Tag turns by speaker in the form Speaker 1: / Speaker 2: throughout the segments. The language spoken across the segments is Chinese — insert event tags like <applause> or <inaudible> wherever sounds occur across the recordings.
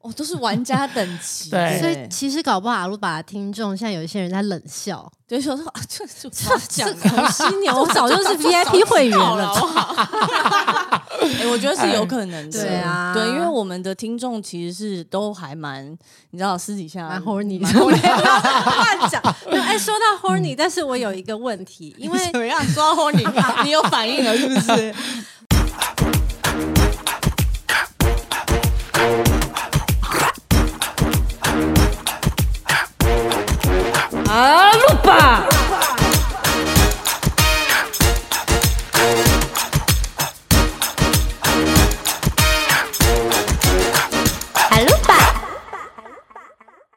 Speaker 1: 哦，都是玩家等级，
Speaker 2: 对
Speaker 3: 所以其实搞不好阿鲁巴的听众现在有一些人在冷笑，
Speaker 1: 对，说说啊，这是我讲
Speaker 3: 这
Speaker 1: 的，
Speaker 3: 狗犀牛，我早就是 VIP 会员
Speaker 1: 到了
Speaker 3: 了
Speaker 1: 好。不好？哎，我觉得是有可能的，
Speaker 3: 哎对啊
Speaker 1: 对，因为我们的听众其实是都还蛮，你知道，私底下
Speaker 3: 蛮 horny
Speaker 1: 啊蛮嗯
Speaker 3: 的，没有乱讲。
Speaker 1: <laughs>
Speaker 3: 没有哎，说到 horny，但是我有一个问题，因为
Speaker 1: 怎么样？说到
Speaker 3: <laughs>
Speaker 1: horny，你有 <laughs> 反应了是不是？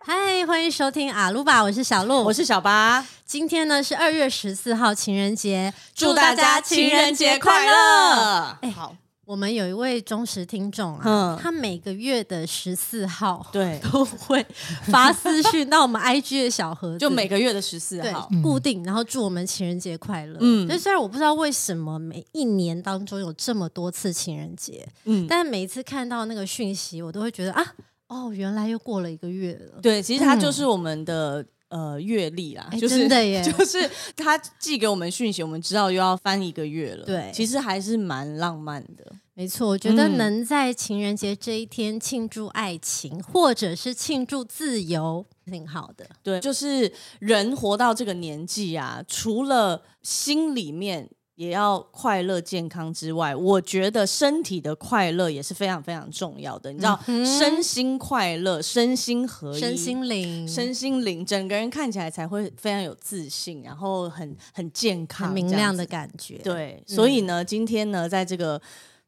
Speaker 3: 嗨，欢迎收听阿鲁巴，我是小鹿，
Speaker 1: 我是小八，
Speaker 3: 今天呢是二月十四号情人节，
Speaker 1: 祝大家情人节快！乐！
Speaker 3: 哎
Speaker 1: 好，
Speaker 3: 我们有一位忠实听众啊，
Speaker 1: 嗯
Speaker 3: 他每个月的十四号
Speaker 1: 对，
Speaker 3: 都会发私讯到我们 IG 的小盒子，
Speaker 1: 就每个月的十四
Speaker 3: 对
Speaker 1: 号，
Speaker 3: 固定，然后祝我们情人节快乐。
Speaker 1: 嗯
Speaker 3: 嗯，所以虽然我不知道为什么每一年当中有这么多次情人节，
Speaker 1: 嗯，
Speaker 3: 但每一次看到那个讯息，我都会觉得啊，哦，原来又过了一个月了。
Speaker 1: 对，其实它就是我们的。呃，阅历啦，
Speaker 3: 嗯哎
Speaker 1: 就是
Speaker 3: 真的
Speaker 1: <laughs>
Speaker 3: 耶
Speaker 1: 就是他寄给我们讯息，我们知道又要翻一个月了。
Speaker 3: 对
Speaker 1: 其实还是蛮浪漫的。
Speaker 3: 没错，我觉得
Speaker 1: 嗯
Speaker 3: 能在情人节这一天庆祝爱情，或者是庆祝自由，挺好的。
Speaker 1: 对，就是人活到这个年纪啊，除了心里面也要快乐健康之外，我觉得身体的快乐也是非常非常重要的。你知道，身心快乐，身心合一，
Speaker 3: 嗯身心灵，
Speaker 1: 身心灵，整个人看起来才会非常有自信，然后很很健康，
Speaker 3: 很明亮的感觉。
Speaker 1: 这样子。对，所以呢，今天呢，在这个。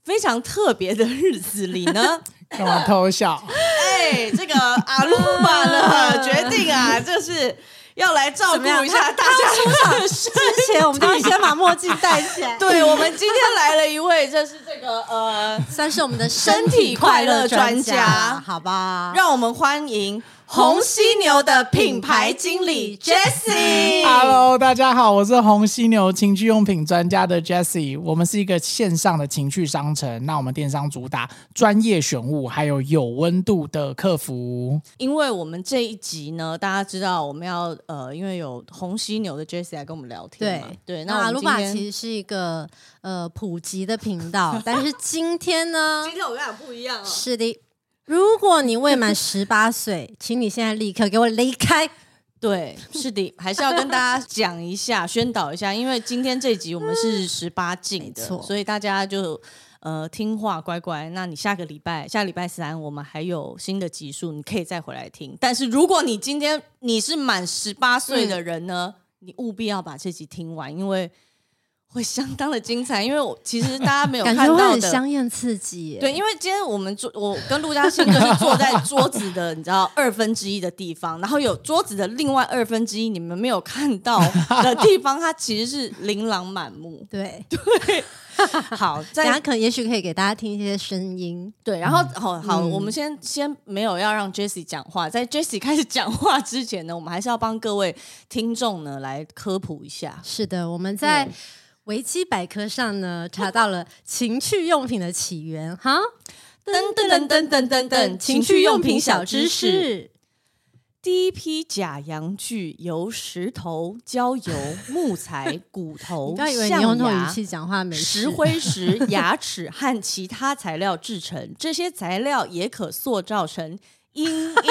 Speaker 1: 非常特别的日子里呢，
Speaker 2: 干嘛偷笑？
Speaker 1: <laughs> 哎，这个阿鲁玛呢决定啊，就是要来照顾一下大家的身体。，
Speaker 3: 之前我们都要先把墨镜戴起
Speaker 1: <laughs>
Speaker 3: 来
Speaker 1: 对，我们今天来了一位，就是这个呃，
Speaker 3: 算是我们的
Speaker 1: 身
Speaker 3: 身
Speaker 1: 体
Speaker 3: 体
Speaker 1: 快
Speaker 3: 快
Speaker 1: 乐
Speaker 3: 乐
Speaker 1: 专
Speaker 3: 专
Speaker 1: 家
Speaker 3: 家，好吧？
Speaker 1: 让我们欢迎红犀牛的品牌经理 Jessie。
Speaker 2: Hello，大家好，我是红犀牛情趣用品专家的 Jesse，我们是一个线上的情趣商城。那我们电商主打专业选物，还有有温度的客服。
Speaker 1: 因为我们这一集呢，大家知道我们要呃，因为有红犀牛的 Jessie 来跟我们聊天嘛
Speaker 3: 对，
Speaker 1: 对，
Speaker 3: 那
Speaker 1: 那
Speaker 3: 阿
Speaker 1: 我
Speaker 3: 鲁
Speaker 1: 们
Speaker 3: 巴
Speaker 1: 今
Speaker 3: 其
Speaker 1: 天。
Speaker 3: 实是一个呃普及的频道，但
Speaker 1: <laughs>
Speaker 3: 是今天呢，
Speaker 1: 天我跟你讲不一样哦
Speaker 3: 是的，如果你未满十八岁，请你现在立刻给我离
Speaker 1: <laughs>
Speaker 3: 开。
Speaker 1: 对，是的，还是要跟大家讲一下、宣导一下，因为今天这集我们是十八禁的
Speaker 3: 嗯没，错
Speaker 1: 所以大家就呃听话乖乖。那你下个礼拜，下礼拜三我们还有新的集数，你可以再回来听。但是如果你今天你是满十八岁
Speaker 3: 嗯
Speaker 1: 的人呢，你务必要把这集听完，因为会相当的精彩。因为我其实大家没有
Speaker 3: 感
Speaker 1: 看
Speaker 3: 觉会
Speaker 1: 到
Speaker 3: 很
Speaker 1: 的，
Speaker 3: 香艳刺激耶。
Speaker 1: 对，因为今天我们坐，我跟陆嘉欣就是坐在桌子的，你知道二分之一的地方，然后有桌子的另外二分之一你们没有看到的地方，它其实是琳琅满目。
Speaker 3: 对，
Speaker 1: 好，
Speaker 3: 大
Speaker 1: 在
Speaker 3: 家可也许可以给大家听一些声音。
Speaker 1: 对，然后好好，我们先先没有要让 Jessie 讲话，在 Jessie 开始讲话之前呢，我们还是要帮各位听众呢来科普一下。
Speaker 3: 是的，我们在维基百科上呢查到了情趣用品的起源，哈，
Speaker 1: 噔噔噔噔噔噔噔，情趣用品小知识。。第一批假洋具由石头、焦油、木材、骨头
Speaker 3: <laughs> 你、不要以为你
Speaker 1: 象
Speaker 3: 用这种语
Speaker 1: 牙、
Speaker 3: 气讲话没事
Speaker 1: 石灰石、 <laughs> 牙齿和其他材料制成。这些材料也可塑造成
Speaker 3: <laughs>
Speaker 1: 阴茎，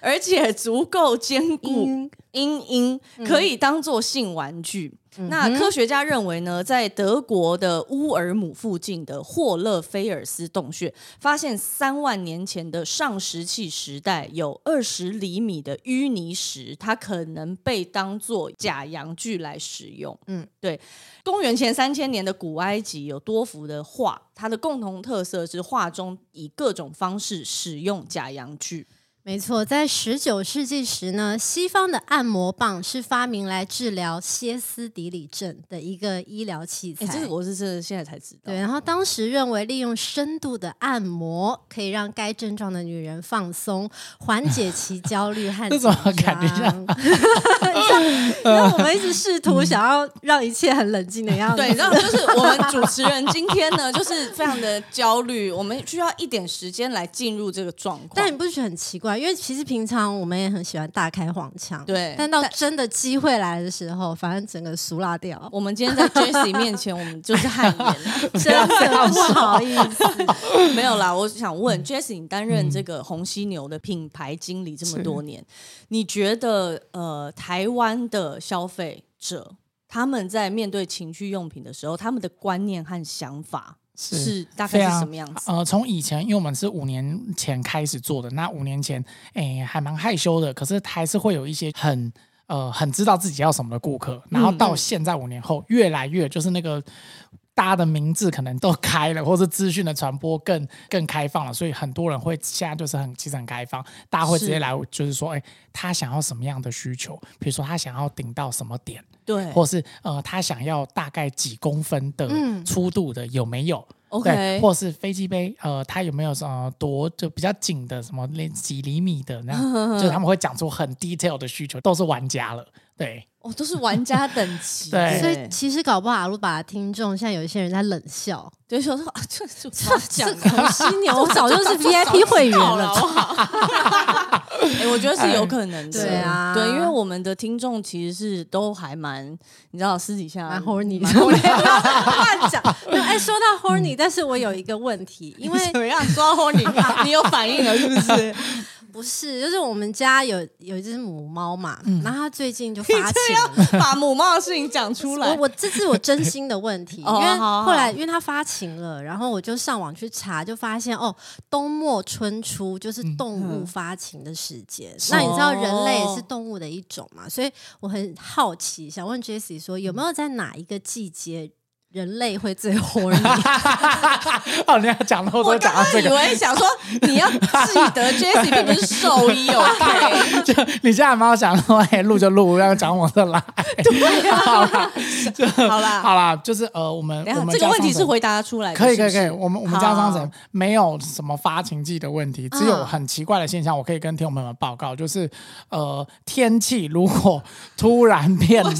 Speaker 1: 而且足够坚固。
Speaker 3: 音
Speaker 1: 阴茎可以当做性玩具。那科学家认为呢，在德国的乌尔姆附近的霍勒菲尔斯洞穴，发现三万年前的上石器时代有二十厘米的淤泥石，它可能被当做假洋具来使用。嗯
Speaker 3: 嗯，
Speaker 1: 对。公元前三千年的古埃及有多幅的画，它的共同特色是画中以各种方式使用假洋具。
Speaker 3: 没错，在十九世纪时呢，西方的按摩棒是发明来治疗歇斯底里症的一个医疗器材。
Speaker 1: 哎、这个我是真的现在才知道。
Speaker 3: 对，然后当时认为利用深度的按摩可以让该症状的女人放松，缓解其焦虑和
Speaker 2: 这
Speaker 3: 紧
Speaker 2: 怎
Speaker 3: 张。
Speaker 2: 么感觉像
Speaker 3: <laughs> 因为我们一直试图想要让一切很冷静的样子。 <laughs>
Speaker 1: 对，然后就是我们主持人今天呢，就是非常的焦虑，我们需要一点时间来进入这个状况。
Speaker 3: 但你不觉得很奇怪？因为其实平常我们也很喜欢大开黄腔，
Speaker 1: 对
Speaker 3: 但到真的机会来的时候，反正整个俗辣掉，
Speaker 1: 我们今天在 Jessie 面前，我们就是汗
Speaker 3: <laughs>
Speaker 1: 颜。
Speaker 3: 真的不好意思。 <laughs>
Speaker 1: 没有啦，我想问
Speaker 3: 嗯
Speaker 1: Jessie，你担任这个红犀牛的品牌经理这么多年，你觉得呃，台湾的消费者他们在面对情趣用品的时候，他们的观念和想法
Speaker 2: 是
Speaker 1: 是大
Speaker 2: 非
Speaker 1: 概是
Speaker 2: 常
Speaker 1: 什么样子？
Speaker 2: 呃，从以前，因为我们是五年前开始做的，那五年前，哎、还蛮害羞的，可是还是会有一些很。呃，很知道自己要什么的顾
Speaker 1: 嗯
Speaker 2: 客，然后到现在五年后，越来越就是那个大家的名字可能都开了， <laughs> 或是资讯的传播更更开放了，所以很多人会现在就是很其实很开放，大家会直接
Speaker 1: 是
Speaker 2: 来就是说，哎、他想要什么样的需求，比如说他想要顶到什么点，
Speaker 1: 对
Speaker 2: 或是呃，他想要大概几公分的
Speaker 1: 嗯
Speaker 2: 粗度的、有没有？对，
Speaker 1: ，OK，
Speaker 2: 或是飞机杯，呃，它有没有什么多就比较紧的，什么连几厘米的那
Speaker 1: 嗯
Speaker 2: 样，就是他们会讲出很 detail 的需求，都是玩家了，
Speaker 1: <laughs>
Speaker 2: 对，
Speaker 1: 哦，都是玩家等级，
Speaker 2: <laughs> 对
Speaker 3: 所以其实搞不好啊阿鲁巴的听众现在有一些人在冷笑，
Speaker 1: 对，想说啊，这这这讲
Speaker 3: 这个犀牛我
Speaker 1: <laughs>
Speaker 3: 早就是 VIP 会员
Speaker 1: 到了，
Speaker 3: 了。
Speaker 1: 好不好？ <laughs> 哎，我觉得是有可能的，
Speaker 3: 哎对啊
Speaker 1: 对，因为我们的听众其实是都还蛮，你知道私底下
Speaker 3: 然后你
Speaker 1: 啊蛮 <laughs> horny
Speaker 3: <laughs> 乱讲，没有哎，说到 horny，但
Speaker 1: 嗯
Speaker 3: 是我有一个问题，
Speaker 1: <laughs>
Speaker 3: 因为
Speaker 1: 怎么样？说到 <laughs> horny，你有反应了是不 <laughs> 是？
Speaker 3: 不是，就是我们家有有一只母猫嘛，然后它最
Speaker 1: <laughs>
Speaker 3: 近就
Speaker 1: 嗯你
Speaker 3: 发
Speaker 1: 这
Speaker 3: 情了。
Speaker 1: 要把母猫的事情讲出来
Speaker 3: 我，我这是我
Speaker 2: <laughs>
Speaker 3: 真心的问题，因
Speaker 1: 哦
Speaker 3: 为
Speaker 1: 好好
Speaker 3: 后来因为它发情了，然后我就上网去查，就发现哦，冬末春初就是
Speaker 2: 嗯
Speaker 3: 动物发情的时间。那你知
Speaker 2: 哦
Speaker 3: 道人类也是动物的一种嘛？所以我很好奇，想问 Jesse 说，有没有在哪一个季节人类会最
Speaker 2: <laughs>
Speaker 3: horny？
Speaker 2: 哦，你要讲到
Speaker 1: 我
Speaker 2: 都
Speaker 1: 刚
Speaker 2: 讲到
Speaker 1: 刚
Speaker 2: 这
Speaker 1: 以
Speaker 2: 个，
Speaker 1: 为想说你要记得 Jessie 并不是兽医，OK？ <laughs>
Speaker 2: 就你现在蛮好想说，哎，录就录，要讲我的
Speaker 1: <laughs>
Speaker 2: 啦，
Speaker 1: 啊
Speaker 2: 对，好啦，就
Speaker 1: 好啦
Speaker 2: 好啦，就是呃，我们
Speaker 1: 等
Speaker 2: 我
Speaker 1: 一下
Speaker 2: 们
Speaker 1: 这个
Speaker 2: 家
Speaker 1: 问题
Speaker 2: 上
Speaker 1: 是
Speaker 2: 层
Speaker 1: 回答出来的，
Speaker 2: 可以可以
Speaker 1: 是不是
Speaker 2: 可以，我们我们家
Speaker 1: 好嗯
Speaker 2: 商城没有什么发情季的问题，只有很奇怪的现象，我可以跟听众朋友们报告，就是呃天气如果突然
Speaker 1: <laughs>
Speaker 2: 变冷，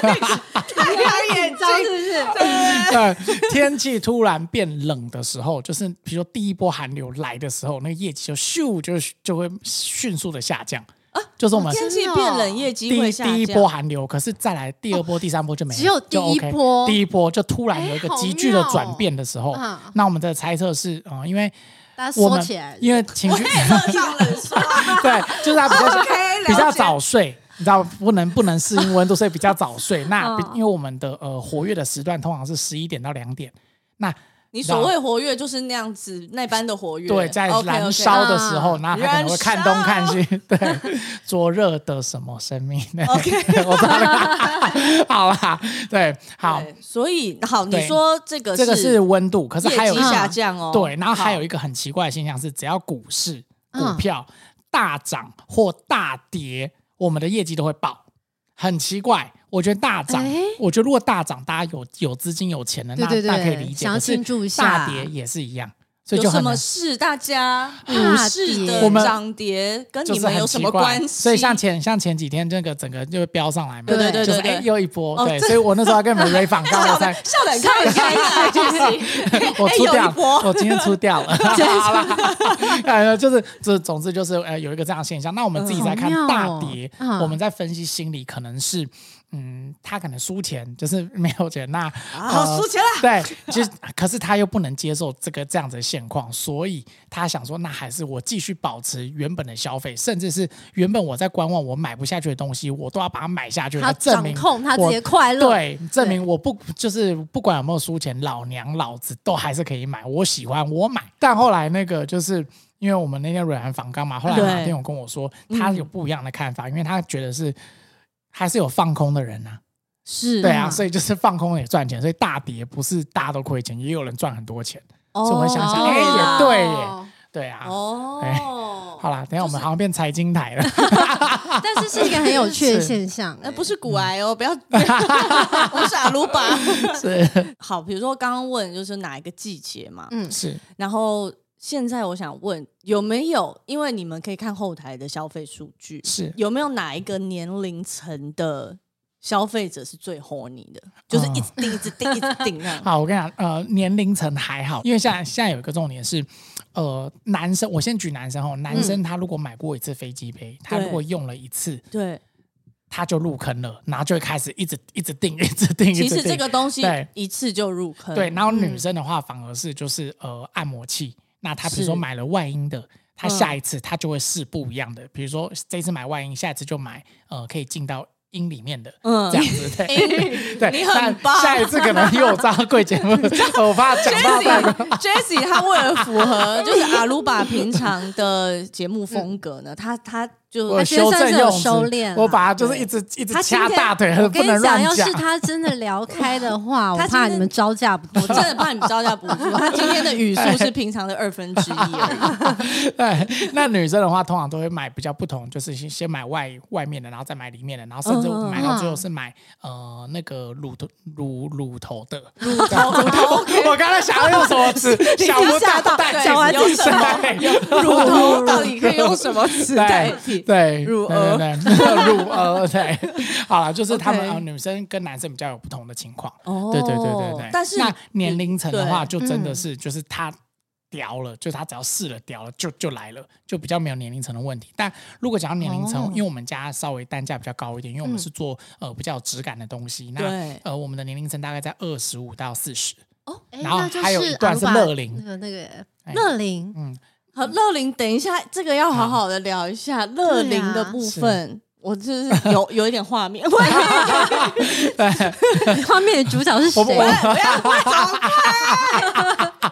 Speaker 3: 太眼睛是不是？
Speaker 2: <laughs> 对，天气突然变冷的时候，就是比如说第一波寒流来的时候，那个业绩就咻就就会迅速的下降，
Speaker 3: 啊
Speaker 2: 就是
Speaker 3: 哦
Speaker 2: 我们
Speaker 1: 天气变冷，业绩
Speaker 2: 第一
Speaker 1: 会下降。
Speaker 2: 第一波寒流，可是再来第二波、第三波就没了，
Speaker 3: 哦只有第
Speaker 2: 就
Speaker 3: 一
Speaker 2: OK
Speaker 3: 波
Speaker 2: 第一波就突然有一个
Speaker 3: 哎好
Speaker 2: 急剧的
Speaker 3: 妙哦
Speaker 2: 转变的时候，
Speaker 3: 嗯
Speaker 2: 那我们的猜测是，嗯、因为
Speaker 3: 大家
Speaker 2: 我
Speaker 3: 缩
Speaker 2: 们
Speaker 3: 起来。啊
Speaker 2: 因为情
Speaker 3: <laughs>
Speaker 2: 绪
Speaker 1: 热上冷说，
Speaker 2: 对，就是他比较
Speaker 1: OK，了解
Speaker 2: 比较早睡，你知道不能不能适应温度，所以比较早睡。那
Speaker 3: <laughs> 嗯
Speaker 2: 比因为我们的呃活跃的时段通常是十一点到两点，那
Speaker 1: 你所谓活跃就是那样子那般的活跃，
Speaker 2: 对在
Speaker 1: OK，OK
Speaker 2: 燃烧的时候，那他可能会看东看西，对，灼热的什么生命
Speaker 1: OK
Speaker 2: <laughs> 我知道了，好啦，对，好，
Speaker 1: 对所以好，你
Speaker 2: 对
Speaker 1: 说这个
Speaker 2: 这个是温度，可是还
Speaker 1: 业
Speaker 2: 有
Speaker 1: 绩
Speaker 2: 一
Speaker 1: 下降哦，
Speaker 2: 对，然后还有
Speaker 1: 好
Speaker 2: 一个很奇怪的现象是，只要股市、
Speaker 3: 嗯
Speaker 2: 股票大涨或大跌，我们的业绩都会爆，很奇怪。我觉得大涨
Speaker 3: 诶，
Speaker 2: 我觉得如果大涨，大家有有资金有钱的，那
Speaker 3: 对对
Speaker 2: 那
Speaker 3: 对
Speaker 2: 可以理解。
Speaker 3: 想要
Speaker 2: 可是
Speaker 3: 庆祝一下
Speaker 2: 大跌也是一样，所以
Speaker 1: 有
Speaker 2: 就
Speaker 1: 什
Speaker 2: 很
Speaker 1: 么
Speaker 2: 难
Speaker 1: 事？大家股
Speaker 3: 大
Speaker 1: 市
Speaker 3: 跌
Speaker 1: 的
Speaker 2: 我们
Speaker 1: 涨跌跟
Speaker 2: 就
Speaker 1: 你
Speaker 2: 是
Speaker 1: 们
Speaker 2: 很
Speaker 1: 有
Speaker 2: 奇
Speaker 1: 什么
Speaker 2: 怪
Speaker 1: 关系？
Speaker 2: 所以像前像前几天这个整个就飙上来嘛，
Speaker 1: 对对
Speaker 3: 对
Speaker 2: 就是
Speaker 1: 对
Speaker 2: 哎
Speaker 1: 对
Speaker 2: 又一波，
Speaker 1: 哦
Speaker 2: 对，所以我那时候还跟你们
Speaker 1: <laughs>
Speaker 2: re 访刚我才
Speaker 1: 笑得很开心啊，就是
Speaker 2: <laughs> 我出
Speaker 1: 哎
Speaker 2: 掉
Speaker 1: <laughs> 有一波
Speaker 2: 了，我今天出掉了，好了， <laughs> 呃，就是这，总之就是呃，有一个这样的现象。那我们自己在看
Speaker 3: 嗯好
Speaker 2: 大
Speaker 3: 妙哦
Speaker 2: 跌，
Speaker 3: 嗯
Speaker 2: 我们在分析心理可能是，嗯，他可能输钱，就是没有钱，
Speaker 3: 啊
Speaker 2: 那
Speaker 1: 好
Speaker 2: 呃
Speaker 1: 输钱了。
Speaker 2: 对，其实可是他又不能接受这个这样子的现况，所以他想说，那还是我继续保持原本的消费，甚至是原本我在观望我买不下去的东西，我都要把它买下去，
Speaker 3: 他
Speaker 2: 来证
Speaker 3: 掌
Speaker 2: 明
Speaker 3: 控他自
Speaker 2: 我
Speaker 3: 己的快乐，
Speaker 2: 对，证明我不就是不管有没有输钱，老娘老子都还是可以买，我喜欢我买。但后来那个就是因为我们那天软韩访刚嘛，后来
Speaker 1: 对
Speaker 2: 马天有跟我说他有不一样的看法，因为他觉得是还是有放空的人呐、
Speaker 1: 是
Speaker 2: 对啊，
Speaker 3: 嗯
Speaker 2: 所以就是放空也赚钱，所以大跌不是大家都亏钱，也有人赚很多钱，
Speaker 1: 哦
Speaker 2: 所以我想想
Speaker 3: 哦
Speaker 2: 哎也对耶对啊，哎
Speaker 1: 哦，
Speaker 2: 好啦，等一下我们好像变财经台了。
Speaker 3: 但是是一个很有趣
Speaker 2: <laughs> 是
Speaker 3: 的
Speaker 2: 呃
Speaker 3: 现象、欸，
Speaker 1: 那不是骨癌哦，不 <laughs> 要，我是阿鲁巴。
Speaker 2: <laughs> 是
Speaker 1: <laughs> 好，比如说刚刚问就是哪一个季节嘛，
Speaker 3: 嗯，
Speaker 2: 是，
Speaker 1: 然后现在我想问有没有，因为你们可以看后台的消费数据，
Speaker 2: 是
Speaker 1: 有没有哪一个年龄层的消费者是最 horny 的，就是
Speaker 2: 哦
Speaker 1: 一直订、一直订、一直订那样。
Speaker 2: <laughs> 好，我跟你讲，呃，年龄层还好，因为现在现在有一个重点是，呃，男生，我先举男生哦，男
Speaker 1: 嗯
Speaker 2: 生他如果买过一次飞机杯，他如果用了一次，
Speaker 1: 对，
Speaker 2: 他就入坑了，然后就会开始一直一直订，一 <laughs> 直订，
Speaker 1: 其
Speaker 2: 一
Speaker 1: 实
Speaker 2: 直
Speaker 1: 这
Speaker 2: 订。
Speaker 1: 个嗯东西
Speaker 2: 对
Speaker 1: 一次就入坑，
Speaker 2: 对，，然后女生的话反而是就是呃按摩器，那她比如说
Speaker 1: 是
Speaker 2: 买了外阴的，她
Speaker 1: 嗯
Speaker 2: 下一次她就会试不一样的，比如说这次买外阴，下一次就买呃可以进到阴里面的。
Speaker 1: 嗯
Speaker 2: 这样子对对，
Speaker 1: <laughs> 你很
Speaker 2: 但
Speaker 1: 棒
Speaker 2: 下一次可能又有张贵节
Speaker 1: <laughs>
Speaker 2: 目，我怕讲到太
Speaker 1: Jessie，Jessie，他为了符
Speaker 2: <laughs>
Speaker 1: 合就是阿鲁巴平常的节目风格呢，他他就
Speaker 2: 我
Speaker 3: 他觉得
Speaker 2: 修正
Speaker 3: 算是有
Speaker 2: 用词
Speaker 3: 收敛啦，
Speaker 2: 我把它就是一直一直
Speaker 3: 他今
Speaker 2: 掐
Speaker 3: 天
Speaker 2: 大腿，
Speaker 3: 我
Speaker 2: 很
Speaker 3: 跟
Speaker 2: 不
Speaker 3: 你
Speaker 2: 能乱
Speaker 3: 讲，要
Speaker 2: 讲。
Speaker 3: 是他真的聊开的话，我
Speaker 1: 他今
Speaker 3: 怕
Speaker 1: 天
Speaker 3: 你们招架不住
Speaker 2: <laughs>
Speaker 1: 我。真的怕你们招架不住。他今天的语速是平常的二分之一
Speaker 2: <laughs>
Speaker 1: 而已。
Speaker 2: <laughs> 对，那女生的话，通常都会买比较不同，就是先先买外外面的，然后再买里面的，然后甚至
Speaker 1: 嗯
Speaker 2: 买到最后是买、呃那个乳头乳乳头的。 <laughs>
Speaker 1: 乳头，乳头，OK，
Speaker 2: 我刚才想要用什么
Speaker 3: <laughs>
Speaker 2: 词，想不
Speaker 1: 你吓到
Speaker 2: 但
Speaker 1: 讲完
Speaker 2: 有
Speaker 1: 自己
Speaker 2: 什么？
Speaker 1: 乳头到底可以用什么词代替？
Speaker 2: 对，
Speaker 1: 乳
Speaker 2: 对对对 <laughs> 乳鹅，对，好了，就是他们
Speaker 1: OK
Speaker 2: 呃女生跟男生比较有不同的情况，
Speaker 1: 哦
Speaker 2: 对对对对对。
Speaker 1: 但是
Speaker 2: 那年龄层的话，
Speaker 1: 对
Speaker 2: 就真的
Speaker 3: 嗯
Speaker 2: 是就是他屌了，就他只要试了屌了，就就来了，就比较没有年龄层的问题。但如果讲到年龄层
Speaker 3: 哦，
Speaker 2: 因为我们家稍微单价比较高一点，因为我们
Speaker 3: 嗯
Speaker 2: 是做呃比较有质感的东西，那
Speaker 1: 对，
Speaker 2: 呃我们的年龄层大概在二十五到四十。
Speaker 3: 哦，哎
Speaker 2: 然后
Speaker 3: 那就
Speaker 2: 还有
Speaker 3: 是
Speaker 2: 一段是
Speaker 3: 阿鲁巴
Speaker 2: 乐龄
Speaker 3: 那个那个
Speaker 2: 哎
Speaker 3: 乐龄，
Speaker 1: 好，乐龄，等一下，这个要好好的聊一下
Speaker 2: 啊
Speaker 1: 乐龄的部分。我就是
Speaker 2: <laughs>
Speaker 1: 有有一点画面，喂
Speaker 3: 画面的主角是谁
Speaker 2: 我？不我
Speaker 1: 不 <laughs> 要不要走开！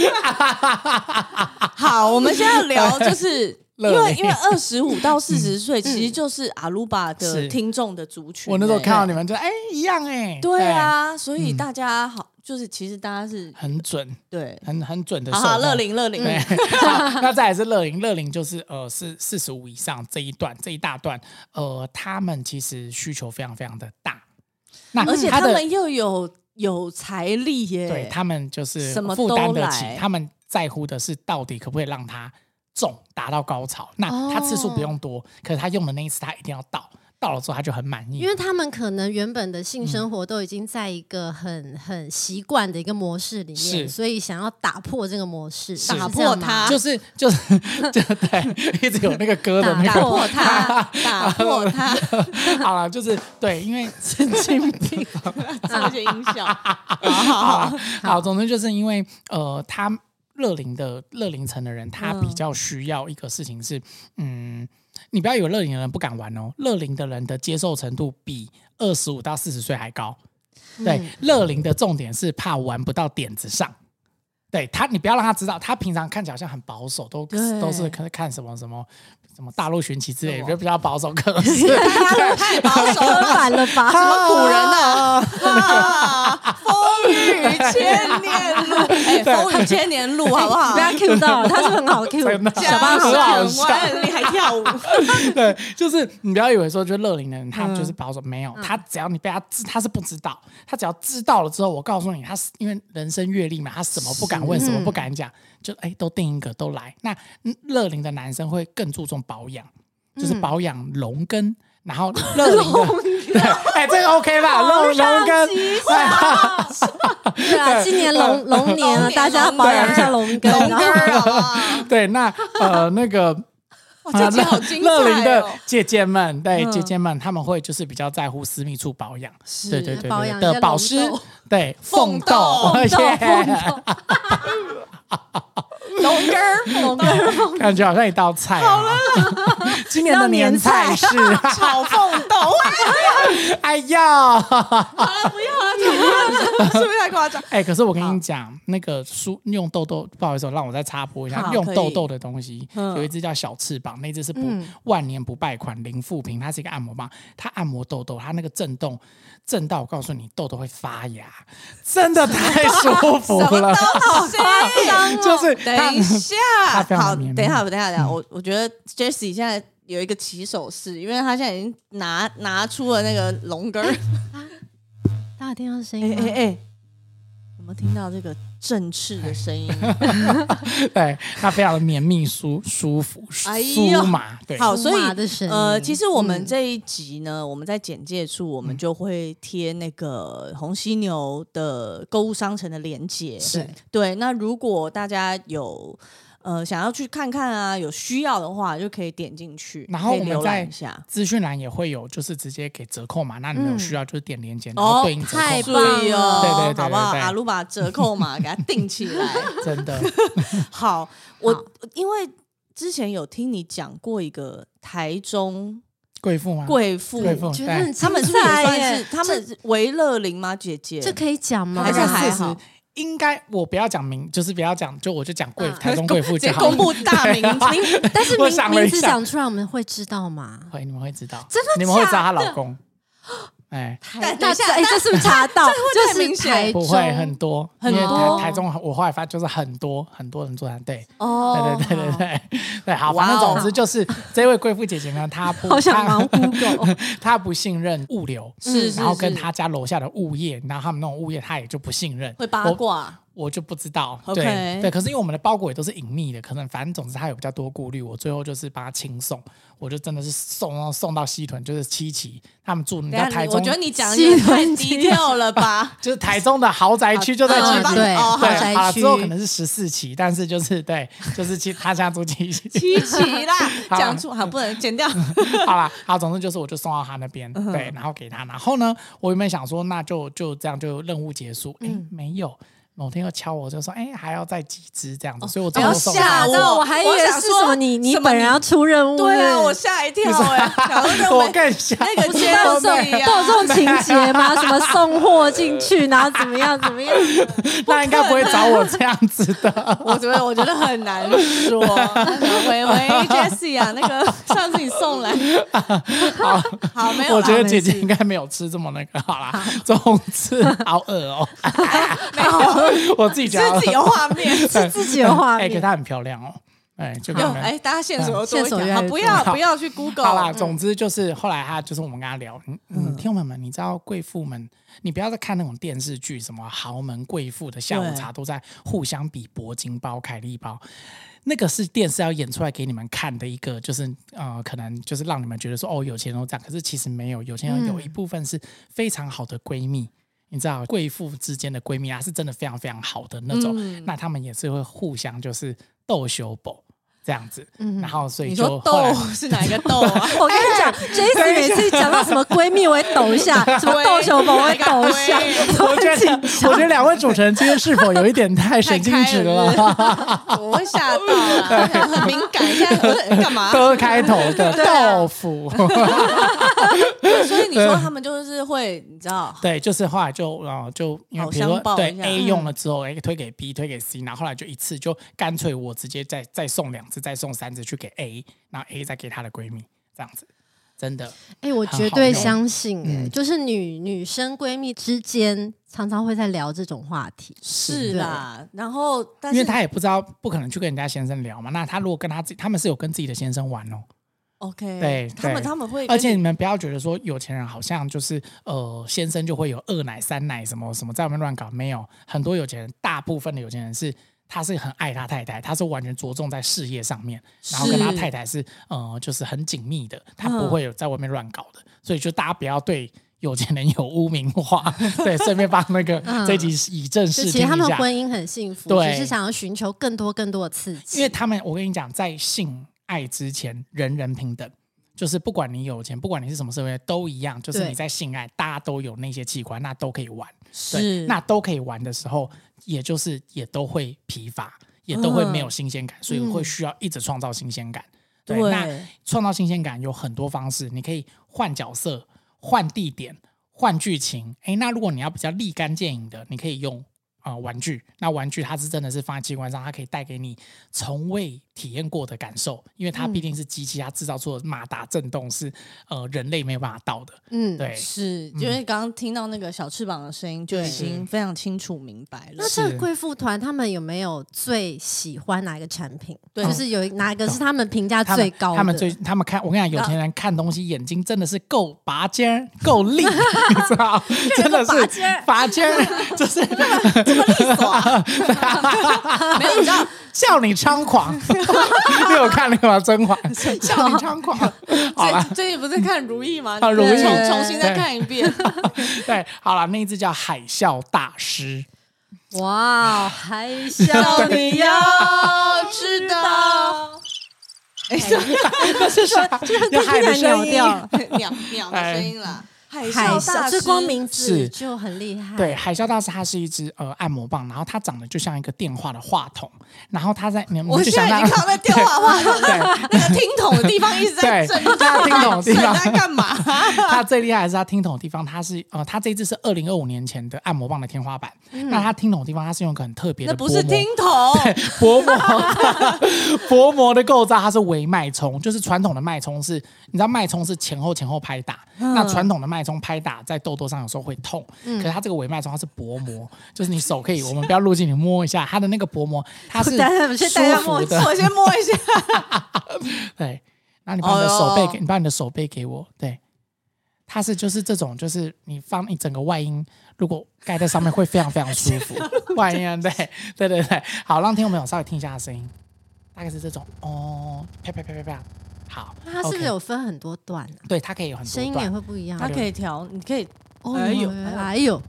Speaker 2: <laughs>
Speaker 1: 好，我们现在聊
Speaker 2: <laughs>
Speaker 1: 就是。因
Speaker 2: 乐
Speaker 1: 为因
Speaker 2: 龄
Speaker 1: 为二十五到四十岁，其实就是阿鲁巴的
Speaker 2: 是
Speaker 1: 听众的族群欸。
Speaker 2: 我那时候看到你嗯们就哎、一样哎、
Speaker 1: 对，啊，所以大家好，就是其实大家是
Speaker 2: 很准，
Speaker 1: 对，
Speaker 2: 很很准的。
Speaker 1: 好好啊乐。龄乐龄，
Speaker 2: 对， <laughs> 好那再来是乐龄，乐龄就是呃是四十五以上这一段这一大段，呃，他们其实需求非常非常的大，那
Speaker 1: 而且
Speaker 2: 他
Speaker 1: 他
Speaker 2: 的
Speaker 1: 们又有有财力耶，
Speaker 2: 对他们就是
Speaker 1: 什么
Speaker 2: 负担
Speaker 1: 都
Speaker 2: 得
Speaker 1: 来
Speaker 2: 起，他们在乎的是到底可不可以让他中达到高潮。那他次数不用
Speaker 1: 哦
Speaker 2: 多，可是他用的那一次他一定要到，到了之后他就很满意
Speaker 3: 因。为他们可能原本的性生活都已经在一个很很习惯的一个模式里面，
Speaker 2: 是
Speaker 3: 所以想要打破这个模式，
Speaker 2: 是
Speaker 3: 是
Speaker 1: 打
Speaker 3: 这
Speaker 1: 破
Speaker 3: 样吗
Speaker 1: 它，
Speaker 2: 就是就是 <laughs> 就对，一直有那个歌的那
Speaker 1: 打
Speaker 2: 个
Speaker 1: 破它，打破它，
Speaker 2: 好了，就是对，因为
Speaker 1: 神经病，这些音效，
Speaker 2: 好好，总之就是因为呃，他乐龄的乐龄层的人，他
Speaker 1: 嗯
Speaker 2: 比较需要一个事情是，嗯，你不要以为乐龄的人不敢玩哦，乐龄的人的接受程度比二十五到四十岁还高。对，乐龄的重点是怕玩不到点子上。对他，你不要让他知道，他平常看起来好像很保守，都
Speaker 1: 对
Speaker 2: 都是看看什么什么什么大陆寻奇之类
Speaker 1: 什
Speaker 2: 的，
Speaker 1: 么
Speaker 2: 就比较保守。可是
Speaker 1: 太保守
Speaker 3: 刻
Speaker 1: 了
Speaker 3: 板了 <laughs> 吧？什
Speaker 1: 吧，古人呐，啊风雨千年路，哎，风雨千年路，好不好
Speaker 3: 不？要 Q 到，他是很好
Speaker 2: <laughs>
Speaker 3: Q，
Speaker 2: 真的
Speaker 3: 小巴
Speaker 2: 很好
Speaker 1: 江万里还跳舞，
Speaker 2: <laughs> 对，就是你不要以为说，就乐龄的人他就是保守，没有，他只要你被他知，他是不知道，他只要知道了之后，我告诉你，他是因为人生阅历嘛，他什么不敢问，什么不敢讲，就哎都定一个都来。那嗯乐龄的男生会更注重保养，就是保养龙根。然后乐龄的， <laughs> 对，哎，这个 OK 吧？龙龙根，哎
Speaker 3: 对啊，今年龙龙年
Speaker 1: 龙
Speaker 3: 了，
Speaker 1: 年
Speaker 3: 大家要保养一下龙根，
Speaker 1: 龙
Speaker 2: 啊
Speaker 3: 然
Speaker 1: 哥
Speaker 3: 后
Speaker 1: 儿，好不好？
Speaker 2: <laughs> 对，那呃那个。
Speaker 1: 哇，哦这集好精彩
Speaker 2: 啊乐龄的
Speaker 1: 哦！
Speaker 2: 姐姐们，对、
Speaker 1: 嗯
Speaker 2: 姐姐们，他们会就是比较在乎私密处保养，
Speaker 1: 是
Speaker 2: 对对对
Speaker 3: 保
Speaker 2: 对
Speaker 3: 养
Speaker 2: 对
Speaker 3: 一些
Speaker 2: 的保
Speaker 3: 龙
Speaker 2: 湿
Speaker 3: 豆，
Speaker 2: 对
Speaker 1: 凤
Speaker 2: <laughs>
Speaker 1: 豆
Speaker 2: 而且
Speaker 1: 龙哥儿，龙哥儿，
Speaker 2: 感觉好像一道菜、啊。 <laughs> 今年的年菜是，
Speaker 1: <laughs> 炒凤豆，哇
Speaker 2: 哎呀，
Speaker 1: 不要了，太 <laughs> 是不是太夸张？
Speaker 2: 哎、可是我跟你讲，那个书用痘痘，不好意思，让我再插播一下，
Speaker 1: 好
Speaker 2: 用
Speaker 1: 可以
Speaker 2: 痘痘的东西，
Speaker 1: 嗯
Speaker 2: 有一只叫小翅膀，那只是不、
Speaker 3: 嗯
Speaker 2: 万年不败款，零负评，它是一个按摩棒，它按摩痘痘，它那个震动震到，我告诉你，痘痘会发芽，真的太舒服了，哦 <laughs> 就是
Speaker 1: 哦
Speaker 2: 它
Speaker 1: 等一下
Speaker 2: 它非，常
Speaker 1: 好，
Speaker 2: 绵
Speaker 1: 等
Speaker 2: 密嗯
Speaker 1: 一下，等一下，等一下，我我觉得 Jessie 现在有一个起手式，因为他现在已经拿拿出了那个龙根儿。
Speaker 3: 大家有听到声
Speaker 1: 哎
Speaker 3: 音吗？
Speaker 1: 哎哎， <laughs> 有没有听到这个振翅的声音？
Speaker 2: 对，它非常的绵密舒舒服
Speaker 1: 哎呦
Speaker 2: 舒麻，对，
Speaker 1: 好，
Speaker 3: 出
Speaker 1: 所以
Speaker 3: 马的声
Speaker 1: 呃，
Speaker 3: 音
Speaker 1: 其实我们
Speaker 3: 嗯
Speaker 1: 这一集呢，我们在简介处我们
Speaker 2: 嗯
Speaker 1: 就会贴那个红犀牛的购物商城的链接。
Speaker 2: 是
Speaker 1: 对，那如果大家有呃想要去看看啊，有需要的话就可以点进去，
Speaker 2: 然后
Speaker 1: 可以
Speaker 2: 我们
Speaker 1: 浏览
Speaker 2: 再
Speaker 1: 一下。
Speaker 2: 资讯栏也会有，就是直接给折扣嘛，那你们有需要就是点链接，
Speaker 1: 嗯
Speaker 2: 然
Speaker 1: 哦
Speaker 2: 后对应折扣，
Speaker 3: 太
Speaker 1: 注
Speaker 3: 棒
Speaker 1: 意哦，
Speaker 2: 对对对对
Speaker 1: 好不好？
Speaker 2: 对
Speaker 1: 阿鲁把折扣码给它定起来。
Speaker 2: <laughs> 真的，
Speaker 1: 好，我
Speaker 3: 好
Speaker 1: 因为之前有听你讲过一个台中
Speaker 2: 贵妇吗？
Speaker 1: 贵妇，
Speaker 2: 贵妇
Speaker 3: 觉得
Speaker 2: 对
Speaker 3: 很
Speaker 1: 他们是
Speaker 3: 精
Speaker 1: 不是也
Speaker 3: 彩
Speaker 1: 算
Speaker 3: 耶
Speaker 1: 是他们是维乐林吗？姐姐，
Speaker 3: 这这可以讲吗？
Speaker 1: 还是还
Speaker 2: 四十
Speaker 1: 好，
Speaker 2: 应该我不要讲名，就是不要讲，就我就讲
Speaker 1: <laughs>
Speaker 2: 贵、
Speaker 3: 嗯
Speaker 2: 台中贵妇
Speaker 1: 直接
Speaker 2: 就好啊
Speaker 1: 公
Speaker 2: 了。
Speaker 1: 布大
Speaker 2: <laughs>
Speaker 1: 名名
Speaker 3: 但是
Speaker 2: 我想
Speaker 3: 名
Speaker 2: 了一
Speaker 3: 名字
Speaker 2: 下
Speaker 3: 讲出来，我们会知道吗？
Speaker 2: 会你们会知道，
Speaker 3: 真的
Speaker 2: 你们会知道
Speaker 3: 假
Speaker 2: 她
Speaker 3: 的
Speaker 2: 老
Speaker 1: <gasps>
Speaker 2: 公。哎，
Speaker 3: 台
Speaker 1: 但等
Speaker 3: 那
Speaker 1: 一下
Speaker 3: 这哎，这是不是查到？
Speaker 1: 会太
Speaker 3: 就是
Speaker 1: 明显
Speaker 3: 台
Speaker 2: 不会
Speaker 3: 中
Speaker 2: 很多，
Speaker 1: 很
Speaker 2: 因为
Speaker 1: 多
Speaker 2: 台台中我后来发现就是很多很多人做团队，
Speaker 1: 哦
Speaker 2: 对对对对
Speaker 1: <laughs>
Speaker 2: 对对，好，
Speaker 1: 哇
Speaker 2: 反正
Speaker 1: 哦
Speaker 2: 总之就是这位贵妇姐姐呢，她
Speaker 1: <laughs>
Speaker 2: 不
Speaker 3: 好想忙
Speaker 2: 她
Speaker 3: Google，
Speaker 2: <laughs> 她不信任物流，
Speaker 1: 是是
Speaker 2: 然后跟
Speaker 1: 是
Speaker 2: 她家楼下的物业，然后他们那种物业她也就不信任，
Speaker 1: 会八
Speaker 2: 我
Speaker 1: 卦，
Speaker 2: 我就不知道。
Speaker 1: OK
Speaker 2: 对对，可是因为我们的包裹也都是隐秘的，可能反正总之他有比较多顾虑，我最后就是把他轻送，我就真的是送送到西屯，就是七期他们住，你知
Speaker 1: 等一
Speaker 2: 道
Speaker 1: 下
Speaker 2: 台
Speaker 1: 你
Speaker 2: 中，
Speaker 1: 我觉得你讲的有点太
Speaker 3: 西门
Speaker 1: 低
Speaker 3: 町
Speaker 1: 调了吧？
Speaker 2: 就是台中的豪宅区就在
Speaker 1: 啊
Speaker 2: 七
Speaker 1: 嗯
Speaker 2: 期。
Speaker 1: 对哦
Speaker 2: 对，
Speaker 1: 豪
Speaker 3: 宅
Speaker 2: 好了
Speaker 3: 区
Speaker 2: 之后可能是十四期，但是就是对，就是七，他家住七
Speaker 1: <laughs> <laughs>
Speaker 2: 期。
Speaker 1: 七奇啦，
Speaker 2: 好啊
Speaker 1: 讲出好不能剪掉，
Speaker 2: 好啦，好，总之就是我就送到他那边，
Speaker 1: 嗯
Speaker 2: 对，然后给他，然后呢，我原本想说那就就这样就任务结束，哎、
Speaker 1: 嗯
Speaker 2: 没有。某天又敲我，就说：“哎、还要再几只这样子。所以我
Speaker 1: 不
Speaker 2: 最
Speaker 1: 要
Speaker 2: 后
Speaker 1: 哦哎吓我
Speaker 2: 送他
Speaker 3: 吓到啊我，还以为是什么你
Speaker 1: 我想说
Speaker 3: 你
Speaker 1: 什么
Speaker 3: 本人要出任务呢，
Speaker 1: 对啊，我吓一跳哎，想说 <laughs> 认
Speaker 2: 我
Speaker 1: 为
Speaker 2: 更想
Speaker 1: 那个
Speaker 3: 不是
Speaker 1: 接
Speaker 3: 都
Speaker 1: 受
Speaker 3: 有这
Speaker 1: 一
Speaker 3: 种
Speaker 1: 样
Speaker 3: 都有这种情节 <laughs> 吗？什么送货进去，然后怎么样怎
Speaker 1: <laughs>
Speaker 3: 么样？
Speaker 2: 那应该不会找我这样子的。
Speaker 1: 我觉得我觉得很难说。喂喂，Jessie 啊，那 <laughs> 个上次你送来，
Speaker 2: 好，
Speaker 1: 好 <laughs> 没有啦，
Speaker 2: 我觉得姐
Speaker 1: 没事
Speaker 2: 姐应该没有吃这么那个。好啦， <laughs> 总之好饿哦，
Speaker 1: <laughs> 没有，
Speaker 2: <laughs> 我自己觉
Speaker 1: 是
Speaker 2: 得
Speaker 1: 自己有画面。
Speaker 2: <laughs> 是
Speaker 3: 自己的画
Speaker 2: 哎，
Speaker 3: 面
Speaker 2: 可她很漂亮哦，哎，就跟
Speaker 1: 有
Speaker 2: 我们
Speaker 1: 哎，大家线索又多一
Speaker 3: 线索越
Speaker 1: 条，
Speaker 3: 来
Speaker 1: 好
Speaker 3: 越
Speaker 1: 不
Speaker 3: 多
Speaker 1: 要
Speaker 2: 好
Speaker 1: 不要去 Google。
Speaker 2: 好啦，
Speaker 1: 嗯
Speaker 2: 总之就是后来他就是我们跟他聊，嗯，嗯听友们，你知道贵妇们，你不要再看那种电视剧，什么豪门贵妇的下午茶都在互相比铂金包、凯利包。那个是电视要演出来给你们看的一个，就是呃，可能就是让你们觉得说哦，有钱人都这样，可是其实没有，有钱人有一部分是非常好的闺蜜，你知道，贵妇之间的闺蜜啊，是真的非常非常好的那种，
Speaker 1: 嗯
Speaker 2: 那他们也是会互相就是斗修补这样子，然后所
Speaker 1: 嗯
Speaker 2: 以
Speaker 1: 你
Speaker 2: 就
Speaker 1: 说
Speaker 2: 后来
Speaker 1: 豆是哪一个豆啊？
Speaker 3: 我跟你讲，Jason 每次讲到什么闺蜜，我会抖一下；什么豆球粉，我会抖一下。
Speaker 2: 我觉得，我觉得两位主持人今天是否有一点太 <laughs> 神经质了？ <laughs>
Speaker 1: 我会吓到啦，很敏感。现在不是干
Speaker 2: <laughs>
Speaker 1: 嘛？
Speaker 2: 都开头的
Speaker 1: 啊
Speaker 2: 豆腐，
Speaker 1: 所以你说他们就是会，你知道，
Speaker 2: 对，就是后来就然后就因为
Speaker 1: 好
Speaker 2: 比如
Speaker 1: 相
Speaker 2: 说
Speaker 1: 报
Speaker 2: 对
Speaker 1: 一下
Speaker 2: A 用了之后，哎推给 B 推给 C，然后后来就一次就干脆我直接再再送两次，再送三次去给 A，然后 A 再给她的闺蜜，这样子，真的
Speaker 3: 哎、我绝对相信、哎、就是女女生闺蜜之间常常会在聊这种话题。
Speaker 1: 是啦。然后，但
Speaker 2: 因
Speaker 1: 是
Speaker 2: 为她也不知道不可能去跟人家先生聊嘛，那她如果跟她自己，他们是有跟自己的先生玩哦，
Speaker 1: OK，
Speaker 2: 对
Speaker 1: 他们
Speaker 2: 对
Speaker 1: 他们会跟你，
Speaker 2: 而且你们不要觉得说有钱人好像就是呃先生就会有二奶三奶什么什么在外面乱搞，没有很多有钱人，大部分的有钱人是他是很爱他太太，他是完全着重在事业上面，然后跟他
Speaker 1: 是
Speaker 2: 太太是呃就是很紧密的，他
Speaker 1: 嗯
Speaker 2: 不会有在外面乱搞的，所以就大家不要对。有钱人有污名化， <laughs> 对，顺便帮那个
Speaker 3: 嗯
Speaker 2: 这集以正视听一
Speaker 3: 就其
Speaker 2: 下。
Speaker 3: 实他们婚姻很幸福，
Speaker 2: 对
Speaker 3: 只是想要寻求更多更多的刺激。
Speaker 2: 因为他们，我跟你讲，在性爱之前，人人平等，就是不管你有钱，不管你是什么社会，都一样，就是
Speaker 3: 对
Speaker 2: 你在性爱，大家都有那些器官，那都可以玩。对
Speaker 1: 是
Speaker 2: 那都可以玩的时候，也就是也都会疲乏，也都会没有新鲜感，所以会需要一直创造新鲜感。
Speaker 1: 对
Speaker 2: 那创造新鲜感有很多方式，你可以换角色、换地点、换剧情。诶，那如果你要比较立竿见影的，你可以用啊、呃玩具。那玩具它是真的是放在机关上，它可以带给你从未体验过的感受，因为它毕竟是机器，它制造出的马达震动是呃人类没有办法到的。
Speaker 3: 嗯，
Speaker 2: 对，
Speaker 1: 是，因为刚刚听到那个小翅膀的声音，就已经非常清楚明白了
Speaker 3: 那。这
Speaker 2: 是
Speaker 3: 个贵妇团他们有没有最喜欢哪一个产品？
Speaker 1: 对
Speaker 3: 就是有哪一个是他们评
Speaker 1: 啊
Speaker 3: 价
Speaker 2: 他们
Speaker 3: 最高的？
Speaker 2: 他们最他们看我跟你讲，有钱人看东西眼睛真的是够拔尖儿，够
Speaker 1: <laughs>
Speaker 2: 利，你知道，真的
Speaker 3: 拔
Speaker 2: 是
Speaker 3: 尖儿
Speaker 2: 拔尖儿，
Speaker 1: <laughs>
Speaker 2: 就是
Speaker 1: 啊
Speaker 2: <laughs>
Speaker 1: 没有，你知道，
Speaker 2: 笑你
Speaker 1: <laughs>
Speaker 2: 猖狂。因为我看那个《甄嬛》， <laughs> 笑你猖狂。好了，
Speaker 1: <laughs> 最最近不是看《如意》吗？
Speaker 2: <laughs> 啊
Speaker 1: 你
Speaker 2: 如
Speaker 3: 意
Speaker 1: 重重新再
Speaker 2: <laughs> 对
Speaker 1: 看一遍。
Speaker 2: 对，好了，那一只叫海啸大
Speaker 1: <laughs>
Speaker 2: 师。
Speaker 3: 哇，还
Speaker 2: <laughs>
Speaker 3: 笑
Speaker 1: 到你要知道。哎，
Speaker 2: 那是啥？有海的声音。
Speaker 1: <laughs> 鸟鸟的声音啦，海
Speaker 3: 海
Speaker 1: 啸大
Speaker 3: 啸，
Speaker 1: 师
Speaker 3: 哎这光名字
Speaker 2: 是
Speaker 3: 就很厉害。
Speaker 2: 对，，海啸大师它是一只呃按摩棒，然后它长得就像一个电话的话筒，然后它在你们
Speaker 1: 我
Speaker 2: 就
Speaker 1: 现
Speaker 2: 想
Speaker 1: 在已经
Speaker 2: 象
Speaker 1: 靠在电话话筒
Speaker 2: 对
Speaker 1: 那个听筒的地方一直在震，
Speaker 2: 对大家听懂的地方
Speaker 1: 震在干嘛？
Speaker 2: <laughs> 它最厉害的是它听筒的地方，它是呃，它这一只是二零二五年前的按摩棒的天花板。那它听筒的地方，它是用一个很特别
Speaker 1: 嗯那
Speaker 2: 的
Speaker 1: 不
Speaker 2: 薄
Speaker 1: 是
Speaker 2: 膜，
Speaker 1: 听筒，
Speaker 2: 薄膜 <laughs> 薄膜的构造，它是微脉冲，就是传统的脉冲是，你知道脉冲是前后前后拍打，
Speaker 1: 嗯
Speaker 2: 那传统的脉冲拍打在痘痘上有时候会痛，可是它这个微脉冲它是薄膜，就是你手可以，我们不要录进去摸一下它的那个薄膜，它是
Speaker 3: 大家不是
Speaker 2: 舒
Speaker 3: 大家摸
Speaker 2: 服的，
Speaker 1: 我先摸一下。
Speaker 2: 对，然后你把你的手
Speaker 1: 哦
Speaker 2: 背
Speaker 1: 哟
Speaker 2: 给、你把你的手背给我，对，它是就是这种，就是你放你整个外阴，如果盖在上面会非常非常舒
Speaker 1: <laughs>
Speaker 2: 服，外阴啊，对对对对，好，让听众朋友稍微听一下它的声音，大概是这种哦，啪啪啪啪啪，好，
Speaker 3: 那它是不
Speaker 2: OK
Speaker 3: 是有分很多段啊？
Speaker 2: 对，它可以有很
Speaker 3: 声
Speaker 2: 多
Speaker 3: 音也
Speaker 2: 段，
Speaker 3: 会不一样。
Speaker 1: 它可以调，你可以，
Speaker 3: 哦
Speaker 1: 哎呦
Speaker 3: 哎呦，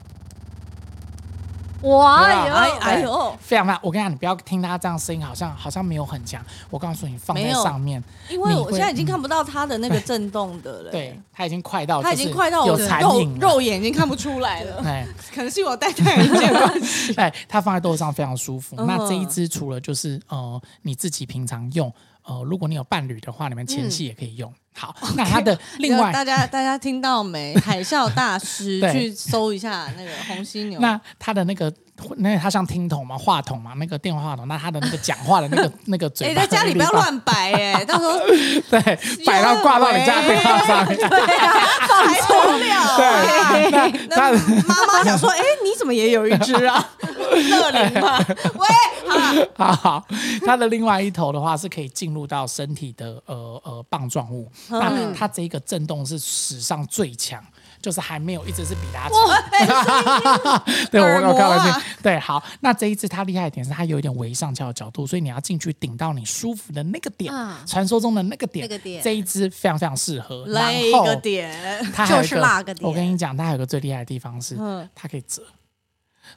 Speaker 3: 哇
Speaker 2: 有
Speaker 3: 哟，
Speaker 2: 没
Speaker 1: 哎
Speaker 2: 有
Speaker 1: 哎呦，
Speaker 2: 非常非常，我跟你讲，你不要听它这样声音，好像好像没有很强，我告诉你，放
Speaker 1: 没
Speaker 2: 在
Speaker 1: 有
Speaker 2: 上面，
Speaker 1: 因为
Speaker 2: 你
Speaker 1: 我
Speaker 2: 会
Speaker 1: 现在已经看不到它的那个震动的了。
Speaker 2: 对，，它已经快到，
Speaker 1: 它已
Speaker 2: 就
Speaker 1: 经
Speaker 2: 是
Speaker 1: 快到
Speaker 2: 有
Speaker 1: 我的
Speaker 2: 残
Speaker 1: 肉
Speaker 2: 影了，
Speaker 1: 肉眼已经看不出来了，
Speaker 2: 哎。
Speaker 1: 可能是我戴太阳镜的关系。
Speaker 2: 对，哎它放在桌子上非常舒服。
Speaker 1: 嗯
Speaker 2: 那这一支除了就是呃你自己平常用，呃如果你有伴侣的话，你们前戏也可以
Speaker 1: 嗯
Speaker 2: 用。好，那它的另
Speaker 1: 那
Speaker 2: 外
Speaker 1: 大家大家听到没？海啸大师
Speaker 2: 对
Speaker 1: 去搜一下那个红犀牛。
Speaker 2: 那它的那个那它像听筒嘛、话筒嘛、那个电话话筒，那它的那个讲话的那个 <laughs> 那个
Speaker 1: 哎、
Speaker 2: 嘴巴，
Speaker 1: 在家里不要，乱哦摆哎、 <laughs> 到时候
Speaker 2: <laughs> 对，摆到挂到你家电话
Speaker 1: 哎
Speaker 2: 上面。
Speaker 1: 还啊错了。
Speaker 2: 对，那
Speaker 1: 那
Speaker 2: 它
Speaker 1: 妈妈想说，哎、你怎么也有一只啊？乐龄吗？喂，好了，
Speaker 2: 好 <laughs> 好，它的另外一头的话是可以进入到身体的呃呃棒状物，
Speaker 1: 嗯
Speaker 2: 那它这一个震动是史上最强，就是还没有一只是比它强。
Speaker 1: 哎
Speaker 3: <laughs>
Speaker 2: 对，我
Speaker 1: 耳
Speaker 2: 我
Speaker 1: 膜
Speaker 2: 开玩
Speaker 1: 啊
Speaker 2: 笑。对，好，那这一次它厉害的点是它有一点微上翘的角度，所以你要进去顶到你舒服的那个点，
Speaker 3: 嗯
Speaker 2: 传说中的那个点，
Speaker 3: 那个点
Speaker 2: 这一只非常非常适合。
Speaker 1: 来一
Speaker 2: 然后
Speaker 1: 个点，
Speaker 2: 它还有一
Speaker 3: 就是那个点
Speaker 2: 我跟你讲，它还有一个最厉害的地方是，
Speaker 1: 嗯
Speaker 2: 它可以折。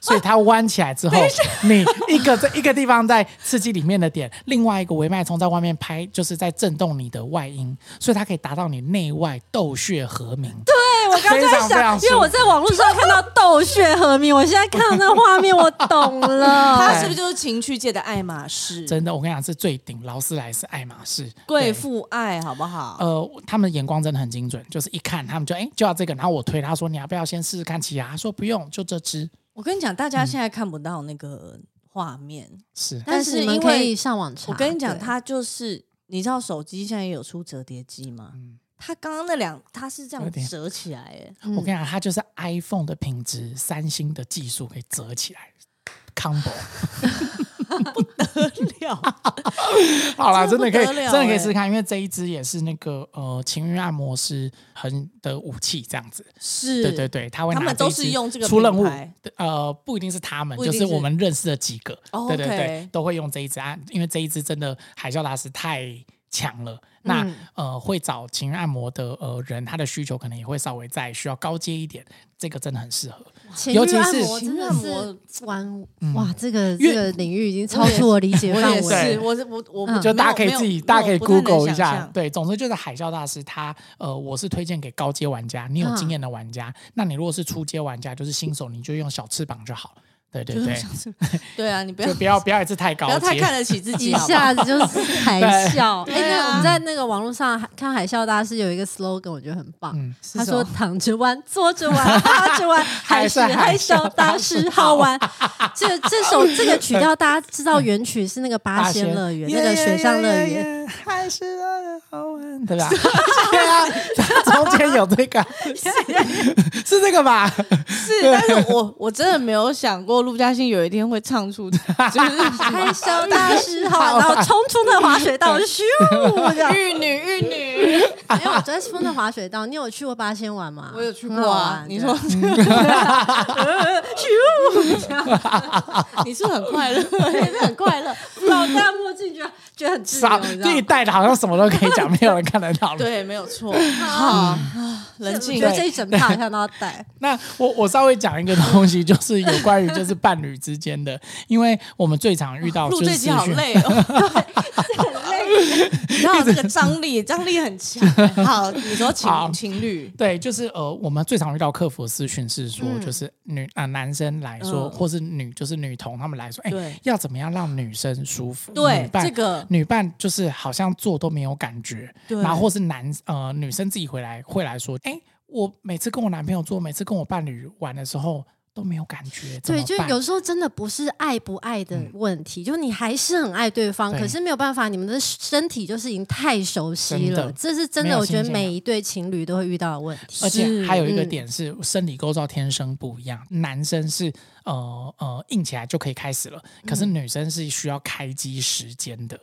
Speaker 2: 所以它弯起来之
Speaker 3: <laughs>
Speaker 2: 后，你一个在一个地方在刺激里面的点，另外一个微脉冲在外面拍，就是在震动你的外阴，所以它可以达到你内外斗血和鸣。
Speaker 3: 对我刚
Speaker 2: 非常
Speaker 3: 才
Speaker 2: 非常
Speaker 3: 想，因为
Speaker 2: 舒
Speaker 3: 我在网络上看到斗血和鸣，我现在看到那画面，我懂
Speaker 1: 他
Speaker 3: 了。
Speaker 1: 是不是就是情趣界的爱马仕？
Speaker 2: 真的，我跟你讲是最顶劳斯莱斯、爱马仕
Speaker 1: 贵。
Speaker 2: 对
Speaker 1: 妇爱好不好？
Speaker 2: 呃，他们眼光真的很精准，就是一看他们就哎、就要这个，然后我推他说你要不要先试试看其他，他说不用，就这只
Speaker 1: 我跟你讲，大家现在看不到那个画面，
Speaker 2: 是
Speaker 3: 但是你
Speaker 1: 但是因为
Speaker 3: 们可以上网查。
Speaker 1: 我跟你讲，
Speaker 3: 对
Speaker 1: 它就是你知道手机现在也有出折叠机吗？它刚刚那两，它是这
Speaker 2: 有
Speaker 1: 样
Speaker 2: 点
Speaker 1: 嗯折起来， <laughs> 哎，
Speaker 2: 我跟你讲，它就是 iPhone 的品质，三星的技术给折起来，combo。
Speaker 1: <laughs> 料，
Speaker 2: 好啦，真的可以，
Speaker 1: 真的不得了
Speaker 2: 真的可
Speaker 1: 欸
Speaker 2: 以试试看，因为这一支也是那个呃情欲按摩师很的武器，这样子。
Speaker 1: 是，
Speaker 2: 对对对，他会
Speaker 1: 他
Speaker 2: 拿
Speaker 1: 们都
Speaker 2: 一支
Speaker 1: 是用这个
Speaker 2: 出任
Speaker 1: 品
Speaker 2: 务
Speaker 1: 牌，
Speaker 2: 呃，不一定是他们，
Speaker 1: 不一
Speaker 2: 就
Speaker 1: 定
Speaker 2: 是
Speaker 1: 是
Speaker 2: 我们认识的几个，
Speaker 1: 哦
Speaker 2: 对对对
Speaker 1: OK，
Speaker 2: 都会用这一支啊，因为这一支真的海啸大师太强了。那、
Speaker 1: 嗯
Speaker 2: 呃，会找情人按摩的呃人，他的需求可能也会稍微再需要高阶一点，这个真的很适合。
Speaker 3: 情
Speaker 2: 尤
Speaker 3: 欲
Speaker 2: 其
Speaker 3: 按
Speaker 2: 是
Speaker 3: 摩真的是玩哇，这个
Speaker 2: 越
Speaker 3: 这个领域已经超出我理解
Speaker 1: 我
Speaker 3: 范
Speaker 1: 也
Speaker 3: 围
Speaker 1: 是，。我是我我
Speaker 3: 嗯
Speaker 2: 就大家可以自己，大家可以 Google 一下。
Speaker 1: 对，
Speaker 2: 对，总之就是海啸大师他，呃，我是推荐给高
Speaker 1: 嗯
Speaker 2: 阶玩家，你有经验的玩家。那你如果是初阶玩家，就是新手，你就用小翅膀就好。对对
Speaker 1: 就是我
Speaker 2: 对，
Speaker 1: 想说 <laughs> 对啊，你不要
Speaker 2: 就不要不要一次太高
Speaker 1: 不要太
Speaker 2: 阶
Speaker 1: 看得起自
Speaker 3: <laughs>
Speaker 1: 己，
Speaker 3: 一
Speaker 1: 好不好
Speaker 3: 下子就是海 <laughs> 啸。
Speaker 1: 对
Speaker 3: 哎，
Speaker 1: 对
Speaker 3: 那
Speaker 1: 啊
Speaker 3: 我们在那个网络上看海啸大师有一个 slogan，我觉得很棒。
Speaker 2: 嗯
Speaker 3: 他
Speaker 1: 是什么
Speaker 3: 说：“躺着玩，坐着玩，趴着玩，还是海啸大师好玩。”这个这首这个曲调，大家知道原曲是那个八仙乐园，那个水上乐园。
Speaker 2: 园，还是
Speaker 1: 啊
Speaker 2: 让人好玩， <laughs> 对吧？对啊， <laughs> 它中间有这个， <laughs> 是是这个吧？
Speaker 1: 是，但是我我真的没有想过陆嘉欣有一天会唱出，就是 <laughs>
Speaker 3: 海啸大师好玩，然后冲出那滑水道，我就咻这样。
Speaker 1: 玉女玉女，
Speaker 3: <laughs> 因为我昨天冲那滑水道，你有去过八仙玩吗？
Speaker 1: 我有去
Speaker 3: 很
Speaker 1: 过
Speaker 3: 好
Speaker 1: 啊
Speaker 3: 玩。
Speaker 1: 你
Speaker 3: 对 <laughs>
Speaker 1: 说， <laughs> 你是很快乐，也是很快乐。
Speaker 3: 老戴墨镜，觉得觉得很自由，
Speaker 2: 少
Speaker 3: 你知
Speaker 2: 自
Speaker 3: 道
Speaker 2: 己
Speaker 3: 吗？
Speaker 2: 戴的好像什么都可以讲，没有人看得到。
Speaker 1: <laughs> 对，没有错。好，啊冷
Speaker 3: 我
Speaker 1: 静
Speaker 3: 觉。得这一整趴好像都要戴。
Speaker 2: 那我我稍微讲一个东西，就是有关于就是伴侣之间的，因为我们最常遇到
Speaker 1: 啊录
Speaker 2: 就是
Speaker 1: 这集好
Speaker 2: 私讯
Speaker 1: 累哦， <laughs> 很累。 <laughs> 你知道这
Speaker 2: <laughs>
Speaker 1: 个张力，张力很强。好，你说情
Speaker 2: 好
Speaker 1: 情侣，
Speaker 2: 对，就是呃，我们最常遇到客服的私讯是说，就是女啊、男生来说，
Speaker 1: 嗯
Speaker 2: 或是女就是女同他们来说，哎、
Speaker 1: 对
Speaker 2: 要怎么样让女生舒服？
Speaker 1: 对
Speaker 2: 女伴
Speaker 1: 这个
Speaker 2: 女伴就是好像做都没有感觉，
Speaker 1: 对
Speaker 2: 然后或是男呃女生自己回来会来说，哎、我每次跟我男朋友做，每次跟我伴侣玩的时候都没有感觉， <laughs> 怎
Speaker 3: 对，
Speaker 2: 么
Speaker 3: 就
Speaker 2: 办？嗯
Speaker 3: 有时候真的不是爱不爱的问题，就你还是很爱对方，
Speaker 2: 对
Speaker 3: 可是没有办法，你们的身体就是已经太熟悉
Speaker 2: 真
Speaker 3: 了，
Speaker 2: 的
Speaker 3: 这是真
Speaker 2: 没
Speaker 3: 的。
Speaker 2: 有
Speaker 3: 我觉
Speaker 2: 新
Speaker 3: 得
Speaker 2: 鲜
Speaker 3: 每
Speaker 2: 感
Speaker 3: 一对情侣都会遇到的问题。
Speaker 2: 而且
Speaker 1: 是
Speaker 2: 还有一个
Speaker 3: 嗯
Speaker 2: 点是，生理构造天生不一样，男生是呃呃硬起来就可以开始了，
Speaker 1: 嗯
Speaker 2: 可是女生是需要开机时间的。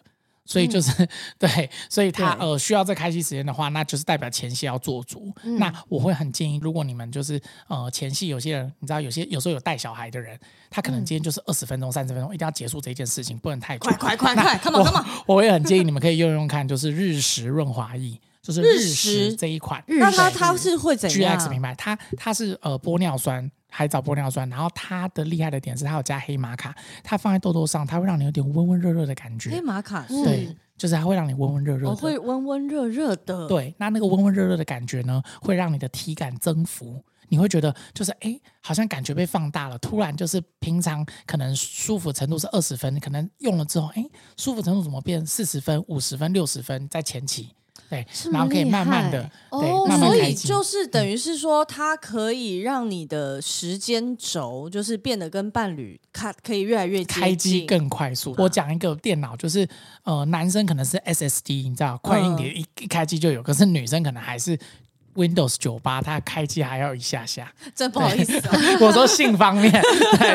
Speaker 2: 所以就是、 <laughs> 对，所以他
Speaker 1: 嗯对
Speaker 2: 呃需要这开机时间的话，那就是代表前戏要做足。
Speaker 1: 嗯
Speaker 2: 那我会很建议，如果你们就是呃前戏，有些人你知道，有些有时候有带小孩的人，他可能今天就是二十分钟、三十分钟，一定要结束这件事情，不能太久。
Speaker 1: 嗯快快快
Speaker 2: 那 <laughs>
Speaker 1: 快，come on come on！
Speaker 2: 我我也很建议你们可以用用看，就是日食润滑液，就是
Speaker 1: 日
Speaker 2: 日
Speaker 1: 食
Speaker 2: 食这一款。
Speaker 1: 那他
Speaker 2: 对
Speaker 1: 他是会怎
Speaker 2: G
Speaker 1: 样
Speaker 2: X 品牌，它它是呃玻尿酸，海藻玻尿酸，然后它的厉害的点是它有加黑玛卡，它放在痘痘上，它会让你有点温温热热的感
Speaker 1: 黑
Speaker 2: 觉，
Speaker 1: 玛卡是
Speaker 2: 对，就是它会让你温温热热
Speaker 1: 我
Speaker 2: 的。
Speaker 1: 会温温热热的，
Speaker 2: 对，那那个温温热热的感觉呢，会让你的体感增幅，你会觉得就是哎，诶好像感觉被放大了，突然就是平常可能舒服程度是二十分，可能用了之后，哎，舒服程度怎么变四十分、五十分、六十分，在前期，对，
Speaker 3: 么
Speaker 2: 然后可以
Speaker 3: 厉
Speaker 2: 慢慢
Speaker 3: 害
Speaker 2: 的，
Speaker 1: 哦
Speaker 2: 对，，慢慢
Speaker 1: 所
Speaker 2: 开嗯
Speaker 1: 以
Speaker 2: 机
Speaker 1: 就是等于是说，它可以让你的时间轴就是变得跟伴侣看可以越来越接
Speaker 2: 开机
Speaker 1: 近，
Speaker 2: 更快速。我讲一个电脑，就是呃，男生可能是 SSD，你知道，快硬碟
Speaker 1: 嗯
Speaker 2: 一一开机就有，可是女生可能还是 Windows 九八，它开机还要一
Speaker 1: <laughs>
Speaker 2: 下下。
Speaker 1: 真不好意思
Speaker 2: <laughs>
Speaker 1: 哦，
Speaker 2: 我说性方
Speaker 1: <laughs>
Speaker 2: 面，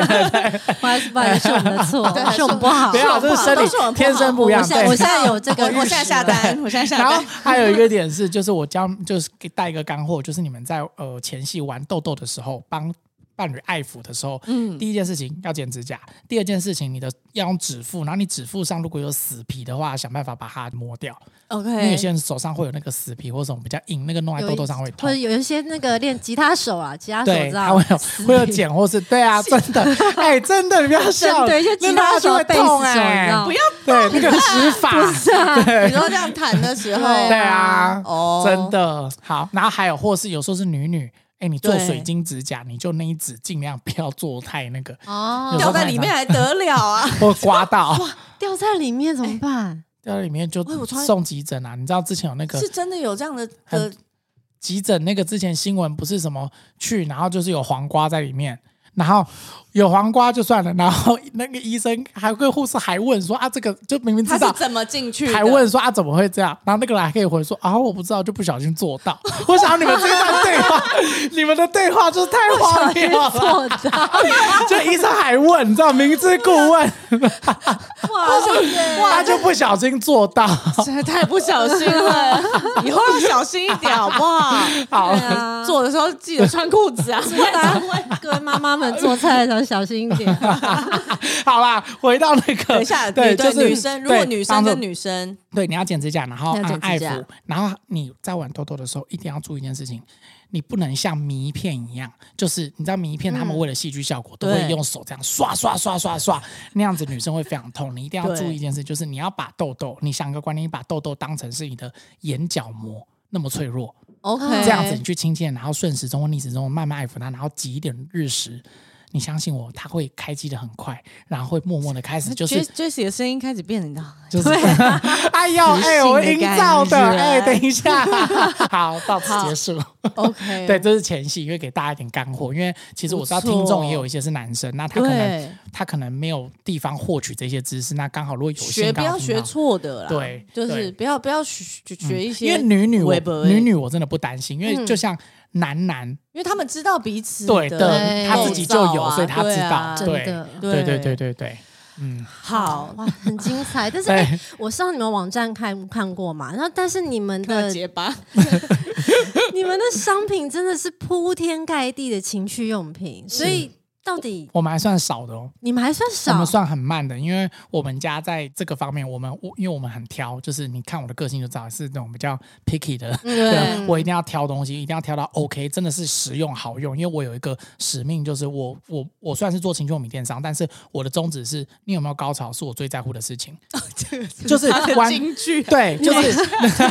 Speaker 3: 不好意思，不好意思，是我们的 <laughs> 错，
Speaker 1: 对
Speaker 3: 是我们不好
Speaker 2: 不。要，这是生
Speaker 1: 都是我们
Speaker 2: 理
Speaker 1: 不好
Speaker 2: 天生不一
Speaker 3: 我
Speaker 2: 样。
Speaker 3: 现在我
Speaker 2: 对。
Speaker 3: 现在有这个日
Speaker 1: <laughs>
Speaker 3: 食
Speaker 1: 我
Speaker 3: 了，
Speaker 1: 我现在下单，我现在下
Speaker 2: 然后
Speaker 1: 单，
Speaker 2: 还有一个点是，就是我教，就是给带一个干货，就是你们在呃前戏玩痘痘的时候，帮伴侣爱抚的时候，
Speaker 1: 嗯，
Speaker 2: 第一件事情要剪指甲，第二件事情你的要用指腹，然后你指腹上如果有死皮的话，想办法把它磨掉。因为有
Speaker 1: OK，
Speaker 2: 些人手上会有那个死皮或什么比较硬，那个弄在
Speaker 3: 有
Speaker 2: 痘
Speaker 3: 一
Speaker 2: 痘上会
Speaker 3: <laughs> 或
Speaker 2: 痛
Speaker 3: 者。有一些那个练吉他手啊，吉他手
Speaker 2: 对，
Speaker 3: 知
Speaker 2: 它
Speaker 3: 道
Speaker 2: 会有会有茧或是对啊，真
Speaker 3: <laughs>
Speaker 2: 的，哎，真的，你不要笑，
Speaker 3: 对一些吉
Speaker 2: 那拉
Speaker 3: 他
Speaker 2: 就
Speaker 3: 手
Speaker 2: 会
Speaker 3: 贝斯手
Speaker 2: 痛
Speaker 3: 啊你知
Speaker 2: 哎
Speaker 3: 道，
Speaker 1: 不要
Speaker 2: 对那个指
Speaker 3: <laughs>
Speaker 2: 法，
Speaker 3: 啊
Speaker 1: 你说这样弹的时候，
Speaker 3: 对
Speaker 2: 对啊，
Speaker 1: 哦
Speaker 2: 真的好。然后还有或是有时候是女女，哎，你做
Speaker 1: 对
Speaker 2: 水晶指甲，你就那一指尽量不要做太那个，
Speaker 3: 哦
Speaker 2: 有时
Speaker 1: 掉
Speaker 2: 候
Speaker 1: 在里面还得了 <laughs> 啊？
Speaker 2: 或刮到
Speaker 3: 掉在里面怎么办？
Speaker 2: 掉在里面就
Speaker 1: 哎我突然
Speaker 2: 送急诊啊。你知道之前有那个
Speaker 1: 是真的有这样的呃的
Speaker 2: 很急诊那个之前新闻不是什么去，然后就是有黄瓜在里面，然后有黄瓜就算了，然后那个医生还跟护士还问说啊，这个就明明
Speaker 1: 他
Speaker 2: 知
Speaker 1: 是
Speaker 2: 道。
Speaker 1: 怎么进去的？
Speaker 2: 还问说啊怎么会这样？然后那个人还可以回说啊我不知道，就不小心做到。我想你们这段对话，你们的对话就是太荒谬了。
Speaker 3: 做到
Speaker 2: 就医生还问，你知
Speaker 1: <laughs>
Speaker 2: 道明知故问，
Speaker 3: <laughs> 哇塞！
Speaker 2: 他就不小心做
Speaker 1: <laughs>
Speaker 2: 到。
Speaker 1: 实在 <laughs> 太不小心了， <laughs> 以后要小心一点好不 <laughs> 好？
Speaker 2: 好，
Speaker 3: 对
Speaker 2: <laughs>
Speaker 3: 啊
Speaker 1: 做的时候记得穿裤 <laughs> 子啊，
Speaker 3: 大家各位妈妈们做菜的时候小心一点。啊
Speaker 2: <laughs> 好啦，回到那个，
Speaker 1: 等一下，
Speaker 2: 对，
Speaker 1: 女对
Speaker 2: 就是
Speaker 1: 女生，如果
Speaker 2: 对
Speaker 1: 女
Speaker 2: 帮
Speaker 1: 生
Speaker 2: 着
Speaker 1: 跟女生，
Speaker 2: 对，你要剪指甲，然后
Speaker 3: 要
Speaker 2: 按
Speaker 3: 剪
Speaker 2: 爱
Speaker 3: 指甲
Speaker 2: 抚，然后你在玩痘痘的时候，一定要注意一件事情，你不能像迷片一样，就是你知道迷片他
Speaker 3: 嗯
Speaker 2: 们为了戏剧效果，都会
Speaker 1: 对
Speaker 2: 用手这样刷刷刷刷刷，那样子女生会非常痛。你一定要
Speaker 1: 对
Speaker 2: 注意一件事，就是你要把痘痘，你想一个观念，你把痘痘当成是你的眼角膜。那么脆弱，
Speaker 1: OK，
Speaker 2: 这样子你去轻轻地，然后顺时钟或逆时钟慢慢爱抚它，然后挤一点日食，你相信我，它会开机的很快，然后会默默的开始
Speaker 1: 就
Speaker 2: 就
Speaker 1: 是
Speaker 2: 是
Speaker 1: Jesse 的声音开始变得你知道
Speaker 2: 就是 <laughs> 哎呦
Speaker 1: 磁性
Speaker 2: 哎，
Speaker 1: 啊的
Speaker 2: 我营造的
Speaker 1: 感觉
Speaker 2: 哎，等一下，
Speaker 1: <laughs>
Speaker 2: 好，到此结束。
Speaker 1: OK，
Speaker 2: 对，这是前戏，因为给大家一点干货，因为其实我知道
Speaker 1: 不错
Speaker 2: 听众也有一些是男生，那他可能
Speaker 1: 对，
Speaker 2: 他可能没有地方获取这些知识，那刚好如果有幸
Speaker 1: 学不
Speaker 2: 刚好
Speaker 1: 要
Speaker 2: 听
Speaker 1: 学
Speaker 2: 到
Speaker 1: 错的啦，
Speaker 2: 对
Speaker 1: 就是
Speaker 2: 对嗯
Speaker 1: 不要不要学学学一些，
Speaker 2: 因为女女我
Speaker 1: 微博欸
Speaker 2: 女女我真的不担心，因为
Speaker 3: 嗯
Speaker 2: 就像男男
Speaker 1: 因为他们知道彼此
Speaker 2: 对
Speaker 1: 的
Speaker 2: 的，他自己就
Speaker 1: 构造
Speaker 2: 有，
Speaker 1: 啊
Speaker 2: 所以他知
Speaker 1: 对啊
Speaker 2: 道，
Speaker 3: 真
Speaker 2: 对
Speaker 3: 的
Speaker 2: 对对对对对，嗯，
Speaker 1: 好，
Speaker 3: 哇，很精彩。但是、
Speaker 2: 对
Speaker 3: 哎我上你们网站看看过嘛，然后但是你们
Speaker 1: 看到
Speaker 3: 的
Speaker 1: 结巴，
Speaker 3: 你们的商品真的是铺天盖地的情趣用品，所以到底
Speaker 2: 我们还算少的哦，
Speaker 3: 你们还算
Speaker 2: 我
Speaker 3: 少
Speaker 2: 们，算很慢的，因为我们家在这个方面，我们我因为我们很挑，就是你看我的个性就知道是那种比较 picky 的。
Speaker 1: 对，
Speaker 2: 啊我一定要挑东西，一定要挑到 OK，真的是实用好用。因为我有一个使命，就是我我我虽然是做情趣用品电商，但是我的宗旨是你有没有高潮是我最在乎的事情。就是
Speaker 1: 他的
Speaker 2: 关
Speaker 1: 金句，
Speaker 2: 对，就是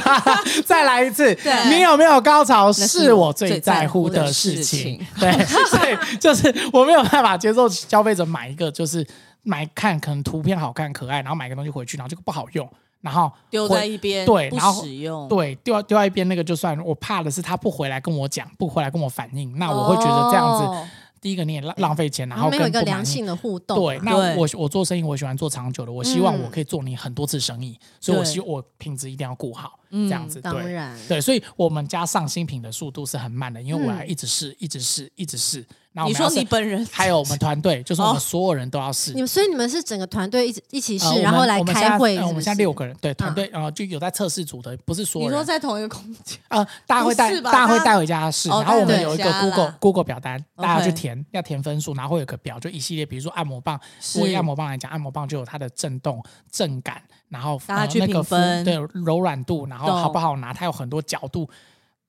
Speaker 1: <laughs>
Speaker 2: 再来一次，
Speaker 1: 对
Speaker 2: 你有没有高潮
Speaker 1: 那
Speaker 2: 是我最在乎的事情。
Speaker 1: 情。
Speaker 2: 对，所以就是我没有办法接受消费者买一个就是买看可能图片好看可爱，然后买个东西回去，然后这个不好用，然后
Speaker 1: 丢
Speaker 2: 回
Speaker 1: 在一边，
Speaker 2: 对
Speaker 1: 不
Speaker 2: 然后
Speaker 1: 使用，
Speaker 3: 哦
Speaker 2: 对，丢丢在一边那个就算了。我怕的是他不回来跟我讲，不回来跟我反映，那我会觉得这样子，
Speaker 3: 哦
Speaker 2: 第一个你也浪浪费钱，然
Speaker 3: 然
Speaker 2: 后
Speaker 3: 后没
Speaker 2: 更
Speaker 3: 有一个
Speaker 2: 不满
Speaker 3: 良
Speaker 2: 意
Speaker 3: 性的互动
Speaker 2: 对
Speaker 3: 啊，，
Speaker 2: 那
Speaker 1: 对
Speaker 2: 我我做生意，我喜欢做长久的，我希望
Speaker 3: 嗯
Speaker 2: 我可以做你很多次生意，所以我希我品质一定要顾好，
Speaker 1: 嗯
Speaker 2: 这样子
Speaker 3: 当
Speaker 2: 对。
Speaker 3: 然，
Speaker 2: 对，所以我们家上新品的速度是很慢的，因为我
Speaker 3: 嗯
Speaker 2: 要一直试，一直试，一直试。然后我
Speaker 1: 你
Speaker 2: 们要
Speaker 1: 说
Speaker 2: 是
Speaker 1: 你本人
Speaker 2: 还有我们团队，就是我
Speaker 1: 哦
Speaker 2: 们所有人都要试
Speaker 3: 你。们所以你们是整个团队一起一起试
Speaker 2: 呃，我
Speaker 3: 然
Speaker 2: 们
Speaker 3: 后来
Speaker 2: 我们现
Speaker 3: 开
Speaker 2: 在
Speaker 3: 会
Speaker 2: 呃
Speaker 3: 是
Speaker 2: 我们
Speaker 3: 不
Speaker 2: 现在
Speaker 3: 是嗯
Speaker 2: 六个人，对团队，然后就有在测试组的，不是所有
Speaker 1: 你说
Speaker 2: 人。
Speaker 1: 在同一个空
Speaker 2: <laughs>
Speaker 1: 间，
Speaker 2: 呃，大家会带
Speaker 1: 哦不是，吧
Speaker 2: 大家会
Speaker 1: 大家
Speaker 2: 带回家试。
Speaker 1: 哦
Speaker 2: 然后我
Speaker 3: 带
Speaker 2: 们
Speaker 3: 回
Speaker 2: 有一个
Speaker 1: 家啦
Speaker 2: Google Google 表单，大家
Speaker 1: OK
Speaker 2: 去填，要填分数，然后会有个表，就一系列，比如说按摩棒，
Speaker 1: 是
Speaker 2: 如果以按摩棒来讲，按摩棒就有它的震动、震感，然后
Speaker 1: 大家
Speaker 2: 呃
Speaker 1: 去
Speaker 2: 那个
Speaker 1: 评
Speaker 2: 肤
Speaker 1: 分
Speaker 2: 对柔软度，然后
Speaker 1: 懂
Speaker 2: 好不好拿，它有很多角度，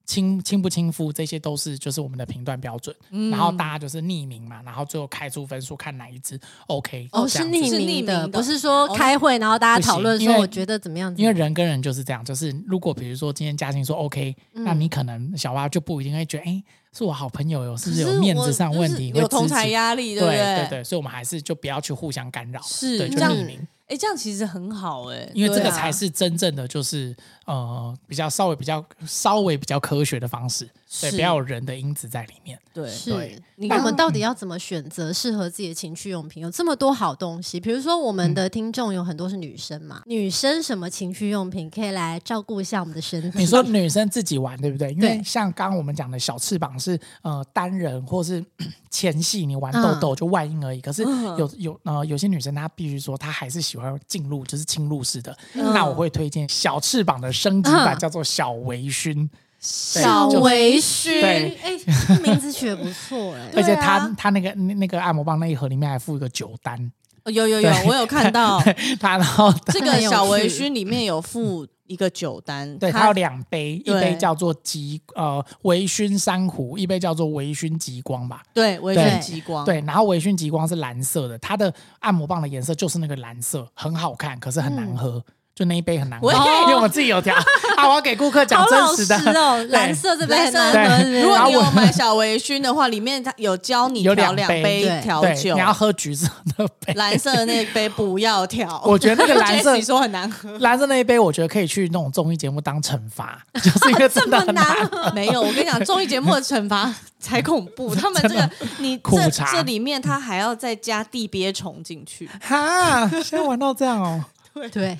Speaker 2: 亲亲不亲肤，这些都是就是我们的评断标准。
Speaker 1: 嗯
Speaker 2: 然后大家就是匿名嘛，然后最后开出分数，看哪一支 OK
Speaker 3: 哦，
Speaker 2: 这
Speaker 3: 是
Speaker 2: 样子
Speaker 3: 匿
Speaker 1: 是匿
Speaker 3: 名的，
Speaker 1: 名的
Speaker 3: 不是说
Speaker 1: 哦
Speaker 3: 开会然后大家讨论
Speaker 2: 不行因
Speaker 3: 说
Speaker 2: 为
Speaker 3: 我觉得怎么样，
Speaker 2: 因为人跟人就是这样，就是如果比如说今天嘉欣说 OK，、那
Speaker 1: 嗯
Speaker 2: 你可能小蛙就不一定会觉得，哎、是我好朋友哟，是不是
Speaker 3: 可是
Speaker 2: 有面
Speaker 3: 我
Speaker 2: 子上
Speaker 3: 就是
Speaker 2: 问题？会
Speaker 1: 有同
Speaker 2: 支持
Speaker 1: 台压力，
Speaker 2: 对
Speaker 1: 不
Speaker 2: 对对，所以我们还是就不要去互相干扰，
Speaker 1: 是
Speaker 2: 对，就
Speaker 1: 这样
Speaker 2: 匿名，
Speaker 1: 哎，这样其实很好哎，
Speaker 2: 因为这
Speaker 1: 对
Speaker 2: 个
Speaker 1: 啊
Speaker 2: 才是真正的就是呃比较稍微比较稍微比较科学的方式，对，
Speaker 1: 是
Speaker 2: 不要有人的因子在里面。
Speaker 1: 对
Speaker 3: 是
Speaker 2: 对。嗯
Speaker 1: 你
Speaker 3: 那我
Speaker 1: 刚
Speaker 3: 们到底要怎么选择适合自己的情趣用品？有这么多好东西，比如说我
Speaker 2: 嗯
Speaker 3: 们的听众有很多是女生嘛，女生什么情趣用品可以来照顾一下我们
Speaker 1: <laughs>
Speaker 3: 的身体？
Speaker 2: <laughs> 你说女生自己玩对不对？因为
Speaker 3: 对
Speaker 2: 像刚刚我们讲的小翅膀是呃单人或是 <clears throat> 前戏，你玩豆豆
Speaker 1: 嗯
Speaker 2: 就外阴而已。可是有有呃有些女生她必须说她还是喜欢进入就是侵入式的，
Speaker 1: 嗯
Speaker 2: 那我会推荐小翅膀的升级版
Speaker 3: 嗯
Speaker 2: 叫做小微醺，
Speaker 3: 小
Speaker 2: 就
Speaker 3: 微
Speaker 2: <laughs>
Speaker 3: 醺，
Speaker 2: 对
Speaker 3: 哎，这名字取得不错哎、
Speaker 2: 而
Speaker 1: 对
Speaker 2: 且
Speaker 1: 啊
Speaker 2: 它它那个那那个按摩棒那一盒里面还附一个酒单， <laughs>
Speaker 1: 哦有有有，我有看到
Speaker 2: 它然
Speaker 1: <laughs>
Speaker 2: 后 <laughs>
Speaker 1: 这
Speaker 3: 很
Speaker 1: 个
Speaker 3: 有
Speaker 1: 小微
Speaker 3: 趣
Speaker 1: 醺里面有附一个酒单，
Speaker 2: 对，它有两杯，一
Speaker 1: 对
Speaker 2: 杯叫做极呃微醺珊瑚，一杯叫做微醺极光吧。
Speaker 1: 对微醺
Speaker 2: 对
Speaker 1: 极光，
Speaker 2: 对，然后微醺极光是蓝色的，它的按摩棒的颜色就是那个蓝色，很好看，可是很难喝，就那一杯很难喝，
Speaker 1: 喂
Speaker 2: 因为我自己有调啊，我要给顾客讲
Speaker 3: 好
Speaker 2: 真
Speaker 3: 老
Speaker 2: 实
Speaker 3: 实
Speaker 2: 的。
Speaker 3: 哦，
Speaker 2: 对
Speaker 3: 蓝色这边很
Speaker 1: 蓝
Speaker 2: 色
Speaker 3: 难喝是不是，
Speaker 1: 如
Speaker 2: 然
Speaker 1: 果
Speaker 2: 后
Speaker 1: 你
Speaker 2: 我
Speaker 1: 有买小微醺的话，里面它有教你
Speaker 2: 有
Speaker 1: 调
Speaker 2: 两
Speaker 1: 两
Speaker 2: 杯
Speaker 1: 杯
Speaker 3: 对
Speaker 1: 调
Speaker 2: 对，
Speaker 1: 酒
Speaker 2: 你，要喝橘色的杯，
Speaker 1: 蓝色的那杯不要调。
Speaker 2: 我觉
Speaker 1: <laughs>
Speaker 2: 得那个蓝色
Speaker 1: 你说很难喝，
Speaker 2: 蓝色那一杯，我觉得可以去那种综艺节目当惩罚，就是因为真的很难。
Speaker 1: 没有，我跟你讲，综艺节目的惩罚才恐怖。他们这个你
Speaker 2: 苦
Speaker 1: 这
Speaker 2: 茶
Speaker 1: 这里面他还要再加地鳖虫进去，
Speaker 2: 哈，现在玩到这样哦，
Speaker 3: 对，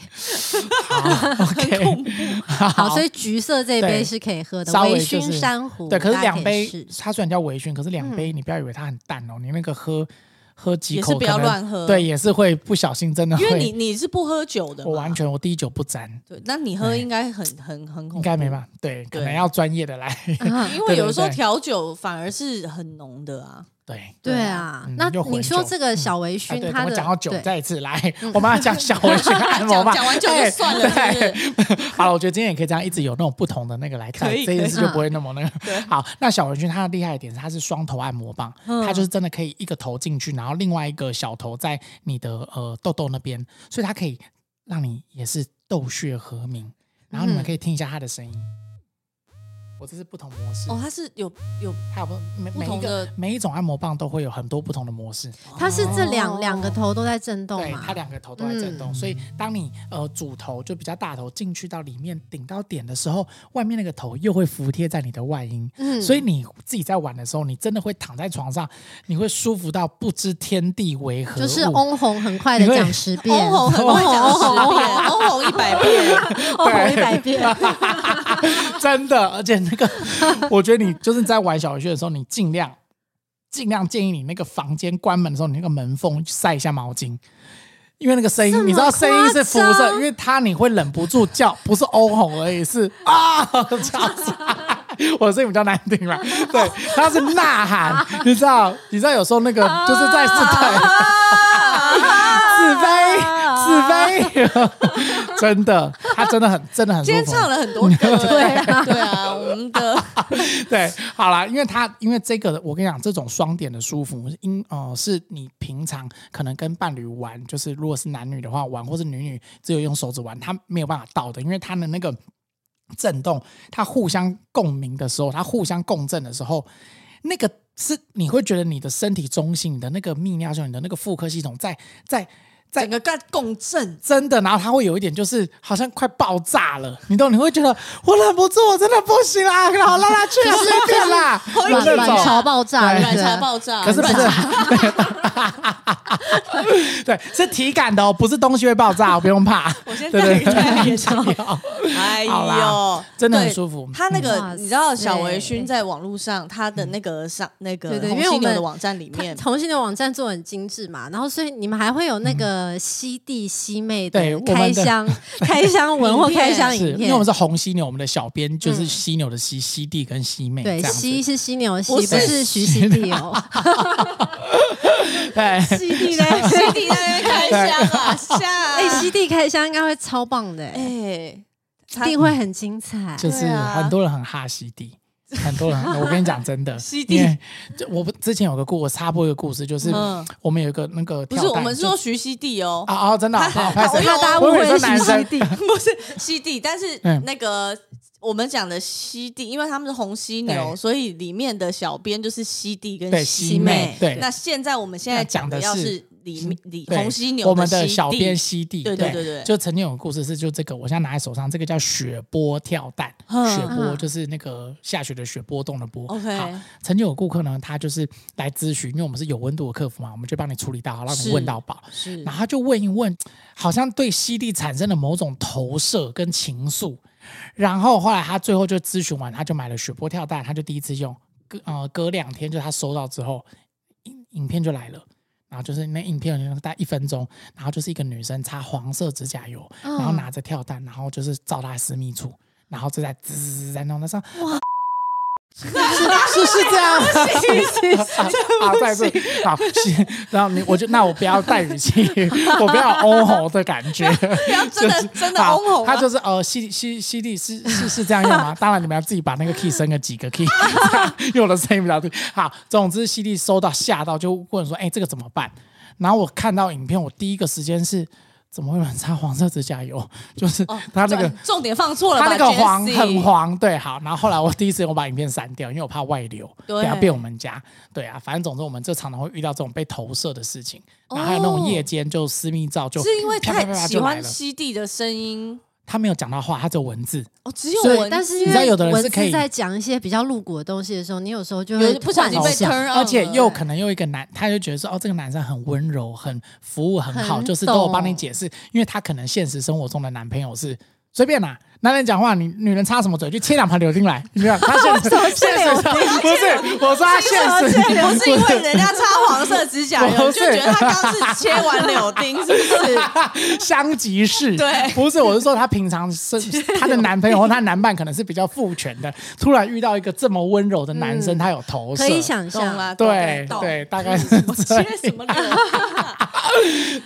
Speaker 2: 好，OK，
Speaker 3: 好，
Speaker 2: <laughs> 好
Speaker 3: 所以橘色这一杯
Speaker 2: 对
Speaker 3: 是可以喝的，
Speaker 2: 稍微
Speaker 3: 微
Speaker 2: 就
Speaker 3: 醺
Speaker 2: 是
Speaker 3: 珊瑚，
Speaker 2: 对，可是
Speaker 3: 大家
Speaker 2: 两
Speaker 3: 以
Speaker 2: 杯
Speaker 3: 试，
Speaker 2: 它虽然叫微醺，可是两杯你不要以为它很淡哦，你那个喝喝几
Speaker 1: 也
Speaker 2: 口
Speaker 1: 是不要
Speaker 2: 可能
Speaker 1: 乱喝
Speaker 2: 对，也是会不小心真的会。
Speaker 1: 因为你你是不喝酒的嘛，
Speaker 2: 我完全我滴酒不沾，
Speaker 1: 对，那你喝应该很很很恐怖，
Speaker 2: 应该没办法。对，可
Speaker 1: 哦
Speaker 2: 能
Speaker 1: 对
Speaker 2: 要专业的来。 <laughs>
Speaker 3: 啊
Speaker 1: 因为有的时候
Speaker 2: 对对对
Speaker 1: 调酒反而是很浓的啊，
Speaker 2: 对，
Speaker 3: 对啊
Speaker 2: 嗯，
Speaker 3: 那
Speaker 2: 又混
Speaker 3: 你说
Speaker 2: 酒
Speaker 3: 这个小微醺
Speaker 2: 啊，对，
Speaker 3: 它
Speaker 2: 我
Speaker 3: 的
Speaker 2: 讲到酒
Speaker 3: 对，
Speaker 2: 再一次来，我们要讲小微
Speaker 1: <laughs>
Speaker 2: 醺按摩吧。
Speaker 1: 嗯讲完酒就算了，
Speaker 2: 哎
Speaker 1: 是不是？
Speaker 2: 好了，我觉得今天也可以这样，一直有那种不同的那个来看
Speaker 1: 可以，
Speaker 2: 这件事
Speaker 3: 可以
Speaker 2: 就不会那么那个。好，那小文君他的厉害一点是，他是双头按摩棒，
Speaker 1: 嗯
Speaker 2: 他就是真的可以一个头进去，然后另外一个小头在你的呃痘痘那边，所以它可以
Speaker 1: 嗯
Speaker 2: 让你也是痘血和鸣。然后你们可以听一下他的声音，我这是不同模式
Speaker 1: 哦，，它是有有
Speaker 2: 它有不每
Speaker 1: 不
Speaker 2: 每一
Speaker 1: 同
Speaker 2: 个
Speaker 1: 的
Speaker 2: 每一种按摩棒都会有很多不同的模式，
Speaker 3: 它是这两
Speaker 1: 哦
Speaker 3: 两个头都在震动
Speaker 2: 对，
Speaker 3: 嘛
Speaker 2: 它？两个头都在震动，
Speaker 1: 嗯
Speaker 2: 所以当你呃主头就比较大头进去到里面顶到点的时候，外面那个头又会服贴在你的外阴，
Speaker 3: 嗯
Speaker 2: 所以你自己在玩的时候，你真的会躺在床上，你会舒服到不知天地为何物，
Speaker 3: 就是翁虹很快的
Speaker 2: 你会
Speaker 3: 讲十遍，
Speaker 1: 欧红很会讲十遍，欧红一百遍，
Speaker 3: 欧虹一百遍， <laughs>
Speaker 2: 真的，而且那个， <laughs> 我觉得你就是在玩小游戏的时候，你尽量尽量建议你那个房间关门的时候，你那个门缝晒一下毛巾。因为那个声
Speaker 3: 这么
Speaker 2: 音，你知道声音是辐
Speaker 3: 夸
Speaker 2: 射，
Speaker 3: 张
Speaker 2: 因为它你会忍不住叫，不是欧吼而已，是啊这样子。 <laughs> 我的声音比较难听
Speaker 3: <laughs>
Speaker 2: 嘛，对，它是呐喊，你知道，你知道有时候那个就是在是在。
Speaker 3: 啊
Speaker 2: 自卑，自卑， <laughs> 真的，他真的很，真的很舒
Speaker 1: 今
Speaker 2: 服。
Speaker 1: 天唱了很多歌，对啊，对啊，我们的
Speaker 2: <laughs> 对，好啦，因为它因为这个，我跟你讲，这种双点的舒服，因呃是你平常可能跟伴侣玩，就是如果是男女的话玩，或是女女只有用手指玩，它没有办法到的，因为它的那个震动，它互相共鸣的时候，它互相共振的时候，那个是你会觉得你的身体中性，你的那个泌尿系统，你的那个妇科系统在在。在
Speaker 1: 整个干共振，
Speaker 2: 真的，然后它会有一点就是好像快爆炸了，你懂？你会觉得我忍不住，我真的不行啦，好啦啦，去啦，随
Speaker 1: <laughs>
Speaker 2: 便啦，
Speaker 1: 软
Speaker 2: 就那
Speaker 3: 卵卵
Speaker 2: 种
Speaker 3: 巢爆炸，
Speaker 2: 对
Speaker 3: 对
Speaker 1: 卵
Speaker 3: 不对
Speaker 1: 巢爆炸，
Speaker 2: 可是不 <laughs>
Speaker 1: 卵巢
Speaker 2: 是，对，是体感的哦，不是东西会爆炸哦，不用怕。
Speaker 1: 我先
Speaker 2: 对
Speaker 1: 带
Speaker 2: 对
Speaker 1: 你看
Speaker 2: 对
Speaker 1: 演唱会，哎
Speaker 2: 好啦
Speaker 1: 呦，
Speaker 2: 真的很
Speaker 1: 对
Speaker 2: 舒服
Speaker 1: 他那个
Speaker 3: 哇
Speaker 1: 你知道，小
Speaker 3: 塞
Speaker 1: 微醺在网络上他的那个上那个
Speaker 3: 对对因
Speaker 1: 红
Speaker 3: 为我
Speaker 1: 犀牛的
Speaker 3: 们
Speaker 1: 网站里
Speaker 3: 它
Speaker 1: 面，
Speaker 3: 同性的网站做得很精致嘛，然后所以你们还会有那个西弟西妹
Speaker 2: 嗯对
Speaker 3: 的
Speaker 2: 我们的 <laughs>
Speaker 3: 开箱开箱文或开箱
Speaker 2: 是
Speaker 3: 影
Speaker 2: 因为
Speaker 3: 片
Speaker 2: 我们，是红犀牛，我们的小编就是
Speaker 3: 嗯
Speaker 2: 犀牛的犀，犀弟跟犀妹这
Speaker 3: 对
Speaker 2: 样子。
Speaker 3: 西是犀牛西，
Speaker 1: 不
Speaker 3: 不
Speaker 1: 是
Speaker 3: 是徐熙娣
Speaker 2: <laughs>
Speaker 3: 哦，
Speaker 2: 对， <laughs>
Speaker 1: 西地嘞，西地在那边开箱啊，下
Speaker 3: 哎，
Speaker 1: 啊
Speaker 3: 西弟开箱应该会超棒的，哎
Speaker 1: 哎，
Speaker 3: 一
Speaker 1: 他
Speaker 3: 定会很精彩。
Speaker 2: 就是
Speaker 1: 对啊
Speaker 2: 很多人很哈西弟。很多
Speaker 1: <laughs>
Speaker 2: 人很，我跟你讲，真的，
Speaker 1: 西弟
Speaker 2: 因为就我不之前有个故，我插播一个故事，就是
Speaker 1: 嗯
Speaker 2: 我们有一个那个
Speaker 1: 不
Speaker 2: 跳
Speaker 1: 是
Speaker 2: 蛋，
Speaker 1: 我们是
Speaker 2: 就
Speaker 1: 说徐熙娣哦，
Speaker 2: 啊啊，真
Speaker 1: <laughs>
Speaker 2: 的啊，好，拍
Speaker 1: 我
Speaker 2: 谁？
Speaker 1: 怕大家
Speaker 2: 我以为
Speaker 3: 误会
Speaker 2: 是男
Speaker 3: 徐熙
Speaker 2: 生
Speaker 3: 娣
Speaker 1: <laughs> 不是西地，但是
Speaker 2: 嗯
Speaker 1: 那个。我们讲的西地，因为他们是红犀牛，
Speaker 2: 对
Speaker 1: 所以里面的小编就是西地跟
Speaker 2: 对
Speaker 1: 西
Speaker 2: 西
Speaker 1: 妹
Speaker 2: 妹。对
Speaker 1: 那现在我们现在
Speaker 2: 那讲
Speaker 1: 的
Speaker 2: 的
Speaker 1: 要
Speaker 2: 是
Speaker 1: 是里面里
Speaker 2: 对
Speaker 1: 红犀牛，
Speaker 2: 我们的
Speaker 1: 西
Speaker 2: 小
Speaker 1: 地
Speaker 2: 编西地，
Speaker 1: 对对对对
Speaker 2: 就曾经有个故事是，就这个，我现在拿在手上，这个叫雪波跳蛋，
Speaker 1: 嗯
Speaker 2: 雪波
Speaker 3: 嗯
Speaker 2: 就是那个下雪的雪，波动的波。
Speaker 1: OK
Speaker 2: 好，曾经有顾客呢，他就是来咨询，因为我们是有温度的客服嘛，我们就帮你处理到好，让
Speaker 1: 是
Speaker 2: 你问到饱。
Speaker 1: 是
Speaker 2: 然后他就问一问，好像对西地产生了某种投射跟情愫。然后后来他最后就咨询完，他就买了雪波跳蛋，他就第一次用，隔呃隔两天就他收到之后，影影片就来了。然后就是那影片大概一分钟，然后就是一个女生擦黄色指甲油，
Speaker 3: 嗯
Speaker 1: 嗯
Speaker 2: 然后拿着跳蛋，然后就是照她的私密处，然后就在滋滋滋在弄，她说哇，是是是这样吗，好再一次好，是然后你我就那我不要带语气，我
Speaker 1: <laughs>
Speaker 2: 不要有欧吼的感觉，
Speaker 1: 真的
Speaker 2: 就是
Speaker 1: 真的啊欧吼
Speaker 2: 好
Speaker 1: 吗
Speaker 2: 他就是呃西西西地是是是这样
Speaker 1: <laughs>
Speaker 2: 用吗？当然你们要自己把那个 key 升个几个 key，因为我的声音比较低。好，总之西地收到吓到就问说，哎、这个怎么办？然后我看到影片，我第一个时间是怎么会有人擦黄色指甲油？ <laughs> 就是
Speaker 1: 哦
Speaker 2: 他那个
Speaker 1: 重重点放错了吧，
Speaker 2: 它那个黄
Speaker 1: Jessie
Speaker 2: 很黄，对，好。然后后来我第一时间我把影片删掉，因为我怕外流，
Speaker 1: 对
Speaker 2: 等下变我们家。对啊，反正总之我们这常常会遇到这种被投射的事情，然后还有那种夜间就私密照就，
Speaker 1: 是因为
Speaker 2: 啪啪
Speaker 1: 太
Speaker 2: 啪啪
Speaker 1: 喜
Speaker 2: 就来
Speaker 1: 欢
Speaker 2: 了。
Speaker 1: 西地的声音
Speaker 2: 他没有讲到话，他只有文字，
Speaker 1: 哦，只有
Speaker 2: 所以
Speaker 1: 文字，
Speaker 3: 但是
Speaker 2: 你
Speaker 3: 因
Speaker 2: 知道
Speaker 3: 为
Speaker 2: 有的人
Speaker 3: 文
Speaker 2: 是 <laughs> 可以
Speaker 3: 字在讲一些比较露骨的东西的时候，你有时候就
Speaker 1: 有
Speaker 3: 会
Speaker 1: 的不小心被
Speaker 3: 幻想
Speaker 1: turn on
Speaker 2: 而且
Speaker 1: 了
Speaker 2: 又可能又一个男，他就觉得说哦，这个男生很温柔，很服务很好，
Speaker 3: 很
Speaker 2: 就是都有
Speaker 3: 懂
Speaker 2: 帮你解释，因为他可能现实生活中的男朋友是。随便啦、男人讲话，女女人插什么嘴，就切两盘柳丁来，你知道？他现实现实上不是，我说他现
Speaker 1: 而
Speaker 2: 实
Speaker 1: 且不是因为人家擦黄色指甲油，
Speaker 2: 不
Speaker 1: 你
Speaker 2: 是
Speaker 1: 就觉得他刚是切完柳丁，是不
Speaker 2: <laughs>
Speaker 1: 是？
Speaker 2: 相即是，
Speaker 1: 对
Speaker 2: 不是，我是说她平常是她的男朋友或她男伴可能是比较父权的，突然遇到一个这么温柔的男生，她有投射，
Speaker 3: 可以想
Speaker 1: 懂
Speaker 3: 象，
Speaker 1: 啦，
Speaker 2: 对
Speaker 1: 懂
Speaker 2: 对，大概是
Speaker 1: 懂
Speaker 2: 这样
Speaker 1: 切什么柳丁啊？
Speaker 2: <laughs>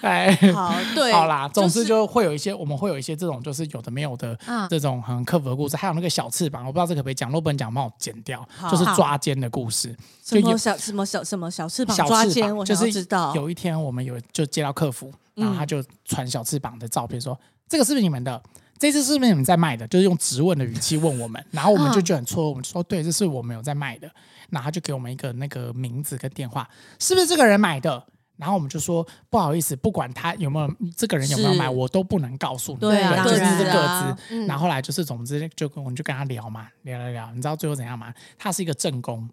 Speaker 2: 哎，
Speaker 1: 好，对，
Speaker 2: 好啦，总之
Speaker 1: 是
Speaker 2: 就会有一些，我们会有一些这种就是有的没有的
Speaker 3: 嗯
Speaker 2: 这种很克服的故事，还有那个小翅膀，我不知道这可不可以讲，如果不能讲，帮我剪掉
Speaker 1: 好，
Speaker 2: 就是抓奸的故事，就
Speaker 1: 什
Speaker 2: 有
Speaker 1: 么小什么小什么小翅膀
Speaker 2: 小
Speaker 1: 抓
Speaker 2: 翅
Speaker 1: 奸，
Speaker 2: 膀，
Speaker 1: 我
Speaker 2: 就
Speaker 1: 想要
Speaker 2: 是
Speaker 1: 知道。嗯
Speaker 2: 有一天我们有就接到客服，然后他就传小翅膀的照片说，这个是不是你们的？这次是不是你们在卖的？就是用质问的语气问我们，然后我
Speaker 1: 嗯
Speaker 2: 们就觉得很错愕，我们就说对，这是我们有在卖的。然后他就给我们一个那个名字跟电话，是不是这个人买的？然后我们就说不好意思，不管他有没有这个人有没有买，
Speaker 1: 是
Speaker 2: 我都不能告诉你。
Speaker 1: 对啊
Speaker 2: 就是
Speaker 3: 当
Speaker 2: 是各
Speaker 3: 然
Speaker 2: 自
Speaker 1: 啊。
Speaker 3: 嗯
Speaker 2: 然后后来就是总之就跟我们就跟他聊嘛，聊聊聊，你知道最后怎样吗？他是一个正宫，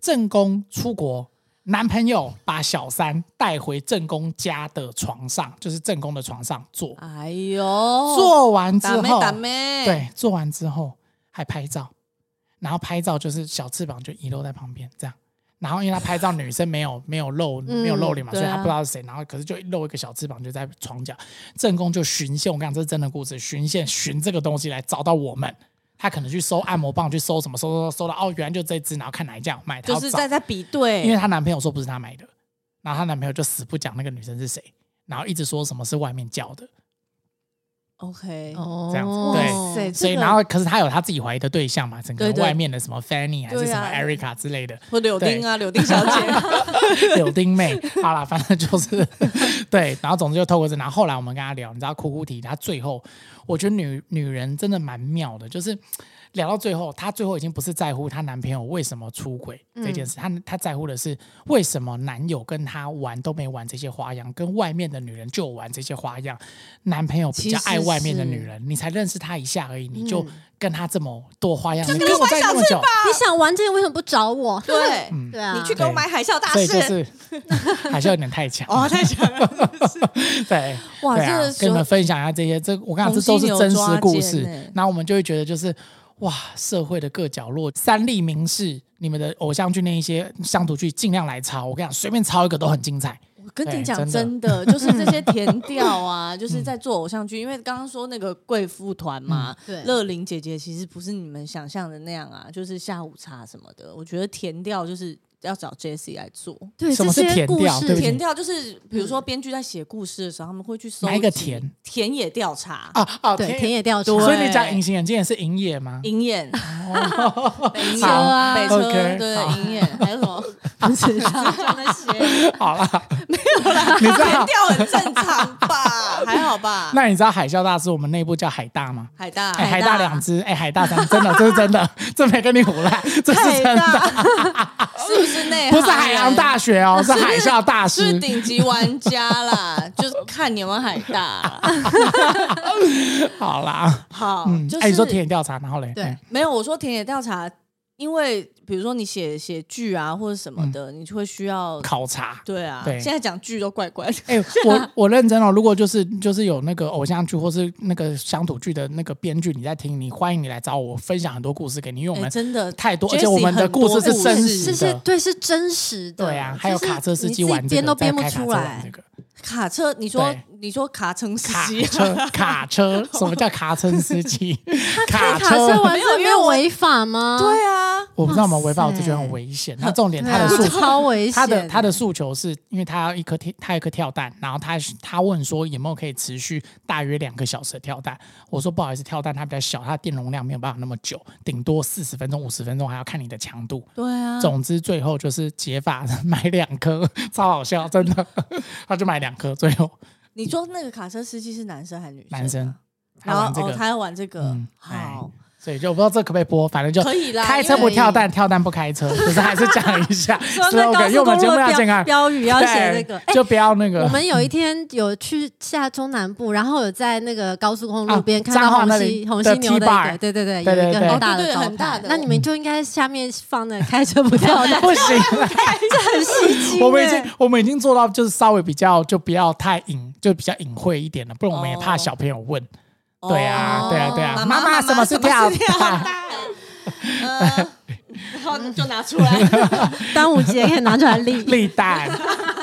Speaker 2: 正宫出国，男朋友把小三带回正宫家的床上，就是正宫的床上坐，
Speaker 1: 哎呦，
Speaker 2: 做完之
Speaker 1: 打妹
Speaker 2: 后，
Speaker 1: 打妹，，
Speaker 2: 对，做完之后还拍照，然后拍照就是小翅膀就遗落在旁边这样。然后因为他拍照，女生没有 <laughs> 没有露没有露脸嘛，
Speaker 1: 对
Speaker 2: 嗯所以他
Speaker 1: 啊
Speaker 2: 不知道是谁。然后可是就露一个小翅膀，就在床角。正宫就循线，我跟你讲，这是真的故事，循线寻这个东西来找到我们。他可能去搜按摩棒，去搜什么，搜搜搜搜到哦，原来就这只，然后看哪一家有卖，他
Speaker 1: 就
Speaker 2: 要
Speaker 1: 是
Speaker 2: 找
Speaker 1: 在在比对，
Speaker 2: 因为她男朋友说不是她买的，然后她男朋友就死不讲那个女生是谁，然后一直说什么是外面叫的，
Speaker 1: OK，
Speaker 3: 哦
Speaker 2: 这样子对
Speaker 3: 哇塞，
Speaker 2: 所以
Speaker 3: 这个
Speaker 2: 然后可是她有她自己怀疑的对象嘛，整个
Speaker 1: 对对
Speaker 2: 外面的什么 Fanny 还是
Speaker 1: 对
Speaker 2: 什
Speaker 1: 啊
Speaker 2: 么 Erica 之类的
Speaker 1: 或柳丁啊，柳丁小
Speaker 2: <laughs>
Speaker 1: 姐，
Speaker 2: 柳丁妹， <laughs> 好啦，反正就是对，然后总之就透过这，然后后来我们跟她聊，你知道哭哭啼，她最后我觉得女女人真的蛮妙的，就是。聊到最后，她最后已经不是在乎她男朋友为什么出轨这件事，她她在乎的是为什么男友跟她玩都没玩这些花样，跟外面的女人就玩这些花样。男朋友比较爱外面的女人，你才认识她一下而已，你就跟她这么多花样，你跟我在那么久，
Speaker 3: 你想玩这个为什么不找我？
Speaker 1: 对，
Speaker 3: 对啊，
Speaker 1: 你去给我买海啸大
Speaker 2: 嗯所以就
Speaker 1: 师，
Speaker 2: 是 <laughs> 还是有点太强。
Speaker 1: 哦，太强
Speaker 2: <laughs>
Speaker 1: 了，
Speaker 2: 对，
Speaker 1: 哇，
Speaker 2: 对
Speaker 1: 这
Speaker 2: 啊
Speaker 1: 个，
Speaker 2: 跟你
Speaker 1: 时
Speaker 2: 们
Speaker 1: 候
Speaker 2: 分享一下这些，这我跟你讲，这都是真实故事。
Speaker 1: 欸
Speaker 2: 然后我们就会觉得就是。哇，社会的各角落，三立名士，你们的偶像剧那一些乡土剧，尽量来抄。我跟你讲，随便抄一个都很精彩。
Speaker 1: 我跟你讲
Speaker 2: 对，真
Speaker 1: 真
Speaker 2: 嗯
Speaker 1: 的，就是这
Speaker 2: <laughs>
Speaker 1: 些甜调啊，就是在做偶像剧，因为刚刚说那个贵妇团嘛，
Speaker 3: 对
Speaker 1: 乐玲姐姐其实不是你们想象的那样啊，就是下午茶什么的，我觉得甜调就是。要找 Jessie 来做
Speaker 3: 对
Speaker 2: 什么是
Speaker 3: 这些
Speaker 2: 甜
Speaker 3: 故
Speaker 2: 调
Speaker 3: 事
Speaker 2: 对不起
Speaker 1: 甜调，就是比如说编剧在写故事的时候，他们会去搜
Speaker 2: 哪一个
Speaker 1: 集
Speaker 2: 甜
Speaker 1: 田野调查、
Speaker 2: 啊啊，
Speaker 3: 对田野调查，
Speaker 1: 对
Speaker 2: 所以你讲隐形眼镜也是银
Speaker 1: <laughs>
Speaker 2: 野吗？
Speaker 1: 鹰
Speaker 2: <laughs>
Speaker 1: 眼、北
Speaker 2: 好
Speaker 1: 车啊、北车
Speaker 2: OK，好
Speaker 1: 对鹰眼，还有什
Speaker 2: <laughs>
Speaker 1: 么？ <laughs> 不知道那些
Speaker 2: 好啦，没有啦，你知
Speaker 1: 填
Speaker 2: 道？
Speaker 1: 调很正常吧？还好吧？
Speaker 2: 那你知道海啸大师我们内部叫海大吗？
Speaker 1: 海大，
Speaker 2: 哎、海大两只，哎、海大三，真的，这是真
Speaker 1: <laughs>
Speaker 2: 的，这没跟你胡乱，这是
Speaker 1: 海
Speaker 2: 真的，
Speaker 1: 大 <laughs> 是不是内
Speaker 2: 不
Speaker 1: 行
Speaker 2: 是海洋大学
Speaker 1: <laughs>
Speaker 2: 哦，是海啸大
Speaker 1: 是
Speaker 2: 师。
Speaker 1: 顶级玩家啦， <laughs> 就是看你有没有海大啦。
Speaker 2: 好啦，
Speaker 1: <laughs> 好，
Speaker 2: 嗯，
Speaker 1: 哦就
Speaker 2: 哎、
Speaker 1: 是、
Speaker 2: 你说田野调查，然后嘞，
Speaker 3: 对
Speaker 2: 哎
Speaker 1: 没有，我说田野调查，因为比如说你写写剧啊或者什么的，你就会需要。
Speaker 2: 考察。
Speaker 1: 对啊，
Speaker 2: 嗯对
Speaker 1: 现在讲剧都怪怪的。
Speaker 3: <laughs>
Speaker 2: 哎、我我认真哦。如果就是就是有那个偶像剧或是那个乡土剧的那个编剧，你在听，你欢迎你来找我分享很多故事给你， <laughs> 因为我
Speaker 1: 哎
Speaker 2: 们
Speaker 1: 真的
Speaker 2: 太多，而
Speaker 1: Jessie
Speaker 2: 且我们的故事是真
Speaker 3: 这
Speaker 2: 实
Speaker 3: 些
Speaker 2: 的。
Speaker 3: 对是真实的，
Speaker 2: 对啊，还有
Speaker 3: 就是
Speaker 2: 卡车司机
Speaker 3: 你自己
Speaker 2: 玩这
Speaker 3: 编
Speaker 2: 个，
Speaker 3: 都编
Speaker 2: 在
Speaker 3: 不
Speaker 2: 开卡
Speaker 3: 出
Speaker 2: 车玩这
Speaker 3: 来， <laughs>
Speaker 2: 个
Speaker 1: 卡车，你说
Speaker 2: 对
Speaker 1: 你说卡乘司
Speaker 2: 卡
Speaker 1: 机，啊
Speaker 3: 啊
Speaker 2: 车卡车，
Speaker 3: <laughs>
Speaker 2: 什么叫卡车司机？
Speaker 3: 开
Speaker 2: 卡
Speaker 3: 卡车玩
Speaker 1: 没有
Speaker 3: 这没
Speaker 1: 因为
Speaker 3: 有
Speaker 1: 我
Speaker 3: 违法
Speaker 1: <laughs>
Speaker 3: 吗？
Speaker 1: 对啊，
Speaker 2: 我不知道有没有违法，
Speaker 3: 哇
Speaker 2: 我
Speaker 3: 塞
Speaker 2: 就觉得很危险。那重点
Speaker 3: 对
Speaker 2: 他的
Speaker 3: 啊，
Speaker 2: 诉求，
Speaker 3: 超危险，
Speaker 2: 他的他的诉求是因为他要一颗跳，他要一颗跳蛋，然后他他问说有没有可以持续大约两个小时的跳蛋。我说不好意思，跳蛋它比较小，它的电容量没有办法那么久，顶多四十分钟、五十分钟，还要看你的强度。
Speaker 1: 对啊，
Speaker 2: 总之，最后就是解法 <laughs> 买两颗， <laughs> 超好笑，真的， <laughs> 他就买两颗，最后
Speaker 1: 你说那个卡车司机是男生还是女生？啊
Speaker 2: 男生，他
Speaker 1: 然
Speaker 2: 玩这
Speaker 1: 后哦，
Speaker 2: 个，
Speaker 1: 他要玩这个
Speaker 2: 嗯，哎
Speaker 1: 好，
Speaker 2: 所以就我不知道这可不可以播，反正就
Speaker 1: 可以啦。
Speaker 2: 开
Speaker 1: 因
Speaker 2: 车
Speaker 1: 为
Speaker 2: 不跳蛋，跳蛋不
Speaker 1: <laughs>
Speaker 2: 开车，可是还是讲一下
Speaker 1: 说那
Speaker 2: slogan，
Speaker 1: 高
Speaker 2: 因为
Speaker 1: 速
Speaker 2: 我们
Speaker 1: 公
Speaker 2: 节
Speaker 1: 路
Speaker 2: 目要
Speaker 1: 的
Speaker 2: 健康
Speaker 1: 标，标语要写
Speaker 2: 对
Speaker 1: 那个，哎
Speaker 2: 就不要那个。
Speaker 3: 我
Speaker 2: <laughs>
Speaker 3: 们有一天有去下中南部，然后有在那个高速公路
Speaker 2: 啊
Speaker 3: 路边看到
Speaker 2: 彰化
Speaker 3: 红
Speaker 2: 那
Speaker 3: 溪
Speaker 2: 里
Speaker 3: 红
Speaker 2: 的
Speaker 3: 溪牛
Speaker 2: T
Speaker 3: 的
Speaker 2: bar
Speaker 3: 一个，对对对，
Speaker 2: 对
Speaker 3: 有
Speaker 2: 对
Speaker 3: 一个
Speaker 2: 对
Speaker 3: 很大
Speaker 1: 哦对
Speaker 3: 的
Speaker 1: 对
Speaker 3: 招
Speaker 1: 很大
Speaker 3: 牌
Speaker 1: 的，
Speaker 3: 那你们就应该下面放那开车不跳
Speaker 2: <laughs>
Speaker 3: 蛋，
Speaker 2: 不行，
Speaker 3: 很吸睛欸。
Speaker 2: 我们已经我们已经做到就是稍微比较就不要太隐，就比较隐晦一点了，不然我们也怕
Speaker 1: 哦
Speaker 2: 小朋友问。
Speaker 1: 哦
Speaker 2: 对啊，对啊，对啊，
Speaker 1: 妈
Speaker 2: 妈
Speaker 1: 妈
Speaker 2: 什么是跳 <laughs>
Speaker 1: 蛋？
Speaker 2: 蛋？
Speaker 1: 呃然后就拿出来，
Speaker 3: 端午节可以拿出来
Speaker 2: <laughs>
Speaker 3: 立
Speaker 2: 立蛋。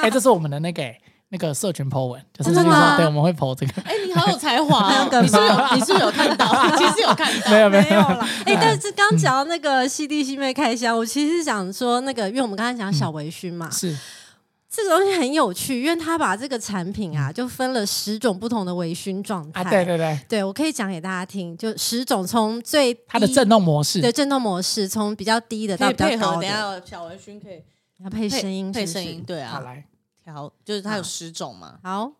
Speaker 2: 哎，这是我们的那个欸那个社群 po 文，就是
Speaker 3: 哦真
Speaker 2: 那
Speaker 3: 的
Speaker 2: 个时候
Speaker 3: 吗
Speaker 2: 对我们会 po 这个，
Speaker 1: 哎，你好有才华
Speaker 3: 还有
Speaker 1: 哦，
Speaker 3: 梗
Speaker 1: 你是不是有你是不是有看
Speaker 2: <laughs>
Speaker 1: 到？其实有看到，
Speaker 2: 没有没有
Speaker 1: 没有啦。
Speaker 3: 哎、但是刚讲到那个西地西妹开箱，我其实是想说那个，因为我们刚才讲小微醺嘛，
Speaker 2: 是
Speaker 3: 这个东西很有趣，因为他把这个产品啊，就分了十种不同的微醺状态。
Speaker 2: 啊，对对对，
Speaker 3: 对我可以讲给大家听，就十种从最
Speaker 2: 它的震动模式
Speaker 3: 的震动模式，从比较低的
Speaker 1: 可
Speaker 3: 到
Speaker 1: 以
Speaker 3: 比较
Speaker 1: 配合，
Speaker 3: 高
Speaker 1: 等一
Speaker 3: 的，
Speaker 1: 下小文勋可以
Speaker 3: 要配声音
Speaker 1: 配
Speaker 3: 是不
Speaker 1: 声
Speaker 3: 是
Speaker 1: 音，。对
Speaker 2: 好
Speaker 1: 啊，
Speaker 2: 来，
Speaker 1: 调就是它有十种嘛，
Speaker 3: 好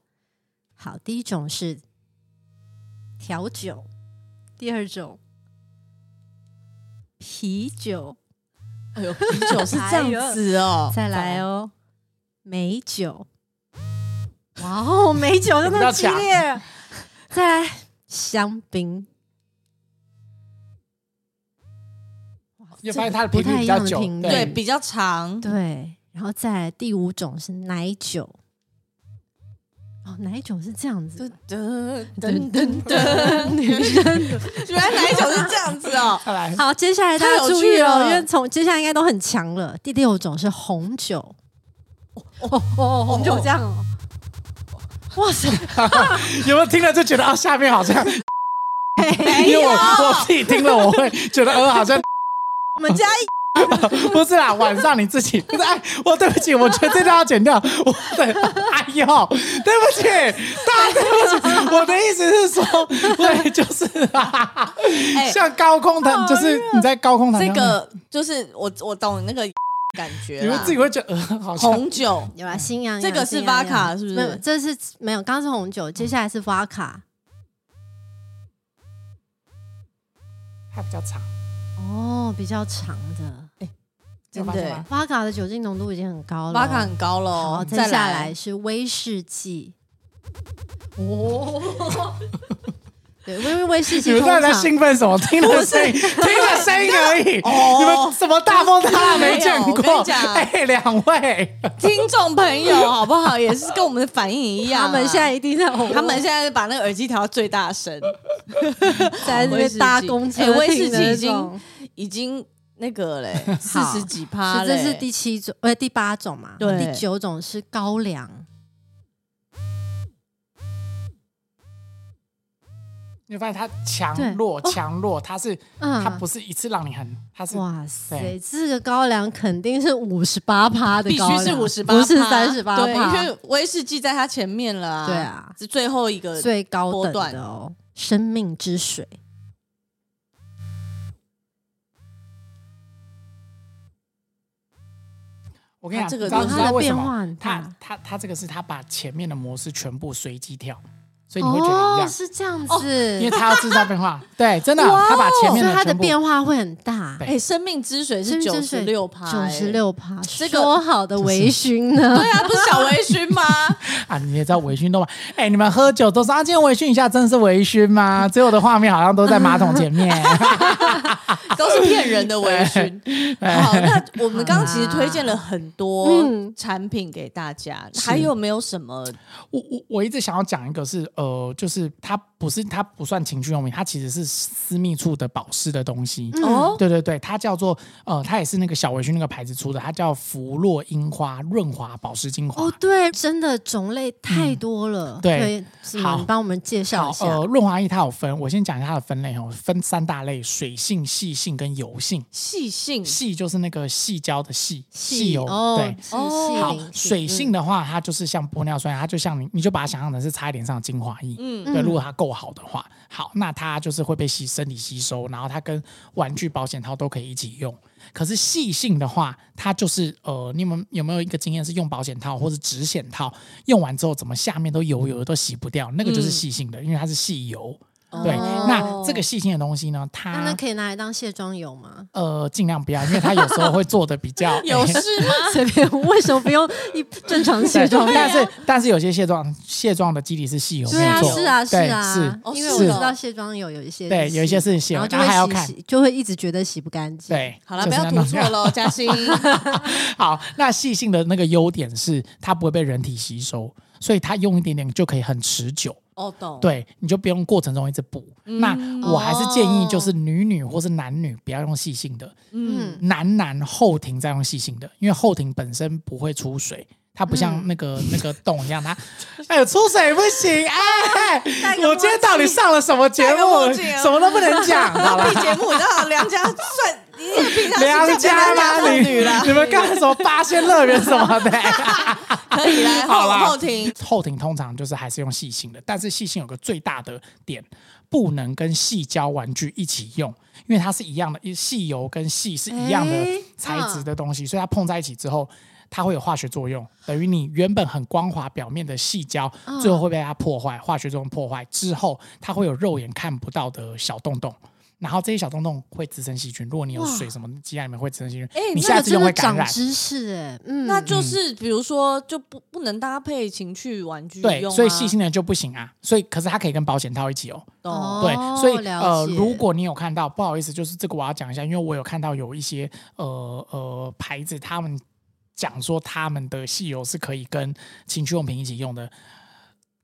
Speaker 3: 好，第一种是调酒，第二种，啤酒。，
Speaker 1: 哎呦，啤酒是这样子哦
Speaker 3: 再来哦，美酒。哇哦，美酒真的激烈了。再来，香槟。
Speaker 2: 你发现它的频率比较久
Speaker 3: 不太一样的频率
Speaker 1: 对，比较长，
Speaker 3: 对，然后再来第五种是奶酒。哦，奶酒是这样子，
Speaker 1: 噔噔噔噔，女生的，原来奶酒是这样子
Speaker 2: <laughs>。
Speaker 1: 哦
Speaker 2: 再来
Speaker 3: 好，接下来大
Speaker 1: 太
Speaker 3: 家
Speaker 1: 有
Speaker 3: 注
Speaker 1: 趣
Speaker 3: 意哦，
Speaker 1: 了
Speaker 3: 因为从接下来应该都很强了。第六种是红酒，哦哦，红酒这样哦，哇塞，
Speaker 2: 有没有听了就觉得啊，下面好像，因为我我自己听了我会觉得呃好像
Speaker 1: 我们家
Speaker 2: <laughs> 不是啦，晚上你自己，哎，我对不起，我觉得这段要剪掉，我对，哎呦，对不起，大家对不
Speaker 1: <laughs>
Speaker 2: 起，我的意思是说，对，就是、啊
Speaker 1: 哎
Speaker 2: 像高空弹，就是你在高空弹
Speaker 1: 这
Speaker 2: 上面，
Speaker 1: 个就是我我懂那个 <laughs> 感觉
Speaker 2: 你会
Speaker 1: 啦
Speaker 2: 自，己会觉得、呃、好像
Speaker 1: 红酒
Speaker 3: 有啊，新阳
Speaker 1: 这个是 vodka 是不是
Speaker 3: 没有，这是没有，刚刚是红酒，接下来是 vodka。
Speaker 2: 它比较长，
Speaker 3: 哦，比较长的
Speaker 1: 真
Speaker 2: 有发现
Speaker 1: 的
Speaker 2: 吗
Speaker 3: vodka 的酒精浓度已经很高了
Speaker 1: v 卡很高
Speaker 3: 好，
Speaker 1: 喽，
Speaker 3: 再下来是威士忌。哦， <laughs> 对，因为威士
Speaker 2: 你
Speaker 3: 忌
Speaker 2: 们
Speaker 3: 通
Speaker 2: 到底在
Speaker 3: 常
Speaker 2: 兴奋什么？听了声音，听了声音而已。
Speaker 1: <laughs> 哦
Speaker 2: 你们什么大风大浪没见
Speaker 1: 没有
Speaker 2: 过
Speaker 1: 我跟你？讲
Speaker 2: 哎，两位，
Speaker 1: 听众朋友好不好？也是跟我们的反应一样啊，
Speaker 3: <laughs> 他们现在一定在，
Speaker 1: 他们现在把那个耳机调到最大声，
Speaker 3: <laughs> 在那
Speaker 1: 威士
Speaker 3: 边
Speaker 1: 忌
Speaker 3: 搭公车
Speaker 1: 哎威士忌
Speaker 3: 听的那
Speaker 1: 已经
Speaker 3: 种
Speaker 1: 已经那个
Speaker 3: <laughs>
Speaker 1: 嘞，四
Speaker 3: 好
Speaker 1: 十几趴
Speaker 3: 是
Speaker 1: 嘞，
Speaker 3: 这是第七种，呃，第八种嘛，
Speaker 1: 对
Speaker 3: 第九种是高粱，
Speaker 2: 你发现它强
Speaker 3: 对
Speaker 2: 弱
Speaker 1: 哦
Speaker 2: 强弱，它是它
Speaker 3: 嗯
Speaker 2: 不。是一次让你很，它是
Speaker 3: 哇塞
Speaker 2: 对，
Speaker 3: 这个高粱肯定是五十八趴的
Speaker 1: 必
Speaker 3: 高粱，
Speaker 1: 须是五十八，
Speaker 3: 不是三十八
Speaker 1: 对，因
Speaker 3: 趴，
Speaker 1: 为威士忌在它前面了啊，
Speaker 3: 对啊，
Speaker 1: 是最后一个，
Speaker 3: 最高
Speaker 1: 波
Speaker 3: 等
Speaker 1: 段
Speaker 3: 的哦，生命之水。
Speaker 2: 我跟你讲，
Speaker 1: 这个
Speaker 2: 你知
Speaker 1: 它
Speaker 2: 道你
Speaker 1: 的
Speaker 2: 知道为什
Speaker 3: 变化
Speaker 2: 么
Speaker 3: 很？
Speaker 2: 它
Speaker 3: 大
Speaker 2: 它它这个是它把前面的模式全部随机跳，所以你会觉得一
Speaker 3: 哦，
Speaker 2: 样，
Speaker 3: 是这样
Speaker 1: 哦
Speaker 3: 子，
Speaker 2: 因为它要制造变化。对，真的，
Speaker 1: 哇哦
Speaker 2: 它把前面
Speaker 3: 所以它
Speaker 2: 的
Speaker 3: 的
Speaker 2: 全部
Speaker 3: 变化会很大。
Speaker 2: 对
Speaker 1: 哎，生命之水是九十六趴，
Speaker 3: 九十。
Speaker 2: 欸
Speaker 3: 六趴，
Speaker 1: 这个
Speaker 3: 说好的微醺呢？
Speaker 1: 对啊，不是小微醺吗？
Speaker 2: 啊，你也知道微醺都嘛。哎，你们喝酒都是啊，今天微醺一下，真的是微醺吗？只有我的画面好像都在马桶前面。
Speaker 1: 都是骗人的微醺。好，那我们刚刚其实推荐了很多
Speaker 3: 嗯
Speaker 1: 产品给大家，还有没有什么？
Speaker 2: 我我我一直想要讲一个是呃，就是它不是它不算情趣用品，它其实是私密处的保湿的东西。
Speaker 3: 嗯
Speaker 1: 哦
Speaker 2: 对对对，它叫做呃，它也是那个小微醺那个牌子出的，它叫芙洛樱花润滑保湿精华。
Speaker 3: 哦，对，真的种类太多了。
Speaker 2: 嗯对
Speaker 3: 对，是吗
Speaker 2: 好
Speaker 3: 你帮我们介绍
Speaker 2: 好
Speaker 3: 一，下。
Speaker 2: 呃，润滑液它有分，我先讲一下它的分类哦，分三大类：水性、细性跟油性。
Speaker 3: 嗯
Speaker 1: 细性
Speaker 2: 细就是那个细胶的细，细油、
Speaker 3: 哦，
Speaker 2: 对。
Speaker 3: 是
Speaker 1: 哦
Speaker 3: 细嗯
Speaker 2: 好
Speaker 3: 鳞，是
Speaker 2: 水性的话，它就是像玻尿酸，它就像你，你就把它想象成是擦在脸上的精华液。
Speaker 1: 嗯
Speaker 2: 对，
Speaker 3: 嗯
Speaker 2: 如果它够好的话，好，那它就是会被吸身体吸收，然后它跟玩具保险套都可以一起用。可是细性的话，它就是呃，你们有没有一个经验是用保险套或者纸险套用完之后，怎么下面都油油的都洗不掉？那个就是
Speaker 1: 嗯
Speaker 2: 细性的，因为它是细油。
Speaker 3: 哦
Speaker 2: 对，那这个细性的东西呢，
Speaker 3: 那那
Speaker 2: 它
Speaker 3: 可以拿来当卸妆油吗？
Speaker 2: 呃尽量不要，因为它有时候会做的比较
Speaker 3: <laughs>
Speaker 1: 有事
Speaker 2: <laughs>
Speaker 1: 吗？
Speaker 3: 随便，为什么不用一正常
Speaker 2: 对
Speaker 3: 卸妆？
Speaker 2: 但是但是有些卸妆卸妆的基底是细油，
Speaker 3: 对
Speaker 2: 没有
Speaker 3: 啊，
Speaker 2: 错，
Speaker 3: 是啊，是
Speaker 2: 对
Speaker 3: 啊
Speaker 2: 是，
Speaker 1: 哦
Speaker 3: 因为我
Speaker 2: 是
Speaker 3: 知道卸妆油有一些
Speaker 2: 对，
Speaker 3: 是
Speaker 2: 有一些是细
Speaker 3: 然
Speaker 2: 油
Speaker 3: 后，就
Speaker 2: 然后还要
Speaker 3: 会
Speaker 2: 看
Speaker 3: 洗，洗，就会一直觉得洗不干净。，
Speaker 2: 对，
Speaker 1: 好了，
Speaker 2: 就
Speaker 1: 不
Speaker 2: 是
Speaker 1: 要
Speaker 2: 那
Speaker 1: 涂
Speaker 2: 种
Speaker 1: 错了，嘉欣。
Speaker 2: <laughs> 好，那细性的那个优点是它不会被人体吸收，所以它用一点点就可以很持久。
Speaker 1: 哦，懂。
Speaker 2: 对，你就不用过程中一直补。那
Speaker 3: 嗯
Speaker 2: 我还是建
Speaker 3: 哦
Speaker 2: 议，就是女女或是男女不要用细性的，
Speaker 1: 嗯，
Speaker 2: 男男后庭再用细性的，因为后庭本身不会出水。它不
Speaker 1: 嗯
Speaker 2: 像那
Speaker 1: <laughs>
Speaker 2: 个、那个洞一样，它哎呦出水不行哎！
Speaker 1: <laughs>
Speaker 2: 我今天到底上了什么节
Speaker 1: 戴个墨
Speaker 2: 目？
Speaker 1: 镜啊
Speaker 2: 什么都不能讲，好了
Speaker 3: 嗯
Speaker 1: 那。节目你知道梁家算，你也平常
Speaker 2: 良
Speaker 1: <laughs> 是叫
Speaker 2: 家
Speaker 1: 妇
Speaker 2: 吗？
Speaker 1: 女
Speaker 2: 你
Speaker 1: 啦，
Speaker 2: 你们干什么八仙乐园什
Speaker 1: <laughs>
Speaker 2: 么的？
Speaker 1: 可以来
Speaker 2: <laughs> 好
Speaker 1: 后
Speaker 2: 啦
Speaker 1: 后庭。
Speaker 2: 后庭通常就是还是用细性的，但是细性有个最大的点，不能跟细胶玩具一起用，因为它是一样的，细油跟细是一样的
Speaker 3: 哎
Speaker 1: 嗯
Speaker 2: 材质的东西，所以它碰在一起之后。它会有化学作用，等于你原本很光滑表面的细胶，
Speaker 3: 嗯
Speaker 2: 最后会被它破坏，化学作用破坏之后，它会有肉眼看不到的小洞洞。然后这些小洞洞会滋生细菌，如果你有
Speaker 3: 哇
Speaker 2: 水什么鸡蛋里面会滋生细菌，
Speaker 1: 哎
Speaker 2: 你
Speaker 1: 那
Speaker 2: 下
Speaker 3: 嗯个
Speaker 2: 次就
Speaker 3: 真
Speaker 2: 会
Speaker 3: 的
Speaker 2: 感
Speaker 3: 长
Speaker 2: 染。
Speaker 3: 知识哎，嗯，
Speaker 1: 那就是比如说就不不能搭配情趣玩具
Speaker 2: 对，
Speaker 3: 哦
Speaker 1: 用啊，
Speaker 2: 所以细心的就不行啊。所以可是它可以跟保险套一起哦。
Speaker 1: 懂
Speaker 3: 哦
Speaker 2: 对，所以
Speaker 3: 了
Speaker 2: 呃，
Speaker 3: 解
Speaker 2: 如果你有看到，不好意思，就是这个我要讲一下，因为我有看到有一些呃呃牌子，他们讲说他们的细油是可以跟情趣用品一起用的，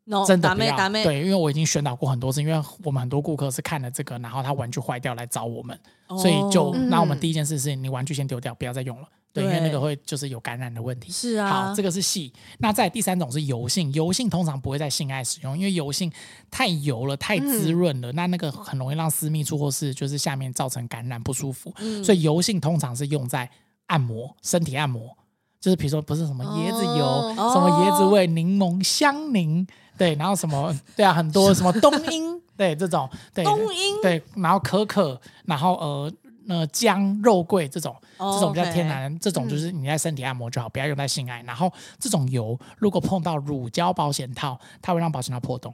Speaker 1: ，no，
Speaker 2: 真的
Speaker 1: 哦打
Speaker 2: 不
Speaker 1: 妹
Speaker 2: 要。
Speaker 1: 打妹，
Speaker 2: 对，因为我已经宣导过很多次，因为我们很多顾客是看了这个，然后他玩具坏掉来找我们，所以就
Speaker 1: 哦
Speaker 3: 嗯
Speaker 2: 那我们第一件事是你玩具先丢掉，不要再用了，对，因为那
Speaker 1: 对
Speaker 2: 个会就是有感染的问题。
Speaker 1: 是啊，
Speaker 2: 好，这个是细。那再来第三种是油性，油性通常不会在性爱使用，因为油性太油了，太滋润
Speaker 1: 嗯
Speaker 2: 了，那那个很容易让私密处或是就是下面造成感染不舒服。
Speaker 1: 嗯
Speaker 2: 所以油性通常是用在按摩、身体按摩，就是比如说不是什么椰子油、
Speaker 3: 哦
Speaker 2: 什么椰子味、柠檬香柠，对，然后什
Speaker 1: <laughs>
Speaker 2: 么对啊，很多什么冬阴，对这种对
Speaker 1: 冬阴
Speaker 2: 对，然后可可，然后呃。呃，姜、肉桂这种，
Speaker 1: 哦
Speaker 2: 这种比较
Speaker 1: OK
Speaker 2: 天然这种就是
Speaker 3: 嗯
Speaker 2: 你在身体按摩就好，不要用在性爱。然后这种油如果碰到乳胶保险套，它会让保险套破洞，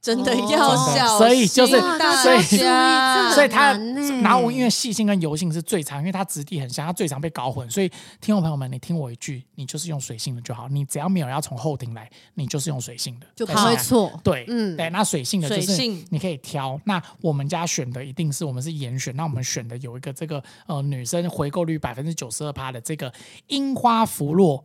Speaker 1: 真的要
Speaker 2: 真的
Speaker 1: 小心，
Speaker 2: 所以就是
Speaker 3: 哇
Speaker 1: 大
Speaker 2: 所以
Speaker 1: 家
Speaker 3: 很
Speaker 2: 所以它
Speaker 3: 难欸
Speaker 2: 然后因为细性跟油性是最常，因为它质地很像，它最常被搞混。所以听众朋友们，你听我一句，你就是用水性的就好，你只要没有要从后庭来，你就是用水性的，
Speaker 3: 就不
Speaker 2: 在性爱
Speaker 3: 会错，
Speaker 2: 对，
Speaker 3: 嗯
Speaker 2: 对，那水性的就
Speaker 1: 水性
Speaker 2: 是你可以挑。那我们家选的一定是我们是严选，那我们选的有一个这个呃女生回购率百分之九十二趴的这个樱花芙洛，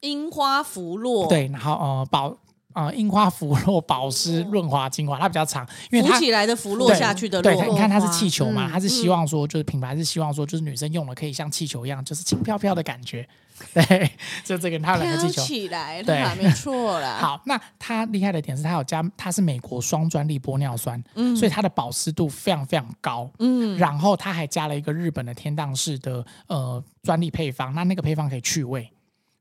Speaker 1: 樱花福落，，
Speaker 2: 对，然后呃保呃樱花芙洛保湿润滑精华，它比较长，因为
Speaker 1: 浮
Speaker 2: 它
Speaker 1: 哦起来的福落
Speaker 2: 对
Speaker 1: 下去的
Speaker 2: 对，它
Speaker 1: 落
Speaker 2: 你，看它是气球嘛，
Speaker 3: 嗯
Speaker 2: 它是希望说就是品牌是希望说就是女生用了可以像气球一样，就是轻飘飘的感觉， <laughs> 对，就这个它有两个
Speaker 1: 飘
Speaker 2: 气球，
Speaker 1: 起来
Speaker 2: 对
Speaker 1: 啦，没错啦。，
Speaker 2: 好，那它厉害的点是它有加，它是美国双专利玻尿酸，
Speaker 1: 嗯
Speaker 2: 所以它的保湿度非常非常高，嗯，然后它还加了一个日本的天荡式的呃专利配方，那那个配方可以去味。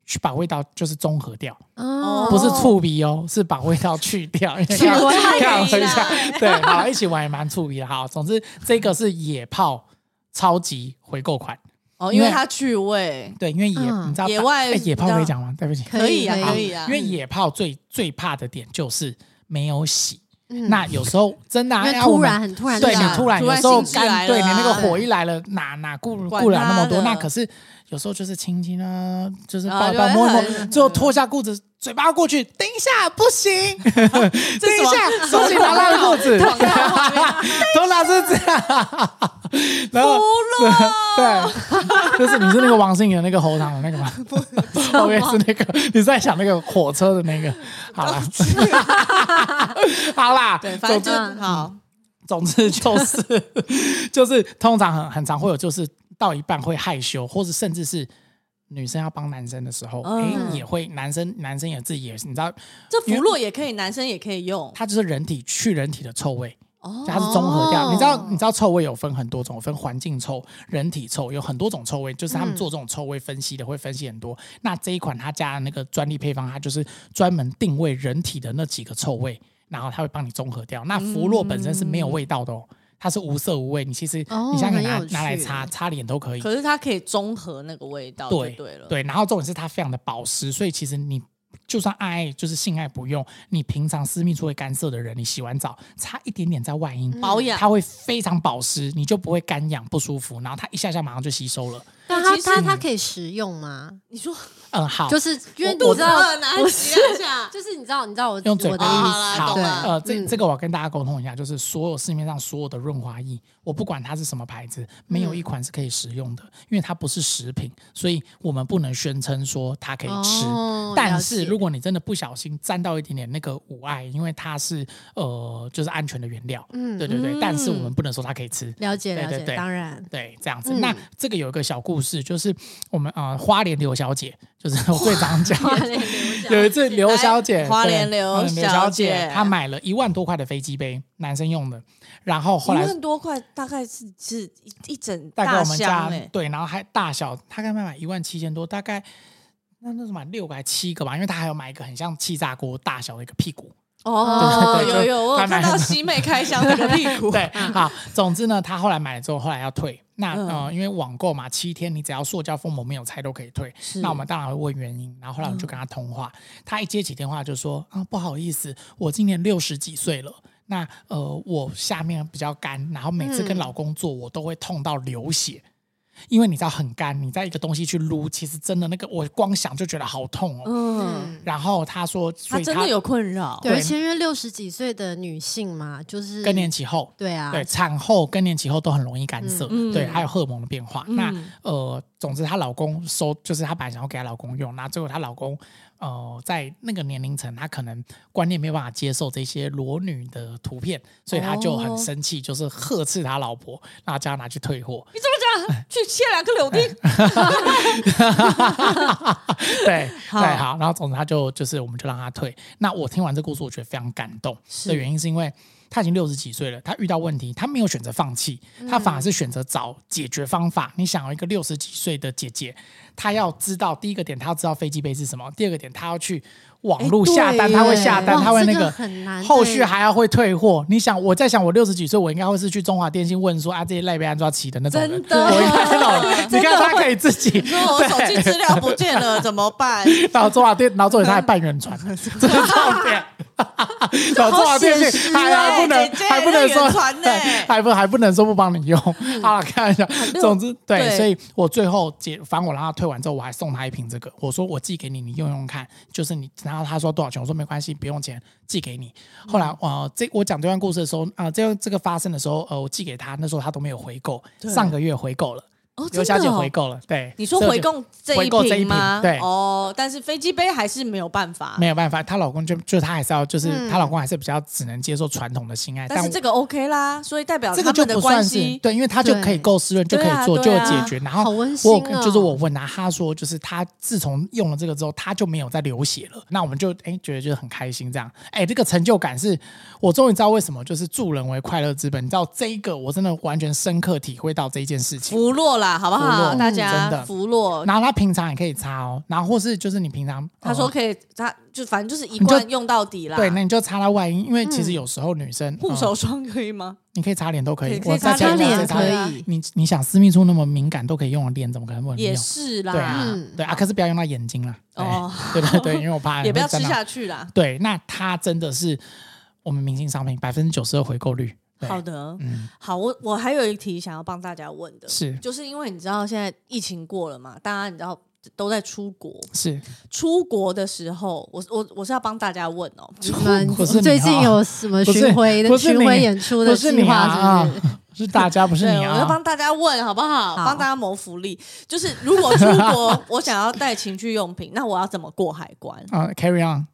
Speaker 2: 去把味道就是综合掉，
Speaker 3: 哦
Speaker 2: 不是醋鼻哦，是把味道去掉。去
Speaker 3: 味
Speaker 2: 看我一下
Speaker 1: 啦，
Speaker 2: 对，好，一起玩也蛮醋鼻的。好，总之这个是野炮超级回购款，
Speaker 1: 哦，因为
Speaker 2: 因为
Speaker 1: 它趣味，
Speaker 2: 对，因为野、
Speaker 3: 嗯
Speaker 2: 你知道
Speaker 1: 野
Speaker 2: 打
Speaker 1: 外
Speaker 2: 哎野炮
Speaker 1: 比较
Speaker 2: 可以讲吗？对不起，
Speaker 1: 可以啊，
Speaker 3: 可以
Speaker 1: 可以啊
Speaker 2: 因，为野炮最最怕的点就是没有洗。
Speaker 3: 嗯
Speaker 2: 那有时候真的、啊，
Speaker 3: 因为
Speaker 2: 哎呀我
Speaker 3: 突
Speaker 2: 们
Speaker 3: 然很突然就
Speaker 2: 对
Speaker 3: 来
Speaker 2: 你
Speaker 3: 了，
Speaker 2: 突然
Speaker 1: 突
Speaker 2: 有
Speaker 1: 然
Speaker 2: 时候
Speaker 1: 兴致来
Speaker 2: 干，对
Speaker 1: 了
Speaker 2: 你那个
Speaker 1: 啊
Speaker 2: 火一来了，哪哪顾
Speaker 1: 管
Speaker 2: 顾了那么多，
Speaker 1: 他的
Speaker 2: 那可是有时候就是轻轻啊，就是
Speaker 1: 啊
Speaker 2: 抱
Speaker 1: 就
Speaker 2: 抱
Speaker 1: 会
Speaker 2: 摸一摸，
Speaker 1: 很
Speaker 2: 最后脱下裤子，嘴巴过去，等一下不行，
Speaker 1: <laughs> 这
Speaker 2: 等一
Speaker 1: 什么
Speaker 2: 下手机拿到裤
Speaker 1: <laughs>
Speaker 2: 子，
Speaker 1: 广告画
Speaker 2: <laughs>
Speaker 1: 面
Speaker 2: 头脑是这样，然后
Speaker 1: 福落，
Speaker 2: 对，就是你是那个王心凌的那个喉糖的那个吗？ <laughs> 我也是那个，你是在想那个火车的那个？好啦， <laughs> 好啦，
Speaker 1: 对，反正
Speaker 2: 总
Speaker 1: 就
Speaker 2: 之嗯
Speaker 1: 好，
Speaker 2: 总之就是 <laughs> 就是通常很很常会有，就是到一半会害羞，或是甚至是。女生要帮男生的时候，哎、
Speaker 1: 嗯
Speaker 2: 也会男生男生也自己也是，你知道，
Speaker 1: 这福落也可以，男生也可以用
Speaker 2: 它就是人体去人体的臭味，
Speaker 1: 哦
Speaker 2: 就它是综合掉。
Speaker 3: 哦
Speaker 2: 你知道，你知道臭味有分很多种，有分环境臭、人体臭，有很多种臭味。就是他们
Speaker 3: 嗯
Speaker 2: 做这种臭味分析的，会分析很多。那这一款它加的那个专利配方，它就是专门定位人体的那几个臭味，然后它会帮你综合掉。那弗洛本身是没有味道的哦。它是无色无味，你其实
Speaker 3: 嗯哦
Speaker 2: 你想想拿
Speaker 3: 很有趣
Speaker 2: 拿来擦擦脸都可以，
Speaker 1: 可是它可以综合那个味道，哦
Speaker 2: 对
Speaker 1: 对了，，
Speaker 2: 对，然后重点是它非常的保湿，所以其实你就算爱就是性爱不用，你平常私密处会干涩的人，你洗完澡擦一点点在外阴，
Speaker 1: 保养
Speaker 2: 它会非常保湿，你就不会干痒不舒服，然后它一下下马上就吸收了。
Speaker 3: 那它
Speaker 1: 其实
Speaker 3: 它它可以食用吗？
Speaker 1: 你说
Speaker 2: 嗯，好，
Speaker 3: 就是因为
Speaker 1: 我
Speaker 3: 你
Speaker 1: 肚
Speaker 3: 知
Speaker 1: 子
Speaker 3: 道，
Speaker 1: 饿拿起来一下，
Speaker 3: 就是你知道，你知道我
Speaker 2: 用嘴
Speaker 3: 我的
Speaker 2: 巴
Speaker 3: 意
Speaker 1: 好
Speaker 3: 思，
Speaker 1: 啦
Speaker 2: 好，
Speaker 1: 懂
Speaker 3: 对
Speaker 1: 了
Speaker 2: 呃，这
Speaker 3: 嗯
Speaker 2: 这个我跟大家沟通一下，就是所有市面上所有的润滑液，我不管它是什么牌子，没有一款是可以食用的，因为它不是食品，所以我们不能宣称说它可以吃。
Speaker 3: 哦
Speaker 2: 但
Speaker 3: 了
Speaker 2: 是
Speaker 3: 解
Speaker 2: 如果你真的不小心沾到一点点那个五爱，因为它是呃就是安全的原料，
Speaker 3: 嗯
Speaker 2: 对对对，但是我们
Speaker 1: 嗯
Speaker 2: 不能说它可以吃。
Speaker 3: 了解
Speaker 2: 对
Speaker 3: 了
Speaker 2: 对
Speaker 3: 解，
Speaker 2: 对 <laughs>
Speaker 3: 当然
Speaker 2: 对，这样子。
Speaker 3: 嗯
Speaker 2: 那这个有一个小故事，就是我们啊、呃花莲刘小姐，就是我最
Speaker 1: <laughs>
Speaker 2: 常讲， <laughs> 有一次刘小姐，
Speaker 1: 来哎花
Speaker 2: 对
Speaker 1: 莲刘
Speaker 2: 花莲刘
Speaker 1: 小
Speaker 2: 小
Speaker 1: 姐
Speaker 2: 姐，她买了一万多块的飞机杯，男生用的，然后
Speaker 1: 一
Speaker 2: 后来
Speaker 1: 万多块大概是是一一整
Speaker 2: 带给
Speaker 1: 大
Speaker 2: 我们家
Speaker 1: 箱哎，
Speaker 2: 对，然后还大小，她刚买一万七千多，大概那那什么六个还七个吧，因为她还有买一个很像气炸锅大小的一个屁股，
Speaker 1: 哦，
Speaker 2: 对对
Speaker 1: 有
Speaker 2: 对
Speaker 1: 有，我有
Speaker 2: 他
Speaker 1: 看
Speaker 2: 买
Speaker 1: 到西妹开箱那个屁 <laughs> 股，
Speaker 2: 对，好，总之呢，他后来买了之后，后来要退。那、
Speaker 1: 嗯
Speaker 2: 呃，因为网购嘛，七天你只要塑胶封膜没有拆都可以退。
Speaker 1: 是嗯
Speaker 2: 那我们当然会问原因。然后后来我们就跟他通话，他一接起电话就说啊，不好意思，我今年六十几岁了。那呃，我下面比较干，然后每次跟
Speaker 3: 嗯
Speaker 2: 老公做，我都会痛到流血。因为你知道很干，你在一个东西去撸，其实真的那个我光想就觉得好痛哦。
Speaker 1: 嗯，
Speaker 2: 然后他说，所
Speaker 1: 他
Speaker 2: 以
Speaker 1: 真
Speaker 2: 他
Speaker 1: 的有困扰，
Speaker 3: 对，而且因为六十几岁的女性嘛，就是
Speaker 2: 更年期后，
Speaker 3: 对啊，
Speaker 2: 对，产后、更年期后都很容易干涩，
Speaker 1: 嗯
Speaker 2: 对，
Speaker 1: 嗯
Speaker 2: 还有荷尔蒙的变化。
Speaker 1: 嗯
Speaker 2: 那呃，总之她老公收，就是她本来想要给她老公用，那最后她老公呃，在那个年龄层，他可能观念没有办法接受这些裸女的图片，所以他就很
Speaker 1: 哦
Speaker 2: 生气，就是呵斥他老婆，然后叫他拿去退货。
Speaker 1: 你怎么讲？去切两颗柳丁，
Speaker 2: <laughs> 对，
Speaker 1: 好
Speaker 2: 对，好，然后总之他就就是我们就让他退。那我听完这故事，我觉得非常感动
Speaker 1: 是
Speaker 2: 的原因是因为他已经六十几岁了，他遇到问题，他没有选择放弃，
Speaker 1: 嗯
Speaker 2: 他反而是选择找解决方法。你想要一个六十几岁的姐姐，她要知道第一个点，她要知道飞机杯是什么；第二个点，她要去网络
Speaker 1: 诶
Speaker 2: 下单，她会
Speaker 1: 哎对
Speaker 2: 下单，
Speaker 1: 哇
Speaker 2: 她会那
Speaker 3: 这个
Speaker 2: 个
Speaker 3: 很难
Speaker 2: 后
Speaker 1: 欸
Speaker 3: 对
Speaker 2: 续还要会退货。你想，我在想，我六十几岁，我应该会是去中华电信问说啊，这些赖被安装起的那种人，
Speaker 1: 真的
Speaker 2: 我应该是
Speaker 1: <laughs>
Speaker 2: 老人。你
Speaker 1: 真的
Speaker 2: 看他
Speaker 1: 会
Speaker 2: 可以自己，
Speaker 1: 说我手机
Speaker 2: 对
Speaker 1: 资料不见了，怎么办？
Speaker 2: 然后中华电，然后重点他还办远传，这是重
Speaker 1: <laughs>
Speaker 2: 点。然后中华电信还还不能
Speaker 1: 好写实欸
Speaker 2: 还不能
Speaker 1: 姐姐
Speaker 2: 说
Speaker 1: 远传呢嗯
Speaker 2: 对还不还不能说不帮你用啊，开玩笑。总之对，
Speaker 1: 对
Speaker 2: 所以我最后解，反正我让他退完之后，我还送他一瓶这个，我说我寄给你，你用用看。就是你，然后他说多少钱，我说没关系，不用钱，寄给你。
Speaker 1: 嗯
Speaker 2: 后来呃，这我讲这段故事的时候啊，这这个发生的时候，呃，我寄给他，那时候他都没有回购，
Speaker 1: 对
Speaker 2: 上个月回购了，
Speaker 1: <laughs> 哦，
Speaker 2: 刘
Speaker 1: 真
Speaker 2: 小姐
Speaker 1: 的
Speaker 2: 回
Speaker 1: 哦。
Speaker 2: 购了，对，
Speaker 1: 你说
Speaker 2: 所以我
Speaker 1: 回
Speaker 2: 就
Speaker 1: 购这
Speaker 2: 回
Speaker 1: 一
Speaker 2: 购这一
Speaker 1: 瓶
Speaker 2: 瓶
Speaker 1: 吗？
Speaker 2: 对
Speaker 1: 哦，但是飞机杯还是没有办法。
Speaker 2: 没有办法，她老公就就她还是要，就是
Speaker 3: 嗯
Speaker 2: 她、老公还是比较只能接受传统的性爱，
Speaker 1: 但是这
Speaker 2: 我
Speaker 1: 个 OK 啦，所以代表
Speaker 2: 这
Speaker 1: 他
Speaker 2: 个就
Speaker 1: 们的
Speaker 2: 不算
Speaker 1: 关
Speaker 2: 是
Speaker 1: 系
Speaker 2: 对，因为她就
Speaker 3: 对
Speaker 2: 可以够湿润，就可
Speaker 1: 对啊
Speaker 2: 以做，就
Speaker 1: 对
Speaker 2: 有
Speaker 1: 啊
Speaker 2: 解决。然后
Speaker 3: 好温馨
Speaker 2: 我
Speaker 3: 哦
Speaker 2: 就是我问她，她说就是她自从用了这个之后，她就没有再流血了。那我们就哎、觉得就是很开心这样，哎、这个成就感是我终于知道为什么就是助人为快乐之本。你知道这一个我真的完全深刻体会到这一件事情。
Speaker 1: 福洛啦，好不
Speaker 2: 福
Speaker 1: 好？
Speaker 2: 洛
Speaker 1: 大
Speaker 2: 嗯真
Speaker 1: 家
Speaker 2: 的
Speaker 1: 福洛，
Speaker 2: 然后她平常也可以擦哦，然后或是就是你平常
Speaker 1: 他
Speaker 2: 呃
Speaker 1: 哦说可以，他就反正就是一
Speaker 2: 就
Speaker 1: 贯用到底啦。
Speaker 2: 对，那你就擦到外阴，因为其实有时候女生
Speaker 1: 嗯护
Speaker 2: 呃
Speaker 1: 手霜可以吗？
Speaker 2: 你可以擦脸都可
Speaker 1: 可
Speaker 2: 以，
Speaker 1: 以
Speaker 2: 我
Speaker 1: 可以
Speaker 2: 在
Speaker 1: 擦
Speaker 2: 家
Speaker 3: 擦
Speaker 2: 里
Speaker 1: 脸
Speaker 2: 在
Speaker 3: 脸
Speaker 2: 家
Speaker 3: 可
Speaker 1: 对
Speaker 2: 里
Speaker 1: 啊
Speaker 3: 以，
Speaker 2: 你你想私密处那么敏感都可以用的脸，怎么可能不能
Speaker 1: 也
Speaker 2: 用？
Speaker 1: 是啦，
Speaker 2: 对啊
Speaker 3: 嗯，
Speaker 2: 对啊，可是不要用到眼睛啦。
Speaker 1: 哦
Speaker 2: 哦， <laughs> 对对对，因为我怕
Speaker 1: <laughs> 也不要
Speaker 2: 哎会
Speaker 1: 吃
Speaker 2: 沾到。
Speaker 1: 下去啦。
Speaker 2: 对，那它真的是我们明星商品，百分之九十的回购率。对
Speaker 1: 好，的，
Speaker 2: 嗯，
Speaker 1: 好，我我还有一题想要帮大家问的，
Speaker 2: 是
Speaker 1: 就是因为你知道现在疫情过了嘛，大家你知道都在出国，
Speaker 2: 是，
Speaker 1: 出国的时候，我我我是要帮大家问哦，
Speaker 3: 你
Speaker 2: <laughs>
Speaker 3: 们
Speaker 2: 不是你
Speaker 3: 最
Speaker 2: 啊
Speaker 3: 近有什么
Speaker 2: 不是
Speaker 3: 巡回
Speaker 2: <laughs>
Speaker 3: 的
Speaker 2: 不是
Speaker 3: 巡
Speaker 2: 你啊
Speaker 3: 回演出的
Speaker 2: 不是
Speaker 3: 计
Speaker 2: 你
Speaker 3: 划
Speaker 2: 啊
Speaker 3: 是 <laughs> 不是？，
Speaker 2: 是大家，不是
Speaker 1: 对，
Speaker 2: 你
Speaker 1: 我要
Speaker 2: 啊。
Speaker 1: 帮大家问好不好？
Speaker 3: 好
Speaker 1: 帮大家谋福利，就是如果出
Speaker 2: <laughs>
Speaker 1: 国，我想要带情趣用品，那我要怎么过海关？
Speaker 2: 啊，carry on，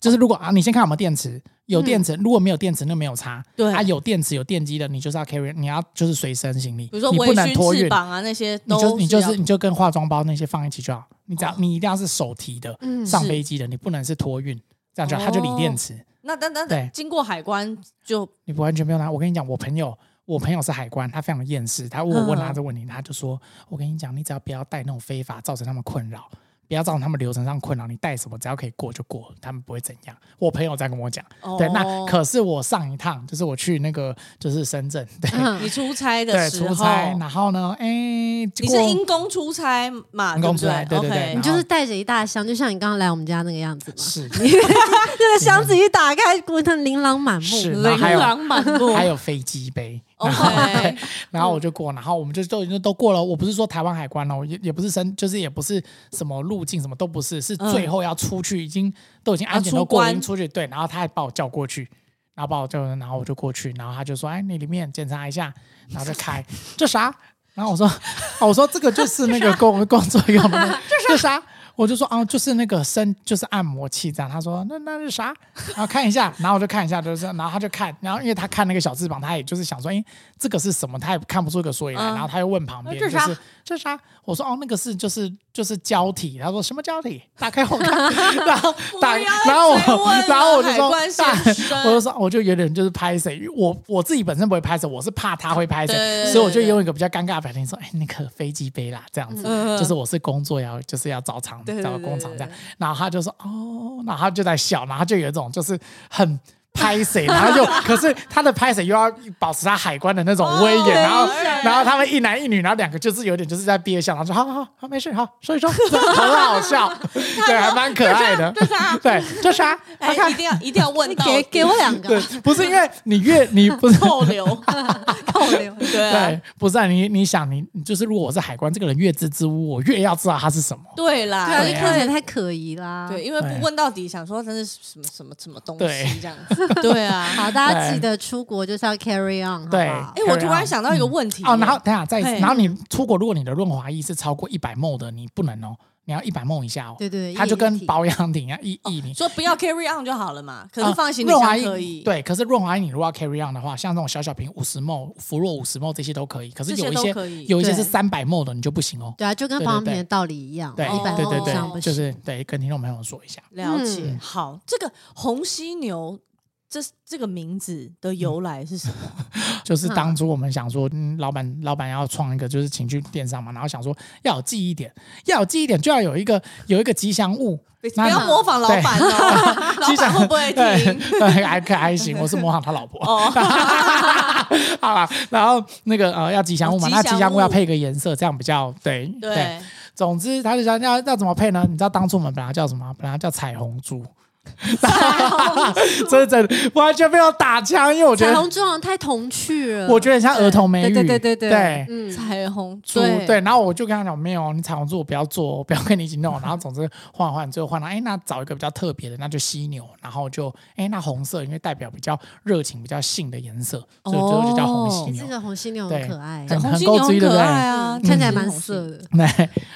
Speaker 2: 就是如果啊，你先看有没有电池，有电池，如果没有电池，那没有差。
Speaker 1: 嗯对
Speaker 2: 啊，有电池有电机的，你就是要 carry，你要就是随身行李，
Speaker 1: 比如说
Speaker 2: 你
Speaker 1: 围
Speaker 2: 不能
Speaker 1: 裙、
Speaker 2: 托
Speaker 1: 翅
Speaker 2: 运。
Speaker 1: 膀啊那些
Speaker 2: 你
Speaker 1: 都
Speaker 2: 就你就是
Speaker 1: 要
Speaker 2: 你就跟化妆包那些放一起就好，你只要、
Speaker 1: 哦
Speaker 2: 你一定要是手提的，
Speaker 3: 嗯
Speaker 2: 上
Speaker 1: 是哦
Speaker 2: 飞机的，你不能是托运，这样就好它就锂电池，
Speaker 1: 那等等
Speaker 2: 对
Speaker 1: 经过海关就
Speaker 2: 你完全不用拿。我跟你讲，我朋友我朋友是海关，他非常的厌世，他我问他
Speaker 1: 嗯
Speaker 2: 这个问题，他就说，我跟你讲，你只要不要带那种非法造成他们困扰。不要造成他们流程上困扰，你带什么只要可以过就过，他们不会怎样。我朋友在跟我讲，
Speaker 1: 哦
Speaker 2: 对，那可是我上一趟就是我去那个就是深圳，对、
Speaker 3: 嗯
Speaker 1: 你出差的
Speaker 2: 对，
Speaker 1: 嗯时
Speaker 2: 出
Speaker 1: 候，
Speaker 2: 差，然后呢，哎、结
Speaker 1: 你是
Speaker 2: 果
Speaker 1: 因公出差嘛？
Speaker 2: 因公出差
Speaker 1: 对不
Speaker 2: 对对对
Speaker 1: ，OK
Speaker 2: 然
Speaker 3: 你
Speaker 2: 后
Speaker 3: 就是带着一大箱，就像你刚刚来我们家那个样子 <laughs> 嘛。
Speaker 2: 啊是
Speaker 3: 那个箱子一打开，滚腾琳琅满
Speaker 2: 是
Speaker 3: 目。
Speaker 2: 然后还有
Speaker 1: 琳琅满目
Speaker 2: 还有飞机杯，然后
Speaker 1: OK，
Speaker 2: 然后我就过，然后我们就都已经都过了。我不是说台湾海关哦，也也不是深，就是也不是什么路径，什么都不是，是
Speaker 1: 嗯
Speaker 2: 最后要出去，已经都已经安检
Speaker 1: 要出
Speaker 2: 都过了，
Speaker 1: 关
Speaker 2: 已经出去。对，然后他还把我叫过去，然后把我叫，然后我就过去，然后他就说：“哎，你里面检查一下。”然后就开， <laughs> 这啥？然后我说：“哦，我说这个就是那个工工作用
Speaker 1: <laughs>
Speaker 2: 的，这啥？”我就说啊，就是那个身，就是按摩器这样。他说那那是啥？然后看一下，然后我就看一下，就是然后他就看，然后因为他看那个小翅膀，他也就是想说，哎、这个是什么？他也看不出个所以然。
Speaker 1: 嗯
Speaker 2: 然后他又问旁边，
Speaker 1: 这
Speaker 2: 就是
Speaker 1: 啥
Speaker 2: 是这是啥？我说哦，那个是就是就是胶体。他说什么胶体？打开我
Speaker 1: <laughs>
Speaker 2: 看。然后打，
Speaker 1: 不要
Speaker 2: 然后
Speaker 1: 再
Speaker 2: 我
Speaker 1: 问了
Speaker 2: 然后我就
Speaker 1: 海关
Speaker 2: 说
Speaker 1: 先生
Speaker 2: 大，我就说我就有点就是拍谁，因为我我自己本身不会拍谁，我是怕他会拍
Speaker 1: 对
Speaker 2: 谁，所以我就用一个比较尴尬的表情说，哎、那个飞机杯啦，这样子。
Speaker 1: 嗯
Speaker 2: 就是我是工作要就是要找厂
Speaker 1: 对对
Speaker 2: 找
Speaker 1: 对
Speaker 2: 工厂
Speaker 1: 对
Speaker 2: 这样
Speaker 1: 对。
Speaker 2: 然后他就说哦，然后他就在笑，然后就有一种就是很。
Speaker 1: <laughs>
Speaker 2: 拍谁，然后又可是他的拍谁又要保持他海关的那种威严，
Speaker 1: 对
Speaker 2: 然后
Speaker 1: 哦对
Speaker 2: 然后他们一男一女，然后两个就是有点就是在憋笑，然后说好好好没事好说一
Speaker 1: <laughs>
Speaker 2: 说，很好笑，对，还蛮可爱的， <laughs> 对，这是啊，他
Speaker 1: 哎，
Speaker 2: 看
Speaker 1: 一定要一定要问到
Speaker 3: <laughs> 给
Speaker 1: 底
Speaker 3: 给我两
Speaker 2: 对
Speaker 3: 个，
Speaker 2: 不是因为你越你不是
Speaker 1: 扣留，
Speaker 3: <laughs> 扣留。
Speaker 1: <laughs> 对啊
Speaker 2: 对，不是、啊、你，你想你你就是，如果我是海关，这个人越支支吾吾，我越要知道他是什么。
Speaker 1: 对
Speaker 3: 对啊，
Speaker 1: 啦，
Speaker 3: 就
Speaker 2: 对啊
Speaker 3: 看起来太可疑啦。
Speaker 1: 对，，因为
Speaker 2: 对
Speaker 1: 不问到底，想说他是什么什么什么东
Speaker 2: 对
Speaker 1: 西这样子，对
Speaker 2: <laughs>
Speaker 1: 啊。
Speaker 3: 好，大家
Speaker 2: 对
Speaker 3: 记得出国就是要 carry on，
Speaker 2: 对
Speaker 3: 好不好
Speaker 1: 哎，我突然想到一个问题
Speaker 2: 哦，然后等一下再一次，
Speaker 1: 嘿
Speaker 2: 然后你出国，如果你的润滑液是超过一百 ml 的，你不能哦，你要一百 ml 以下哦。
Speaker 3: 对对，
Speaker 2: 它就
Speaker 3: 一
Speaker 2: 跟
Speaker 3: 体
Speaker 2: 保养品一样，一一你。
Speaker 1: 哦说不要 carry on 就好了嘛，可是
Speaker 2: 呃
Speaker 1: 放行李
Speaker 2: 润滑
Speaker 1: 箱
Speaker 2: 液
Speaker 1: 可以，
Speaker 2: 对，可是润滑液你如果要 carry on 的话，像这种小小瓶五十 ml、芙若五十 ml 这些都可以，可是
Speaker 1: 这些
Speaker 2: 有一
Speaker 1: 都
Speaker 2: 些
Speaker 1: 可以
Speaker 2: 有一些
Speaker 3: 对
Speaker 2: 是三百 ml 的你就不行哦。
Speaker 3: 对啊，就跟
Speaker 2: 对对
Speaker 3: 保养品
Speaker 2: 对
Speaker 3: 的道理一样，
Speaker 2: 对
Speaker 3: 一百
Speaker 2: 对
Speaker 1: 公
Speaker 2: 对
Speaker 3: 以
Speaker 1: 斤
Speaker 3: 上不
Speaker 2: 对，就
Speaker 3: 行。
Speaker 2: 是对，跟听众朋友说一下。
Speaker 1: 了解。
Speaker 3: 嗯
Speaker 1: 好，这个红犀牛，这这个名字的由来是什么？
Speaker 2: 就是
Speaker 3: 嗯
Speaker 2: 当初我们想说，嗯，老板老板要创一个就是情趣电商嘛，然后想说要有记忆点，要有记忆点就要有一个有一个吉祥物，
Speaker 1: 不要
Speaker 2: 那
Speaker 1: 模仿老板哦，老板
Speaker 2: 吉祥
Speaker 1: 会不会
Speaker 2: 对
Speaker 1: 听？，
Speaker 2: 对还可还行，我是模仿他老婆。
Speaker 1: 哦，
Speaker 2: 好了，然后那个呃要吉祥物
Speaker 3: 哦
Speaker 2: 嘛，
Speaker 1: 吉
Speaker 2: 那
Speaker 1: 祥
Speaker 2: 吉祥物
Speaker 1: 物
Speaker 2: 要配个颜色，这样比较对
Speaker 1: <laughs> 对，
Speaker 2: 总之，他就想要要怎么配呢？你知道当初我们本来叫什么？本来叫彩虹猪。 <laughs> 真的真的完全被我打枪，因为我觉
Speaker 3: 彩
Speaker 2: 得
Speaker 3: 虹之王太童趣了，
Speaker 2: 我觉得很像儿童美语，
Speaker 3: 对对对对
Speaker 2: 对
Speaker 3: 嗯，
Speaker 1: 彩虹
Speaker 2: 猪对，然后我就跟他讲没有，你彩虹猪我不要做，我哦不要跟你一起弄。然后总之换换，最后换到哎，那找一个比较特别的，那就犀牛。然后就哎，那红色因为代表比较热情、比较性的颜色，所以最后就叫红犀
Speaker 3: 你
Speaker 2: 牛
Speaker 3: 哎这。个红犀牛
Speaker 2: 对
Speaker 3: 很可爱，
Speaker 2: 很
Speaker 1: 红犀
Speaker 2: 够
Speaker 1: 牛很
Speaker 2: 追对不
Speaker 1: 可
Speaker 2: 对
Speaker 1: 爱啊，
Speaker 3: 看起来
Speaker 1: 嗯
Speaker 3: 蛮
Speaker 1: 红犀
Speaker 3: 色的，
Speaker 2: <laughs> 对，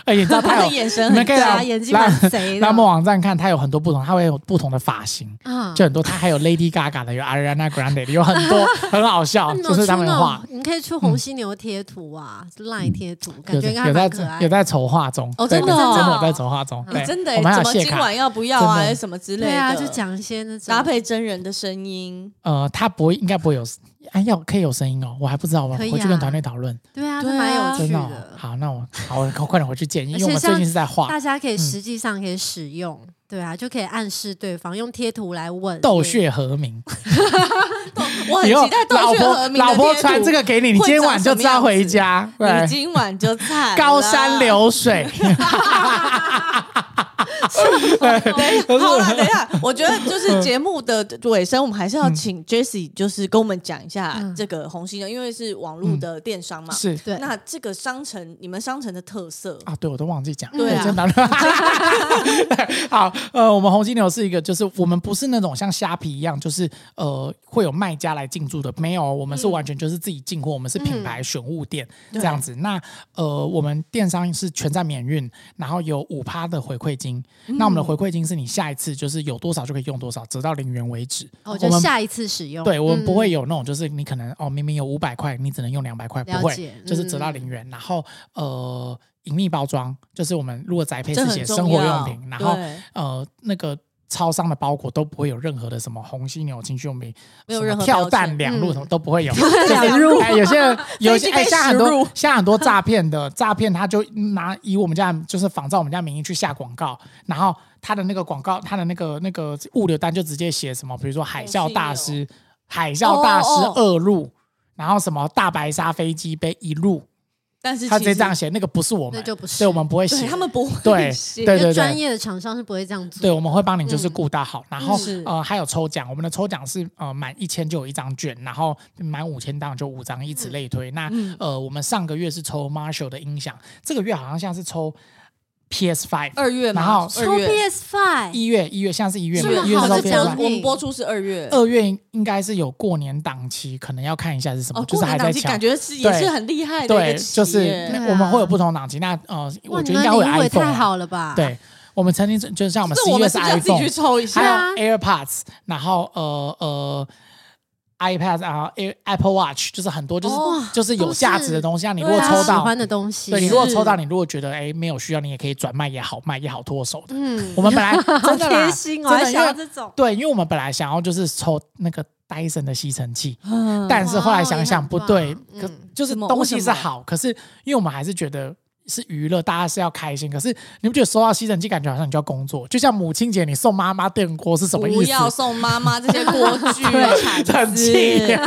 Speaker 2: 而且你知道
Speaker 1: 他 <laughs>
Speaker 2: 它
Speaker 1: 的
Speaker 2: 有，
Speaker 1: 眼神
Speaker 2: 你们
Speaker 1: 很
Speaker 2: 可以
Speaker 3: 对
Speaker 2: 来
Speaker 3: 啊，眼睛蛮贼的
Speaker 2: 那么网站看，它有很多不同，它会有不同的发型，
Speaker 3: 啊
Speaker 2: 嗯就很多。它还有 Lady Gaga 的，有 Ariana Grande 的，有很多很好笑，
Speaker 3: 你有
Speaker 2: 就是他们
Speaker 3: 出
Speaker 2: 的
Speaker 3: 啊那种
Speaker 2: 画，
Speaker 3: 你可以出红犀牛贴图啊，line 贴图，感
Speaker 2: 有
Speaker 3: 觉
Speaker 2: 在
Speaker 3: 应该
Speaker 2: 有
Speaker 3: 还蛮可
Speaker 2: 在
Speaker 3: 爱
Speaker 2: 有。在筹划中，
Speaker 1: 哦
Speaker 2: 对
Speaker 1: 真的
Speaker 2: 对
Speaker 1: 哦
Speaker 2: 真的有在筹划中，对
Speaker 1: 你真的
Speaker 2: 我
Speaker 1: 欸，
Speaker 2: 们还
Speaker 1: 怎
Speaker 2: 有
Speaker 1: 么
Speaker 2: 谢
Speaker 1: 今
Speaker 2: 卡。
Speaker 1: 晚要不要啊？
Speaker 2: 真的
Speaker 1: 还是什么之类
Speaker 3: 对
Speaker 1: 的？
Speaker 3: 啊，就讲一些那种
Speaker 1: 搭配真人的声音，
Speaker 2: 呃，它不会，应该不会有，哎，要可以有声音哦，我还不知道，我
Speaker 3: 可以
Speaker 2: 回去跟
Speaker 3: 啊
Speaker 2: 团队讨论，
Speaker 3: 对啊，
Speaker 1: 对
Speaker 3: 这
Speaker 1: 啊
Speaker 3: 蛮有
Speaker 2: 真
Speaker 3: 趣
Speaker 2: 的哦
Speaker 3: 的。
Speaker 2: 好，那我好，我快点回去建议，因为我
Speaker 3: 而且
Speaker 2: 们最
Speaker 3: 像
Speaker 2: 近是在画
Speaker 3: 大家可以实际上可以使用，对啊，就可以暗示对方用贴图来吻
Speaker 2: 斗。血和鸣，
Speaker 1: 我很
Speaker 2: 以后
Speaker 1: 哦期待
Speaker 2: 老
Speaker 1: 斗血
Speaker 2: 婆
Speaker 1: 和鸣的
Speaker 2: 哎老婆
Speaker 1: 贴图
Speaker 2: 传这，个给你，你
Speaker 1: 会
Speaker 2: 今天
Speaker 1: 长
Speaker 2: 晚就
Speaker 1: 什么
Speaker 2: 知道
Speaker 1: 样
Speaker 2: 回
Speaker 1: 子
Speaker 2: 家，
Speaker 1: 你
Speaker 2: 对，
Speaker 1: 今晚就惨了，
Speaker 2: 高山
Speaker 1: <laughs>
Speaker 2: 流水，
Speaker 1: 对，好了，等一下，我觉得就是节目的尾声，我们还是要请 Jessie 就是跟我们讲一下这个红犀牛，因为是网络的电商嘛。
Speaker 2: 嗯 <laughs> 是
Speaker 3: 对，
Speaker 1: 那这个商城，你们商城的特色，
Speaker 2: 啊，对我都忘记讲，
Speaker 1: 对啊
Speaker 2: 真的。 <laughs> 对好，呃，我们红犀牛是一个，就是我们不是那种像虾皮一样，就是呃会有卖家来进驻的，没有，我们是
Speaker 3: 嗯
Speaker 2: 完全就是自己进货，我们是品牌选物店、这样子。那呃，我们电商是全站免运，然后有五趴的回馈金。那
Speaker 3: 嗯
Speaker 2: 我们的回馈金是你下一次就是有多少就可以用多少，折到零元为止。
Speaker 3: 哦，
Speaker 2: 我
Speaker 3: 就
Speaker 2: 们
Speaker 3: 下一次使用。
Speaker 2: 对，我们
Speaker 3: 嗯
Speaker 2: 不会有那种，就是你可能哦，明明有五百块，你只能用两百块，不
Speaker 3: 了
Speaker 2: 会
Speaker 3: 解，
Speaker 2: 就是折到零元。然后呃，隐秘包装，就是我们如果宅配
Speaker 1: 这
Speaker 2: 是
Speaker 1: 很
Speaker 2: 写
Speaker 1: 重
Speaker 2: 生活用
Speaker 1: 要
Speaker 2: 品，然后
Speaker 1: 对
Speaker 2: 呃那个。超商的包裹都不会有任何的什么红犀牛情趣用品，
Speaker 1: 没有
Speaker 2: 什么
Speaker 1: 任何
Speaker 2: 跳
Speaker 1: 标
Speaker 2: 蛋
Speaker 1: 签
Speaker 2: 两路
Speaker 3: 嗯
Speaker 2: 什么都不
Speaker 1: <laughs>
Speaker 2: 会有，
Speaker 3: 两入
Speaker 2: 哎，有些人有
Speaker 1: 飞
Speaker 2: 些
Speaker 1: 机
Speaker 2: 哎，
Speaker 1: 杯
Speaker 2: 像
Speaker 1: 驶
Speaker 2: 很
Speaker 1: 入
Speaker 2: 多像很多诈骗的诈骗，他就拿以我们家就是仿照我们家名义去下广告，然后他的那个广告，他的那个那个物流单就直接写什么，比如说海啸大师、海啸大师
Speaker 1: 哦哦
Speaker 2: 二路，然后什么大白鲨飞机杯一路，
Speaker 1: 但是
Speaker 2: 他直接
Speaker 1: 其实
Speaker 2: 这样，写，那个不是我们，
Speaker 3: 那就不是
Speaker 2: 对我们不会
Speaker 1: 对
Speaker 2: 写，
Speaker 1: 他们不
Speaker 2: 对
Speaker 1: 会写，
Speaker 2: 对
Speaker 3: 因为
Speaker 2: 对
Speaker 3: 专
Speaker 2: 对。
Speaker 3: 业的厂商是不会这样做。
Speaker 2: 对，我们会帮你就是顾到好，然后
Speaker 1: 嗯是
Speaker 2: 呃还有抽奖，我们的抽奖是呃满一千就有一张券，然后满五千当然就五张，以此类推。那
Speaker 1: 嗯
Speaker 2: 呃我们上个月是抽 Marshall 的音响，这个月好像像是抽 PS Five，
Speaker 1: 二月嘛，
Speaker 2: 然后
Speaker 1: 二
Speaker 3: 抽
Speaker 1: 月
Speaker 3: PS Five，
Speaker 2: 一月一月像是一月
Speaker 1: 是
Speaker 2: 嘛，
Speaker 1: 不是
Speaker 2: 一月
Speaker 1: 好我
Speaker 2: 是抽
Speaker 3: 像
Speaker 1: 们
Speaker 3: 是
Speaker 2: PS
Speaker 3: 这样
Speaker 1: 播我
Speaker 2: Five
Speaker 1: 们播出是二月，
Speaker 2: 嗯二月应该是有过年档期，可能要看一下是什么，
Speaker 1: 哦，
Speaker 2: 就
Speaker 1: 过
Speaker 2: 是
Speaker 1: 年
Speaker 2: 还在
Speaker 1: 档期
Speaker 2: 抢
Speaker 1: 感。觉是也
Speaker 2: 对
Speaker 1: 是很厉害的一
Speaker 2: 对，
Speaker 1: 个企业，
Speaker 2: 就是
Speaker 3: 对
Speaker 2: 那
Speaker 3: 啊
Speaker 2: 我们会有不同档期。那呃，
Speaker 3: 哇，
Speaker 2: 我觉
Speaker 3: 你
Speaker 2: 得应
Speaker 3: 们
Speaker 2: 该会有
Speaker 3: 领域
Speaker 2: iPhone
Speaker 3: 太
Speaker 2: 啊。
Speaker 3: 好了吧？，
Speaker 2: 对，我们曾经就就像我们
Speaker 1: 这
Speaker 2: 十一
Speaker 1: 我
Speaker 2: 月
Speaker 1: 们
Speaker 2: 是
Speaker 1: 是不是要自己
Speaker 2: iPhone，
Speaker 1: 去抽一下
Speaker 2: 还有
Speaker 3: 对啊
Speaker 2: AirPods，然后呃呃 iPad 啊，Air- Apple Watch，就是很多就是、
Speaker 1: 哦
Speaker 2: 就是有
Speaker 3: 都是
Speaker 2: 价值的东西啊。你如
Speaker 1: 对
Speaker 2: 果
Speaker 1: 啊
Speaker 2: 抽
Speaker 3: 喜
Speaker 2: 到，
Speaker 3: 欢的东西，
Speaker 2: 对你如果
Speaker 1: 是
Speaker 2: 抽到，你如果觉得哎没有需要，你也可以转卖也好卖也好脱手的。
Speaker 3: 嗯
Speaker 2: <laughs> 我们本来真的啦
Speaker 3: 贴心哦，我
Speaker 2: 真
Speaker 3: 还
Speaker 2: 的因
Speaker 3: 想要
Speaker 2: 为
Speaker 3: 这种。
Speaker 2: 对，因为我们本来想要就是抽那个戴森的吸尘器，
Speaker 1: 嗯
Speaker 2: 但是后来想
Speaker 3: 哦也
Speaker 2: 想
Speaker 3: 很
Speaker 2: 不
Speaker 3: 棒
Speaker 2: 对，
Speaker 3: 嗯
Speaker 2: 可就是
Speaker 1: 什么
Speaker 2: 东
Speaker 1: 为
Speaker 2: 西
Speaker 1: 什
Speaker 2: 是
Speaker 1: 么
Speaker 2: 好，可是因为我们还是觉得是娱乐，大家是要开心。可是你不觉得收到吸尘器，感觉好像你就要工作？就像母亲节你送妈妈电锅是什么
Speaker 1: 不
Speaker 2: 意思？
Speaker 1: 要送妈妈这些锅具、啊铲
Speaker 2: <laughs>
Speaker 1: 子
Speaker 2: 很气耶，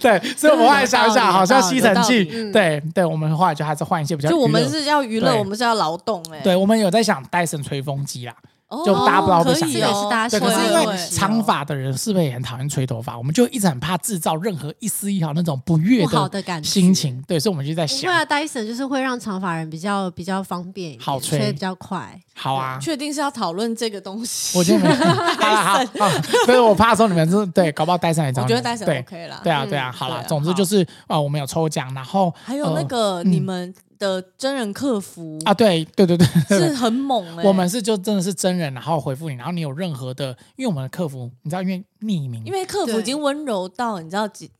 Speaker 2: 对，所以我们后来想
Speaker 1: 有道
Speaker 2: 想，
Speaker 1: 理嗯
Speaker 2: 好像吸尘
Speaker 1: 有
Speaker 2: 器
Speaker 1: 道，
Speaker 2: 对对，我们后来就还是换一些比较娱乐。
Speaker 1: 就我们是要娱乐，
Speaker 2: 对
Speaker 1: 我们是要劳动、哎，
Speaker 2: 对，我们有在想戴森吹风机啦，
Speaker 1: 哦，
Speaker 2: 就大家不知道会
Speaker 1: 可
Speaker 2: 想
Speaker 1: 以
Speaker 3: 这
Speaker 1: 哦
Speaker 3: 个是大家
Speaker 2: 对，可
Speaker 1: 会
Speaker 2: 是因
Speaker 1: 会
Speaker 2: 为
Speaker 1: 是
Speaker 2: 长发的人是不是也很讨厌吹头发？我们就一直很怕制造任何一丝一毫那种不悦
Speaker 3: 不好的感觉
Speaker 2: 心情，对，所以我们就在
Speaker 3: 不会
Speaker 2: 想，
Speaker 3: 啊，Dyson 就是会让长发人比较比较方便一点，
Speaker 2: 好吹
Speaker 3: 吹比较快。
Speaker 2: 好啊。
Speaker 1: 确定是要讨论这个东西。
Speaker 2: 我觉得
Speaker 1: <laughs>
Speaker 2: 没有，好了好，好所以我怕说你们是对，搞不好戴森来找
Speaker 1: 我
Speaker 2: 你
Speaker 1: 觉得
Speaker 2: 们，
Speaker 1: 戴森
Speaker 2: 对
Speaker 1: OK 啦。
Speaker 2: 对啊对啊，好
Speaker 1: 对
Speaker 2: 啦，
Speaker 1: 啊
Speaker 2: 总之就是呃，我们有抽奖，然后
Speaker 1: 还有那
Speaker 2: 呃
Speaker 1: 个你们的真人客服
Speaker 2: 啊，对对对对，
Speaker 1: 是很猛哎、
Speaker 2: 我们是就真的是真人，然后回复你，然后你有任何的，因为我们的客服，你知道，因为匿名，
Speaker 1: 因为客服
Speaker 3: 对
Speaker 1: 已经温柔到你知道几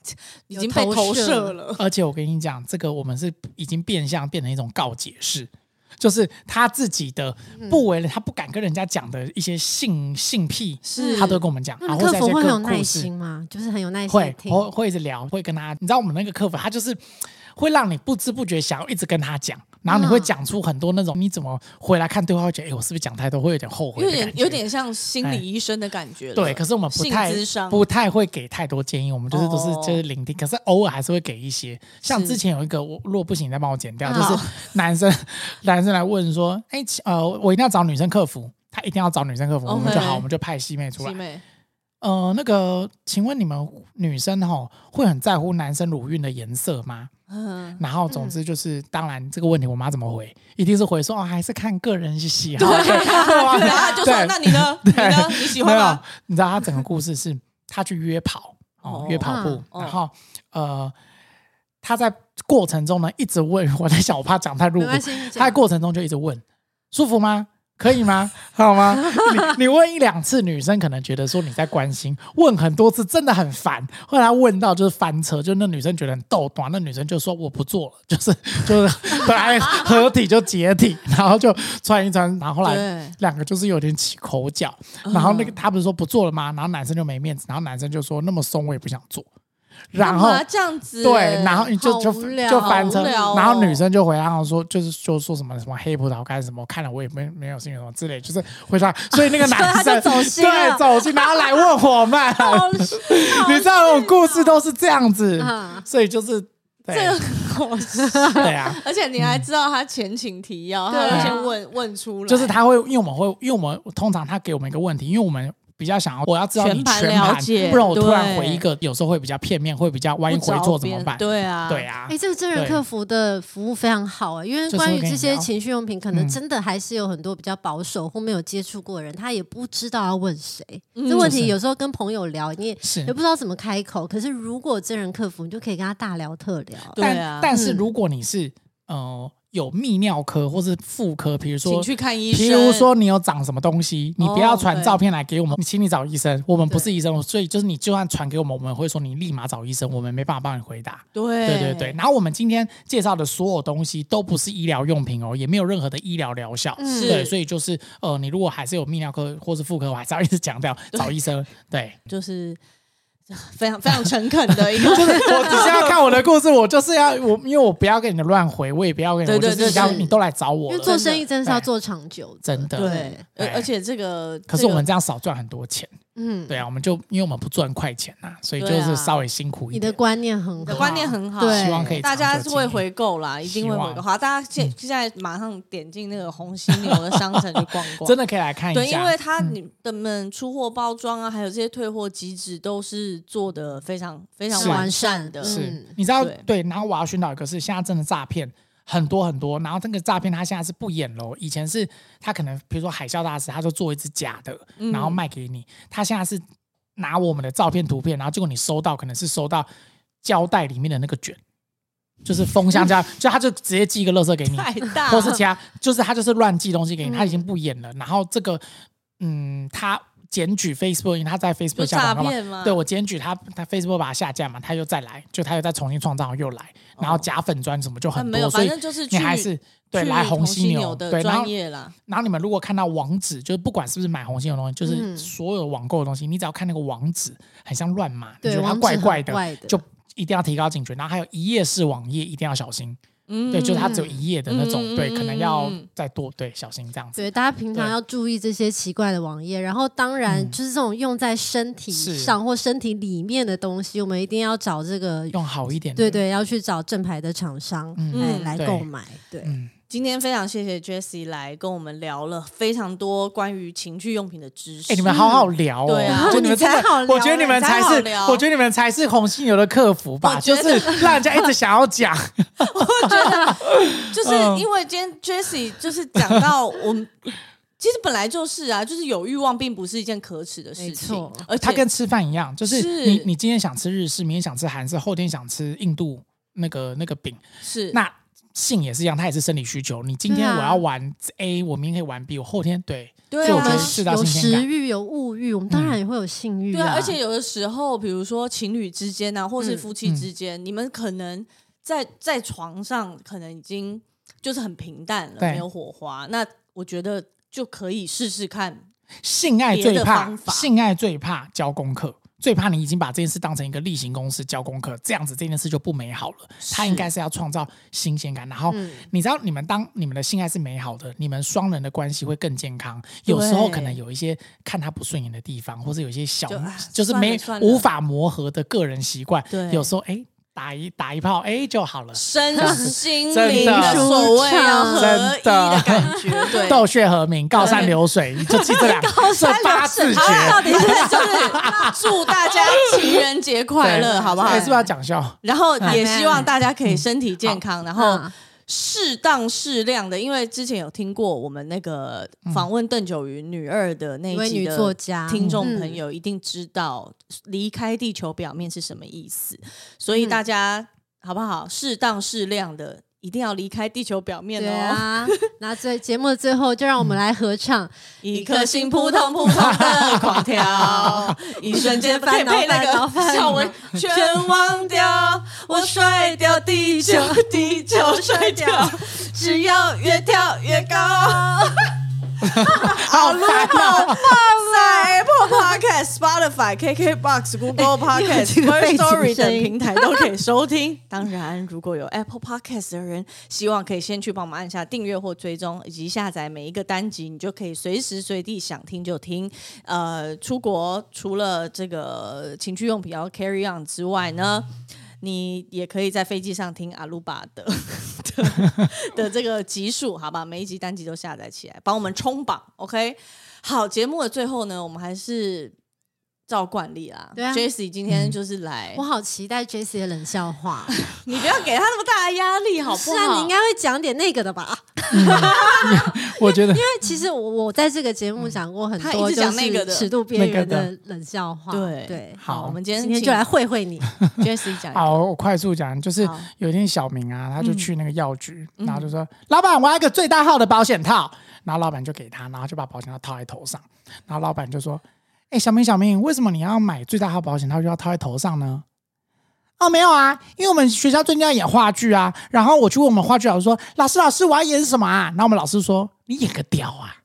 Speaker 1: 已
Speaker 3: 有
Speaker 1: 经被
Speaker 3: 投
Speaker 1: 投
Speaker 3: 射
Speaker 1: 射了。
Speaker 2: 而且我跟你讲，这个我们是已经变相变成一种告解式，就是他自己的
Speaker 3: 嗯
Speaker 2: 不为了他不敢跟人家讲的一些性性癖，
Speaker 1: 是
Speaker 2: 他都会跟我们讲，
Speaker 3: 那
Speaker 2: 然
Speaker 3: 你
Speaker 2: 后
Speaker 3: 嗯客
Speaker 2: 在
Speaker 3: 服
Speaker 2: 一些
Speaker 3: 会很有
Speaker 2: 各
Speaker 3: 耐
Speaker 2: 故事
Speaker 3: 心吗？就是很有耐心地
Speaker 2: 会
Speaker 3: 听。
Speaker 2: 会会一直聊，会跟他，你知道我们那个客服，他就是会让你不知不觉想要一直跟他讲，然后你会
Speaker 3: 嗯
Speaker 2: 讲出很多那种你怎么回来看对话，会觉得哎、我是不是讲太多，会有点后悔
Speaker 1: 有
Speaker 2: 的感觉，
Speaker 1: 点有点像心
Speaker 2: 哎
Speaker 1: 理医生的感觉了，
Speaker 2: 对，可是我们不
Speaker 1: 性
Speaker 2: 太
Speaker 1: 咨商
Speaker 2: 不太会给太多建议，我们就是都是
Speaker 1: 哦
Speaker 2: 就是聆听，可是偶尔还是会给一些。像
Speaker 1: 是
Speaker 2: 之前有一个，我如果不行你再帮我剪掉，就
Speaker 1: 好
Speaker 2: 是男生男生来问说，哎、其呃，我一定要找女生客服，他一定要找女生客服，我们就
Speaker 1: OK
Speaker 2: 好，我们就派西妹
Speaker 1: 西
Speaker 2: 出来。
Speaker 1: 妹
Speaker 2: 呃，那个，请问你们女生吼会很在乎男生乳晕的颜色吗？
Speaker 1: 嗯，
Speaker 2: 然后总之就是，当然这个问题我妈怎么回，一定是回说哦，还是看个人去 <laughs> 喜好。
Speaker 1: 对，然后就说
Speaker 2: <laughs> 对
Speaker 1: 那你呢？你呢？你喜欢
Speaker 2: 没有，
Speaker 1: 吗？
Speaker 2: 你知道他整个故事是他去约跑哦
Speaker 1: 哦，
Speaker 2: 约跑步，
Speaker 1: 嗯
Speaker 2: 然后呃，他在过程中呢一直问，我在想我怕讲太入
Speaker 3: 没
Speaker 2: 骨，
Speaker 3: 关系，你
Speaker 2: 他在
Speaker 3: 讲
Speaker 2: 过程中就一直问舒服吗？可
Speaker 1: <laughs>
Speaker 2: 以吗？好吗？你你问一两次，女生可能觉得说你在关心；问很多次，真的很烦。后来问到就是翻车，就那女生觉得很逗短，那女生就说我不做了，就是就是本来合体就解体，然后就穿一穿，然后后来
Speaker 1: 对，
Speaker 2: 两个就是有点起口角，
Speaker 3: 嗯
Speaker 2: 然后那个他不是说不做了吗？然后男生就没面子，然后男生就说那么松我也不想做，然后
Speaker 1: 干嘛这样子，
Speaker 2: 对，然后你就
Speaker 3: 好
Speaker 2: 就
Speaker 3: 无聊
Speaker 2: 就翻车，
Speaker 1: 好无聊哦
Speaker 2: 然后女生就回答说就是就说什么什么黑葡萄干什么，看了我也没没有兴趣什么之类，就是回答，所以那个
Speaker 3: <laughs>
Speaker 2: 男
Speaker 3: 所以他
Speaker 2: 生
Speaker 3: 就走心了
Speaker 2: 对走心，然后来问我们，
Speaker 3: <laughs>
Speaker 2: <laughs> 你知道我故事都是这样子，
Speaker 3: 啊，
Speaker 2: 所以就是对
Speaker 1: 这个很好笑。
Speaker 2: 对啊。
Speaker 1: 而且你还知道他前情提要，
Speaker 3: 对
Speaker 1: 他会先问问出来，
Speaker 2: 就是他会，因为我们会，因为我们通常他给我们一个问题，因为我们比较想要，我要知道你
Speaker 1: 全盘
Speaker 2: 全
Speaker 1: 了解
Speaker 2: 不然我突然
Speaker 1: 对
Speaker 2: 回一个，有时候会比较片面，会比较万一
Speaker 1: 不
Speaker 2: 回
Speaker 1: 着
Speaker 2: 错怎么
Speaker 1: 边
Speaker 2: 办？
Speaker 1: 对啊，
Speaker 2: 对。啊
Speaker 3: 哎，，这个真人
Speaker 2: 对
Speaker 3: 客服的服务非常好哎，因为
Speaker 2: 就是
Speaker 3: 关
Speaker 2: 会
Speaker 3: 于
Speaker 2: 跟
Speaker 3: 这
Speaker 2: 你
Speaker 3: 些
Speaker 2: 聊
Speaker 3: 情趣用品，可能
Speaker 2: 嗯
Speaker 3: 真的还是有很多比较保守或没有接触过的人，他也不知道要问谁。
Speaker 1: 嗯
Speaker 3: 这问
Speaker 2: 就
Speaker 3: 题
Speaker 2: 是
Speaker 3: 有时候跟朋友聊，你也
Speaker 2: 是
Speaker 3: 也不知道怎么开口。可是如果真人客服，你就可以跟他大聊特聊。
Speaker 1: 对啊
Speaker 2: 但但是
Speaker 3: 嗯
Speaker 2: 如果你是呃有泌尿科或是妇科，比如
Speaker 1: 请
Speaker 2: 说。
Speaker 1: 去看医生。
Speaker 2: 比如说你有长什么东西，你不要
Speaker 1: 哦
Speaker 2: 传
Speaker 1: 对
Speaker 2: 照片来给我们，你请你找医生。我们不
Speaker 3: 对
Speaker 2: 是医生，所以就是你就算传给我们，我们会说你立马找医生，我们没办法帮你回答。
Speaker 1: 对
Speaker 2: 对对对，，然后我们今天介绍的所有东西都不是医疗用品哦，也没有任何的医疗疗效。
Speaker 3: 嗯
Speaker 2: 对，
Speaker 1: 是
Speaker 2: 所以就是呃，你如果还是有泌尿科或是妇科，我还是要一直强 <laughs> 调找医生。对， <laughs>
Speaker 1: 就是 <laughs> 非常非常诚恳的一个，
Speaker 2: <laughs> 我只是要看我的故事，我就是要我，因为我不要跟你的乱回，我也不要跟你，
Speaker 1: 对
Speaker 2: 我就
Speaker 1: 对
Speaker 2: 是
Speaker 1: 对
Speaker 2: 要
Speaker 3: 是
Speaker 2: 你都来找
Speaker 3: 因
Speaker 2: 我
Speaker 3: 为
Speaker 2: 了。
Speaker 3: 做生意真的是
Speaker 2: 对
Speaker 3: 要做长久的，
Speaker 2: 真的
Speaker 1: 对，而
Speaker 2: 哎
Speaker 1: 而且这个，
Speaker 2: 可是我们这样少赚很多钱，
Speaker 3: 嗯，
Speaker 2: 对啊，我们就因为我们不赚快钱呐、所以就
Speaker 1: 对
Speaker 2: 是
Speaker 1: 啊
Speaker 2: 稍微辛苦一
Speaker 3: 你的
Speaker 2: 点。
Speaker 3: 观念很
Speaker 1: 这个
Speaker 3: 好，
Speaker 1: 观念很好，
Speaker 3: 对
Speaker 2: 希望可以
Speaker 1: 大家
Speaker 2: 长久经
Speaker 1: 会
Speaker 2: 营
Speaker 1: 回购啦，一定会回
Speaker 2: 希
Speaker 1: 购。
Speaker 2: 望嗯
Speaker 1: 好，大家现现在马上点进那个红犀牛的商城去逛逛，
Speaker 2: <laughs> 真的可以来看一下，嗯
Speaker 1: 对，因为它你的们出货包装啊，还有这些退货机制都是做的非常非常
Speaker 2: 是
Speaker 1: 完善的，
Speaker 2: 是，
Speaker 3: 嗯
Speaker 2: 你知道
Speaker 1: 对
Speaker 2: 对，然后我要宣导一个是，现在真的诈骗很多很多，然后这个诈骗他现在是不演喽，以前是他可能比如说海啸大师，他就做一只假的，
Speaker 1: 嗯
Speaker 2: 然后卖给你，他现在是拿我们的照片图片，然后结果你收到可能是收到胶带里面的那个卷，就是封箱胶，就他就直接寄一个垃圾给你，
Speaker 1: 嗯太大
Speaker 2: 或
Speaker 1: 了，
Speaker 2: 是其他，就是他就是乱寄东西给你，
Speaker 3: 嗯
Speaker 2: 他已经不演了。然后这个，嗯，他检举 Facebook，因为他在
Speaker 1: 就
Speaker 2: Facebook 下
Speaker 1: 诈
Speaker 2: 广告嘛。
Speaker 1: 骗吗？
Speaker 2: 对我检举他，他 Facebook 把他下架嘛，他又再来，就他又再重新创造又来，然后假粉砖什么就
Speaker 1: 啊哦
Speaker 2: 很
Speaker 1: 没
Speaker 2: 多，
Speaker 1: 有，
Speaker 2: 所
Speaker 1: 反
Speaker 2: 以
Speaker 1: 正就是去
Speaker 2: 你还是对
Speaker 1: 去
Speaker 2: 来
Speaker 1: 红
Speaker 2: 犀
Speaker 1: 牛的
Speaker 2: 对，然后
Speaker 1: 专业啦，
Speaker 2: 然后你们如果看到网址，就是不管是不是买红犀牛的东西，就是
Speaker 3: 嗯
Speaker 2: 所有网购的东西，你只要看那个网址很像乱码，你觉
Speaker 3: 对，
Speaker 2: 得它
Speaker 3: 网址
Speaker 2: 怪
Speaker 3: 很
Speaker 2: 怪的，
Speaker 3: 怪的
Speaker 2: 就一定要提高警觉。然后还有一页式网页一定要小心，
Speaker 1: 嗯
Speaker 2: 对，就是它只有一页的那种，
Speaker 1: 嗯
Speaker 2: 对，可能要
Speaker 1: 嗯嗯嗯
Speaker 2: 再多对小心这样子。
Speaker 3: 对，大家平常
Speaker 2: 对
Speaker 3: 要注意这些奇怪的网页，然后当然
Speaker 2: 嗯
Speaker 3: 就是这种用在身体
Speaker 2: 是
Speaker 3: 上或身体里面的东西，我们一定要找这个，
Speaker 2: 用好一点的，
Speaker 3: 对对，要去找正牌的厂商
Speaker 2: 嗯
Speaker 3: 来
Speaker 1: 嗯
Speaker 3: 来
Speaker 2: 对
Speaker 3: 购买，对。
Speaker 2: 嗯，
Speaker 1: 今天非常谢谢 Jessie 来跟我们聊了非常多关于情趣用品的知识。
Speaker 2: 哎、你们好好聊哦！
Speaker 1: 对啊
Speaker 2: 就你们真
Speaker 3: 你才好
Speaker 2: 的，
Speaker 3: 聊
Speaker 2: 我觉得你们才
Speaker 1: 你才好
Speaker 2: 是，
Speaker 1: 聊
Speaker 2: 我觉得你们才是红犀牛的客服吧，
Speaker 1: 我
Speaker 2: 就
Speaker 1: 觉
Speaker 2: 是
Speaker 1: 得
Speaker 2: 让人家一直想要
Speaker 1: <laughs>
Speaker 2: 讲，
Speaker 1: 就是
Speaker 2: 嗯
Speaker 1: 因为今天 Jessie 就是讲到我们，其实本来就是啊，就是有欲望并不是一件可耻的事
Speaker 3: 没
Speaker 1: 情
Speaker 3: 错，
Speaker 1: 而且
Speaker 2: 它跟吃饭一样，就是
Speaker 1: 是
Speaker 2: 你你今天想吃日式，明天想吃韩式，后天想吃印度那个那个饼，
Speaker 1: 是
Speaker 2: 那性也是一样，它也是生理需求。你今天
Speaker 3: 对啊
Speaker 2: 我要玩 A，我明天可以玩 B，我后天对
Speaker 1: 对
Speaker 2: 所以我
Speaker 1: 啊
Speaker 2: 觉得。是到
Speaker 3: 有
Speaker 2: 新鲜感
Speaker 3: 食欲有物欲，我们
Speaker 2: 嗯
Speaker 3: 当然也会有性欲、
Speaker 1: 对
Speaker 3: 啊
Speaker 1: 啊，而且有的时候，比如说情侣之间啊，或是
Speaker 3: 嗯
Speaker 1: 夫妻之间，你们可能在在床上可能已经就是很平淡了，
Speaker 2: 对
Speaker 1: 没有火花。那我觉得就可以试试看，
Speaker 2: 性爱
Speaker 1: 别
Speaker 2: 最
Speaker 1: 的
Speaker 2: 怕
Speaker 1: 方法
Speaker 2: 性爱最怕交功课。最怕你已经把这件事当成一个例行公事交功课，这样子这件事就不美好了。它应该是要创造新鲜感，然后
Speaker 3: 嗯
Speaker 2: 你知道，你们当你们的性爱是美好的，你们双人的关系会更健康。有时候可能有一些看他不顺眼的地方，或者有一些小嗯
Speaker 1: 就啊
Speaker 2: <laughs> 就是没
Speaker 1: 算了算了
Speaker 2: 无法磨合的个人习惯，
Speaker 1: 对
Speaker 2: 有时候哎打一打一炮哎就好了。
Speaker 1: 身心
Speaker 2: 真
Speaker 1: 灵
Speaker 2: 的
Speaker 1: 的所谓要合一
Speaker 2: 真的
Speaker 1: 的感觉，对，
Speaker 2: 斗血和鸣，告山流水，就记
Speaker 1: <laughs>
Speaker 2: 这两这八字诀，
Speaker 1: 他啊到底是就是祝大家情人节快乐，
Speaker 2: 对
Speaker 1: 好不好
Speaker 2: 哎？是不是要讲笑？
Speaker 1: 然后也希望
Speaker 3: 嗯
Speaker 1: 大家可以身体健康，然后
Speaker 3: 嗯
Speaker 1: 适当适量的，因为之前有听过我们那个访问邓九云女二的那
Speaker 3: 一
Speaker 1: 一
Speaker 3: 位
Speaker 1: 集
Speaker 3: 女
Speaker 1: 的
Speaker 3: 作家嗯
Speaker 1: 听众朋友一定知道离开地球表面是什么意思，所
Speaker 3: 嗯
Speaker 1: 以大家好不好？适当适量的，一定要离开地球表面
Speaker 3: 对
Speaker 1: 哦。
Speaker 3: 啊，那最节目的最后，就让
Speaker 2: 嗯
Speaker 3: 我们来合唱。
Speaker 1: 一颗心扑通扑通的狂 <laughs> 跳，一瞬间
Speaker 3: 烦恼
Speaker 1: 配那
Speaker 3: 烦恼
Speaker 1: 个
Speaker 3: 烦恼
Speaker 1: 笑文全忘掉，我甩掉地 <laughs> 球，地球甩掉， <laughs> 只要越跳越高。
Speaker 2: 好
Speaker 3: <laughs>
Speaker 2: 烦哦！
Speaker 1: 啊
Speaker 3: 啊
Speaker 1: 在 Apple Podcast、Spotify、KKBox、Google Podcast、
Speaker 3: <laughs> 这个
Speaker 1: First
Speaker 3: 背景
Speaker 1: Story
Speaker 3: 声
Speaker 1: 等
Speaker 3: 音
Speaker 1: 平台都可以收听。 <laughs> 当然，如果有 Apple Podcast 的人，希望可以先去帮我们按下订阅或追踪，以及下载每一个单集，你就可以随时随地想听就听。呃，出国除了这个情趣用品要 carry on 之外呢？你也可以在飞机上听阿鲁巴的的的这个集数，好吧？每一集单集都下载起来，帮我们冲榜，OK？好，节目的最后呢，我们还是照惯例啦。
Speaker 3: 对啊嗯
Speaker 1: j e s s e 今天就是来
Speaker 3: 我，好期待 J C 的冷笑话，
Speaker 1: 你不要给他那么大的压力，好不
Speaker 3: 是
Speaker 1: 好？
Speaker 3: 啊，你应该会讲点那个的吧？
Speaker 2: 我觉得
Speaker 3: 因为其实我我在这个节目讲过很
Speaker 1: 嗯他一
Speaker 3: 多，
Speaker 1: 直
Speaker 3: 就
Speaker 1: 讲那个
Speaker 3: 是
Speaker 1: 的
Speaker 3: 尺度边
Speaker 2: 那个
Speaker 3: 缘
Speaker 2: 的
Speaker 3: 的冷笑话。
Speaker 1: 对
Speaker 3: 对，
Speaker 1: 好，
Speaker 2: 好
Speaker 1: 我们今天
Speaker 3: 今天就来会会
Speaker 1: <laughs>
Speaker 3: 你。
Speaker 1: j e s s e 讲一个。
Speaker 2: 好，我快速讲，就是
Speaker 1: 好嗯
Speaker 2: 有一天小明啊，他就去那个药局，然后就说：“老板，我要一个最大号的保险套。”然后老板就给他，然后就把保险套套在头上。然后老板就说：“哎、小明，小明，为什么你要买最大号保险套，又要套在头上呢？”哦，没有啊，因为我们学校最近要演话剧啊，然后我去问我们话剧老师说：“老师，老师，我要演什么啊？”然后我们老师说：“你演个屌
Speaker 1: <laughs>
Speaker 2: 啊！”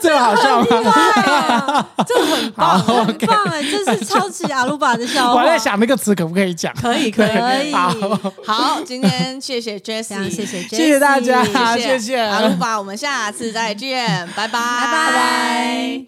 Speaker 2: 这个好笑吗？
Speaker 3: 这很棒，很棒哎，这是超级阿鲁巴的笑
Speaker 2: <laughs>
Speaker 3: 话。
Speaker 2: 我在想那个词可不可以讲？
Speaker 1: 啊可以可以
Speaker 3: 可以
Speaker 2: 好，
Speaker 1: 好，今天谢
Speaker 3: <laughs>
Speaker 1: 谢 j e
Speaker 3: 这
Speaker 1: s s
Speaker 3: 样，
Speaker 1: e
Speaker 3: 啊谢谢 J，
Speaker 2: 谢谢大家，
Speaker 1: 谢
Speaker 2: 谢谢。
Speaker 1: 阿鲁巴，我们下次再见，拜拜，拜
Speaker 3: 拜拜。